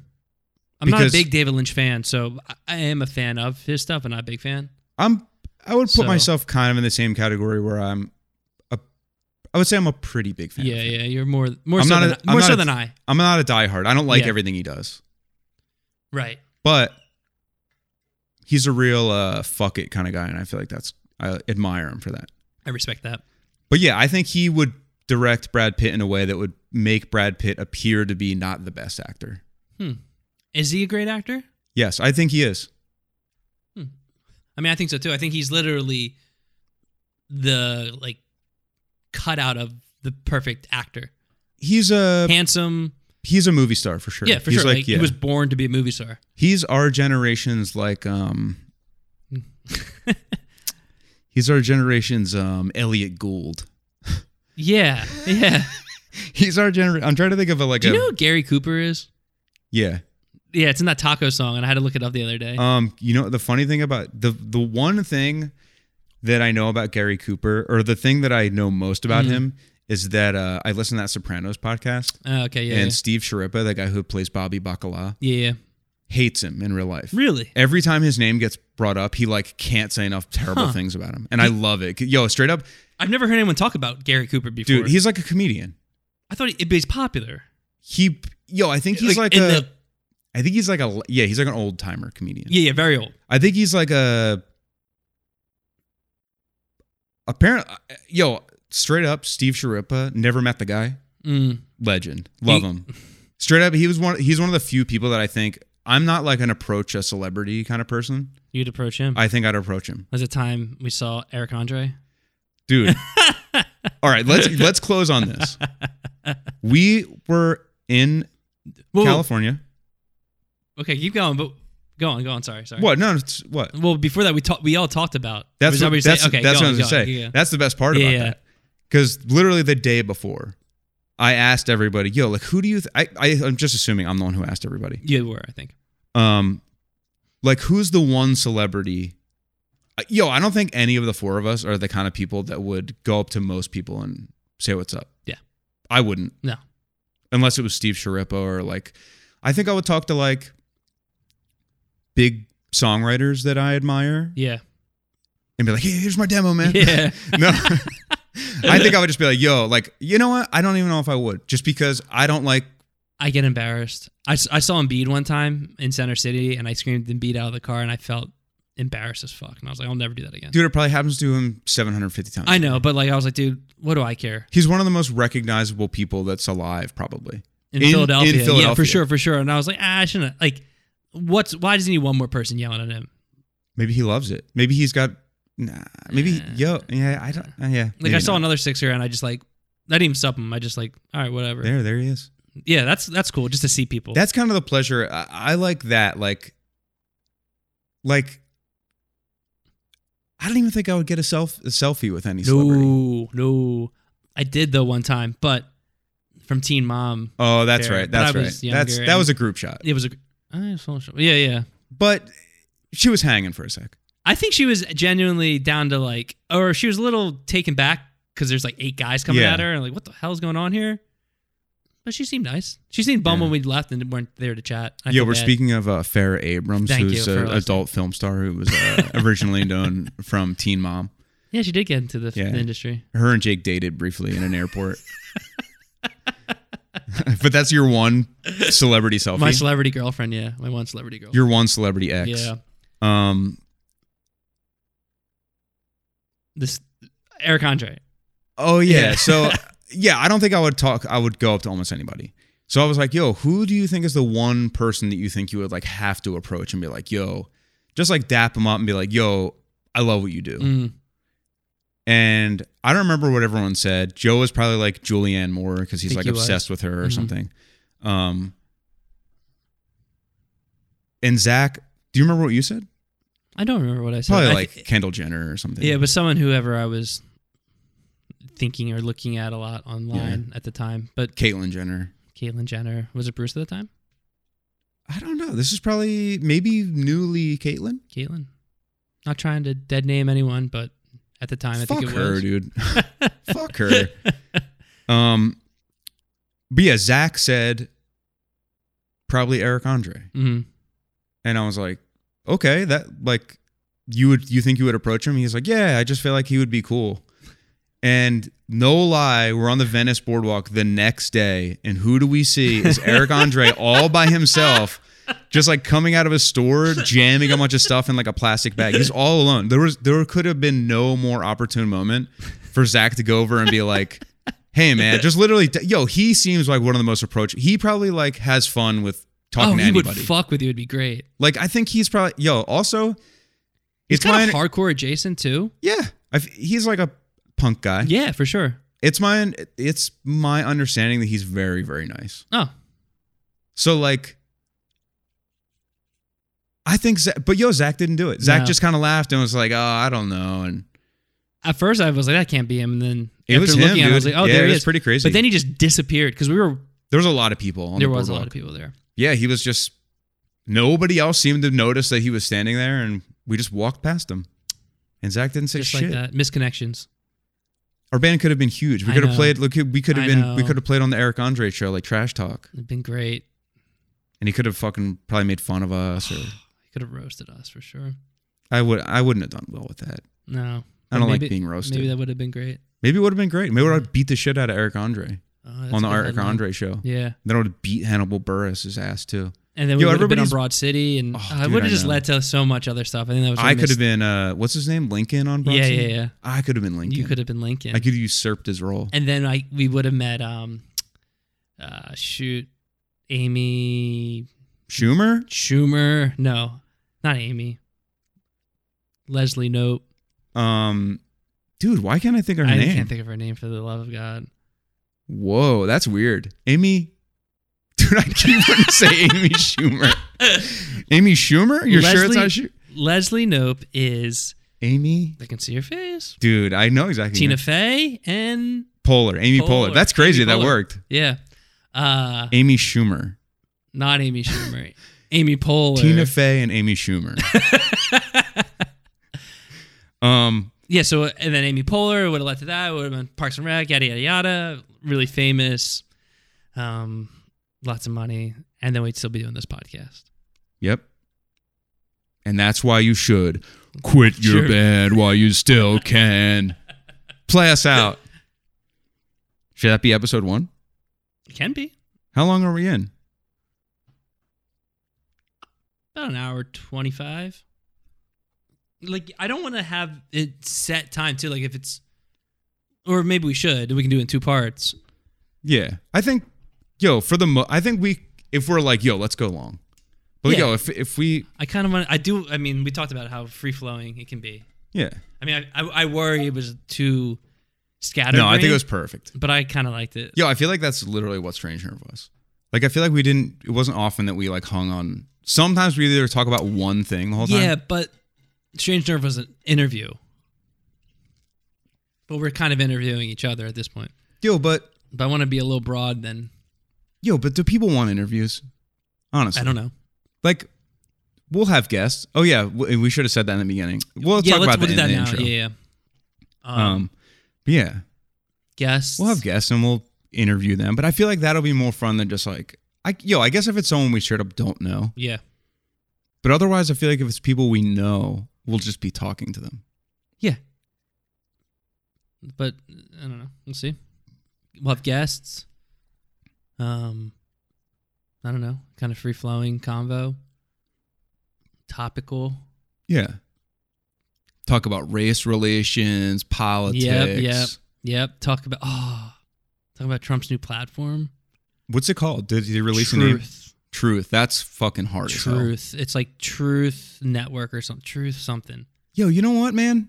S2: I'm not a
S1: Because-
S2: big David Lynch fan, so I- I am a fan of his stuff, and not a big fan.
S1: I'm I would put
S2: So-
S1: myself kind of in the same category where I'm a I would say I'm a pretty big fan. of
S2: Yeah,
S1: him.
S2: yeah, you're more more
S1: I'm
S2: so
S1: not a-
S2: than,
S1: I'm
S2: more
S1: not
S2: so
S1: a-
S2: than I.
S1: I'm not a diehard. I don't like
S2: Yeah.
S1: everything he does.
S2: Right.
S1: But he's a real uh fuck it kind of guy and I feel like that's I admire him for that.
S2: I respect that.
S1: But yeah, I think he would direct Brad Pitt in a way that would make Brad Pitt appear to be not the best actor.
S2: Is he a great actor?
S1: Yes, I think he is.
S2: I mean, I think so too. I think he's literally the like cutout of the perfect actor.
S1: He's a
S2: Handsome.
S1: he's a movie star for sure.
S2: Yeah, for
S1: he's
S2: sure.
S1: Like,
S2: Like,
S1: yeah.
S2: He was born to be a movie star.
S1: he's our generation's like
S2: (laughs)
S1: um he's our generation's um Elliot Gould.
S2: Yeah. Yeah.
S1: He's our gener I'm trying to think of a like
S2: (laughs) Do you
S1: a
S2: know who Gary Cooper is?
S1: yeah.
S2: Yeah, it's in that taco song, and I had to look it up the other day.
S1: Um, you know the funny thing about the the one thing that I know about Gary Cooper, or the thing that I know most about
S2: Mhm.
S1: him, is that uh, I listen to that Sopranos podcast,
S2: Oh, okay. Yeah.
S1: and Steve Sharippa, the guy who plays Bobby Bacala,
S2: yeah. yeah.
S1: hates him in real life.
S2: Really?
S1: Every time his name gets brought up, he like can't say enough terrible
S2: Huh.
S1: things about him, and I love it. Yo, straight up,
S2: I've never heard anyone talk about Gary Cooper before.
S1: dude, he's like a comedian.
S2: I thought he, he's popular.
S1: He, yo, I think he's like,
S2: in
S1: a, I
S2: the,
S1: think he's like a, yeah, he's like an old timer comedian.
S2: yeah, yeah, very old.
S1: I think he's like a. Apparently, yo, straight up, Steve Sharippa. Never met the guy.
S2: Mm.
S1: Legend. Love
S2: He-
S1: him. Straight up, he was one. He's one of the few people that I think I'm not like an approach a celebrity kind of person.
S2: You'd approach him.
S1: I think I'd approach him,
S2: was the time we saw Eric Andre. (laughs)
S1: dude. all right, let's let's close on this. We were in
S2: Well,
S1: California.
S2: okay, keep going, but Go on, go on. Sorry, sorry.
S1: What? No, it's, what?
S2: Well, before that, we talked. We all talked about.
S1: That's
S2: was that
S1: what,
S2: you
S1: that's,
S2: saying? Okay,
S1: that's
S2: go
S1: what I
S2: on,
S1: was gonna say.
S2: go on. Yeah.
S1: That's the best part
S2: Yeah,
S1: about
S2: yeah.
S1: that. Because literally the day before, I asked everybody, "Yo, like, who do you?" Th- I, I I'm just assuming I'm the one who asked everybody.
S2: You were, I think.
S1: Um, like, who's the one celebrity? Uh, Yo, I don't think any of the four of us are the kind of people that would go up to most people and say what's up.
S2: Yeah.
S1: I wouldn't.
S2: No.
S1: unless it was Steve Sharippo or like I think I would talk to like big songwriters that I admire
S2: Yeah.
S1: and be like, "Hey, here's my demo, (laughs) man."
S2: (laughs) Yeah.
S1: (laughs) no. I think I would just be like, "Yo, like, you know what? I don't even know if I would just because I don't like
S2: I get embarrassed. I, s- I saw Embiid one time in Center City, and I screamed Embiid out of the car, and I felt embarrassed as fuck. And I was like, I'll never do that again.
S1: dude, it probably happens to him 750 times.
S2: I know, but like, I was like, dude, what do I care?
S1: He's one of the most recognizable people that's alive probably.
S2: In,
S1: In- in
S2: Philadelphia, yeah, for
S1: Philadelphia.
S2: sure, for sure. And I was like, ah, I shouldn't. Like, what's why does he need one more person yelling at him?
S1: Maybe he loves it. Maybe he's got nah, maybe
S2: Yeah.
S1: yo, yeah, I don't uh, yeah.
S2: Like, I saw another Sixer, and I just like, I didn't even sub him. I just like, all right, whatever.
S1: There, there he is.
S2: Yeah, that's that's cool, just to see people.
S1: That's kind of the pleasure. I, I like that. Like, like, I don't even think I would get a self a selfie with any celebrity.
S2: no, no, I did though one time, but from Teen Mom,
S1: Oh, that's
S2: Fair.
S1: right.
S2: But I
S1: That's right.
S2: was
S1: That's
S2: younger
S1: that
S2: and-
S1: was a group shot.
S2: it was a. I just wanna show- Yeah, yeah.
S1: But she was hanging for a sec.
S2: I think she was genuinely down to like, or she was a little taken back because there's like eight guys coming
S1: Yeah.
S2: at her and like, what the hell's going on here? But she seemed nice. She seemed bummed
S1: Yeah.
S2: when we left and weren't there to chat. I
S1: Yo,
S2: feel
S1: we're
S2: bad.
S1: speaking of uh, Farrah Abrams,
S2: Thank
S1: who's
S2: you for
S1: an
S2: listening.
S1: adult film star who was uh, originally known
S2: (laughs)
S1: from Teen Mom.
S2: Yeah, she did get into the, f-
S1: Yeah.
S2: the industry.
S1: Her and Jake dated briefly in an airport. (laughs) but that's your one celebrity selfie.
S2: My celebrity girlfriend, yeah, my one celebrity girlfriend.
S1: your one celebrity ex.
S2: Yeah,
S1: Um,
S2: this Eric Andre.
S1: Oh yeah.
S2: Yeah.
S1: so
S2: (laughs)
S1: yeah, I don't think I would talk. I would go up to almost anybody. So I was like, "Yo, who do you think is the one person that you think you would like have to approach and be like, yo, just like dap them up and be like, yo, I love what you do."
S2: Mm.
S1: And I don't remember what everyone said. Joe was probably like Julianne Moore because he's
S2: Think
S1: like
S2: he was.
S1: obsessed with her or
S2: Mhm.
S1: something. Um, and Zach, do you remember what you said?
S2: I don't remember what I said.
S1: Probably
S2: I
S1: like
S2: (laughs) thi-
S1: Kendall Jenner or something.
S2: yeah, but someone whoever I was thinking or looking at a lot online at the time. But
S1: Caitlyn Jenner.
S2: Caitlyn Jenner was it Bruce at the time?
S1: I don't know. This is probably maybe newly Caitlyn.
S2: Caitlyn. Not trying to dead name anyone, but at the time, I
S1: Fuck
S2: think it
S1: her,
S2: (laughs) was.
S1: dude. Fuck her. Um, but yeah, Zach said probably Eric Andre,
S2: Mhm.
S1: and I was like, okay, that like you would you think you would approach him? He's like, yeah, I just feel like he would be cool. And no lie, we're on the Venice boardwalk the next day, and who do we see? Is Eric
S2: (laughs)
S1: Andre all by himself, just like coming out of a store, jamming a bunch of stuff in like a plastic bag. He's all alone. There was there could have been no more opportune moment for Zach to go over and be like, "Hey, man, just literally, yo." He seems like one of the most approach. He probably like has fun with talking
S2: Oh,
S1: to
S2: he
S1: anybody.
S2: would fuck with you. It'd be great.
S1: like I think he's probably yo. Also,
S2: He's
S1: it's my
S2: kind of hardcore adjacent too.
S1: yeah. i he's like a punk guy.
S2: Yeah, for sure.
S1: It's my it's my understanding that he's very very nice.
S2: Oh,
S1: So like, I think, Zach, but yo, Zach didn't do it. Zach
S2: No.
S1: just kind of laughed and was like, "Oh, I don't know." And
S2: at first I was like, that can't be him. And then
S1: it
S2: after
S1: was him.
S2: looking at him, I
S1: dude.
S2: was like, oh,
S1: yeah,
S2: there
S1: it
S2: he
S1: was
S2: is.
S1: pretty crazy.
S2: But then he just disappeared because we were
S1: there was a lot of people. On
S2: there
S1: the
S2: was a lot
S1: boardwalk.
S2: of people there.
S1: Yeah, he was just nobody else seemed to notice that he was standing there, and we just walked past him. And Zach didn't say
S2: Just
S1: shit.
S2: like that. Misconnections.
S1: Our band could have been huge. We
S2: I
S1: could have
S2: know.
S1: played. Look, we could have
S2: I
S1: been. We
S2: know.
S1: could have played on the Eric Andre show, like Trash Talk,
S2: It'd been great.
S1: and he could have fucking probably made fun of us. Or
S2: (sighs) He could have roasted us for sure.
S1: I would. I wouldn't have done well with that.
S2: No.
S1: I don't
S2: Maybe-
S1: like being roasted.
S2: Maybe that would have been great.
S1: Maybe it would have been great. Maybe I would have beat the shit out of Eric Andre
S2: Oh, that's
S1: on the
S2: a good
S1: Eric
S2: headline.
S1: Andre show.
S2: Yeah.
S1: Then I would have beat Hannibal Burris' ass too.
S2: And then we
S1: Yo,
S2: would have been on
S1: everybody's-
S2: Broad City, and
S1: Oh,
S2: uh, it
S1: dude,
S2: would
S1: I
S2: have just
S1: know.
S2: led to so much other stuff. I think that was. what
S1: I could
S2: missed.
S1: have been uh what's his name? Lincoln on Broad
S2: Yeah,
S1: City?
S2: yeah, yeah.
S1: I could have been Lincoln.
S2: You could have been Lincoln.
S1: I could have usurped his role.
S2: and then I we would have met um, uh, shoot, Amy
S1: Schumer?
S2: Schumer. No, not Amy. Leslie Nope.
S1: Um dude, why can't I think of her
S2: I
S1: name?
S2: can't think of her name for the love of God.
S1: Whoa, that's weird. Amy (laughs) dude. I keep wanting to say Amy
S2: (laughs)
S1: Schumer. Amy Schumer? You're sure it's
S2: Leslie-
S1: not Schumer?
S2: Leslie Nope is
S1: Amy?
S2: I can see her face.
S1: Dude, I know exactly.
S2: Tina Fey and
S1: Polar. Amy Polar.
S2: Poehler.
S1: That's crazy
S2: Amy
S1: that
S2: Poehler.
S1: worked.
S2: yeah, uh,
S1: Amy Schumer.
S2: not Amy Schumer, Amy Poehler.
S1: Tina Fey and Amy
S2: (laughs)
S1: Schumer. um,
S2: yeah, so and then Amy Poehler would have led to that. Would have been Parks and Rec, yada yada yada. Really famous, um, lots of money, and then we'd still be doing this podcast.
S1: yep. And that's why you should quit your
S2: Sure.
S1: bed while you still can. Play us out. Should that be episode one?
S2: It can be
S1: How long are we in?
S2: about an hour twenty five. Like I don't want to have it set time too. Like if it's, or maybe we should. We can do it in two parts.
S1: Yeah, I think, yo, for the mo- I think we if we're like, yo, let's go long. But
S2: Yeah.
S1: yo, if if we,
S2: I kind of want. I do. I mean, we talked about how free flowing it can be.
S1: yeah,
S2: I mean, I, I, I worry it was too scattered.
S1: no, I think it was perfect.
S2: but I kind of liked it.
S1: Yo, I feel like that's literally what Strange Nerve was. Like, I feel like we didn't. It wasn't often that we like hung on. Sometimes we either talk about one thing the whole time.
S2: yeah, but Strange Nerve was an interview. But we're kind of interviewing each other at this point.
S1: Yo, but
S2: But I want to be a little broad. Then
S1: yo, but do people want interviews? Honestly,
S2: I don't know.
S1: like. We'll have guests. Oh yeah, we we should have said that in the beginning. We'll
S2: yeah,
S1: talk
S2: let's
S1: about that in
S2: we'll do that
S1: the
S2: now.
S1: intro.
S2: Yeah, yeah. Um,
S1: Um, but yeah,
S2: guests.
S1: We'll have guests and we'll interview them, but I feel like that'll be more fun than just like I yo, I guess if it's someone we straight up don't know.
S2: yeah,
S1: But otherwise I feel like if it's people we know, we'll just be talking to them.
S2: yeah. But I don't know. We'll see. We'll have guests. Um, I don't know. Kind of free flowing convo. Topical.
S1: Yeah. Talk about race relations, politics.
S2: Yep, yep, yep. Talk about oh, talk about Trump's new platform.
S1: What's it called? Did he release a name?
S2: truth,
S1: Truth. That's fucking hard. as hell.
S2: truth. It's like Truth Network or something. Truth something.
S1: Yo, you know what, man?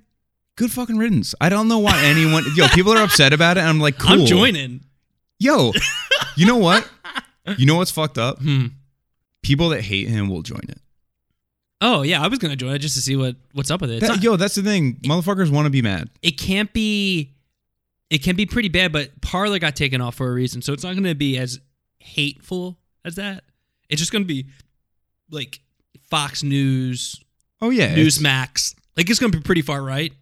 S1: Good fucking riddance. I don't know why anyone
S2: (laughs)
S1: yo, people are upset about it and I'm like, cool.
S2: I'm joining.
S1: Yo, you know
S2: (laughs)
S1: what? You know what's fucked up?
S2: Hmm.
S1: People that hate him will join it.
S2: Oh yeah, I was gonna join it just to see what what's up with it. It's
S1: That-
S2: not-
S1: yo, that's the thing. Motherfuckers want to be mad.
S2: it can't be. It can be pretty bad, but Parlor got taken off for a reason, so it's not gonna be as hateful as that. It's just gonna be like Fox News,
S1: Oh yeah. it's-
S2: Newsmax. Like it's gonna be pretty far right,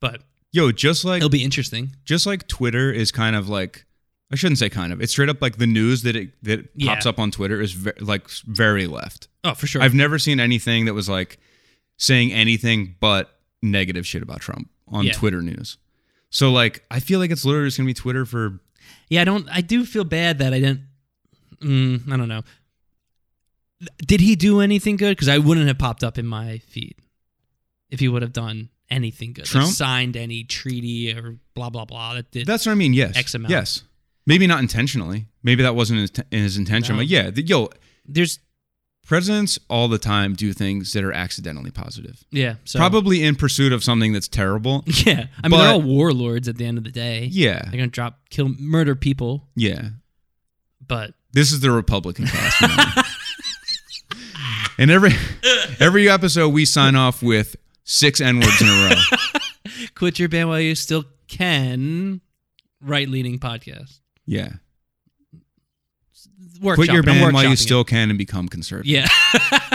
S2: but
S1: Yo, just like
S2: it'll be interesting.
S1: just like Twitter is kind of like I shouldn't say kind of. It's straight up like the news that it that it
S2: Yeah.
S1: pops up on Twitter is ve- like s- very left.
S2: Oh, for sure.
S1: I've never seen anything that was like saying anything but negative shit about Trump on
S2: Yeah.
S1: Twitter news. So like I feel like it's literally just gonna be Twitter for
S2: Yeah, I don't. I do feel bad that I didn't. Mm, I don't know. Did he do anything good? Because I wouldn't have popped up in my feed if he would have done anything good. like
S1: Trump?
S2: signed any treaty or blah blah blah. That did.
S1: that's what I mean. Yes,
S2: X amount.
S1: Yes, maybe not intentionally. Maybe that wasn't his, in his intention.
S2: No.
S1: But yeah, the, yo,
S2: there's
S1: presidents all the time do things that are accidentally positive.
S2: yeah. So
S1: Probably in pursuit of something that's terrible.
S2: (laughs) yeah. I mean,
S1: But-
S2: they're all warlords at the end of the day.
S1: Yeah.
S2: They're gonna drop, kill, murder people.
S1: Yeah.
S2: But
S1: This is the Republican class. man.
S2: (laughs)
S1: and every every episode we sign off with six N-words in a
S2: (laughs)
S1: row.
S2: quit your band while you still can. Right leaning podcast.
S1: Yeah.
S2: Workshop.
S1: Quit your
S2: it. I'm
S1: band while you
S2: workshopping it.
S1: still can and become conservative.
S2: Yeah.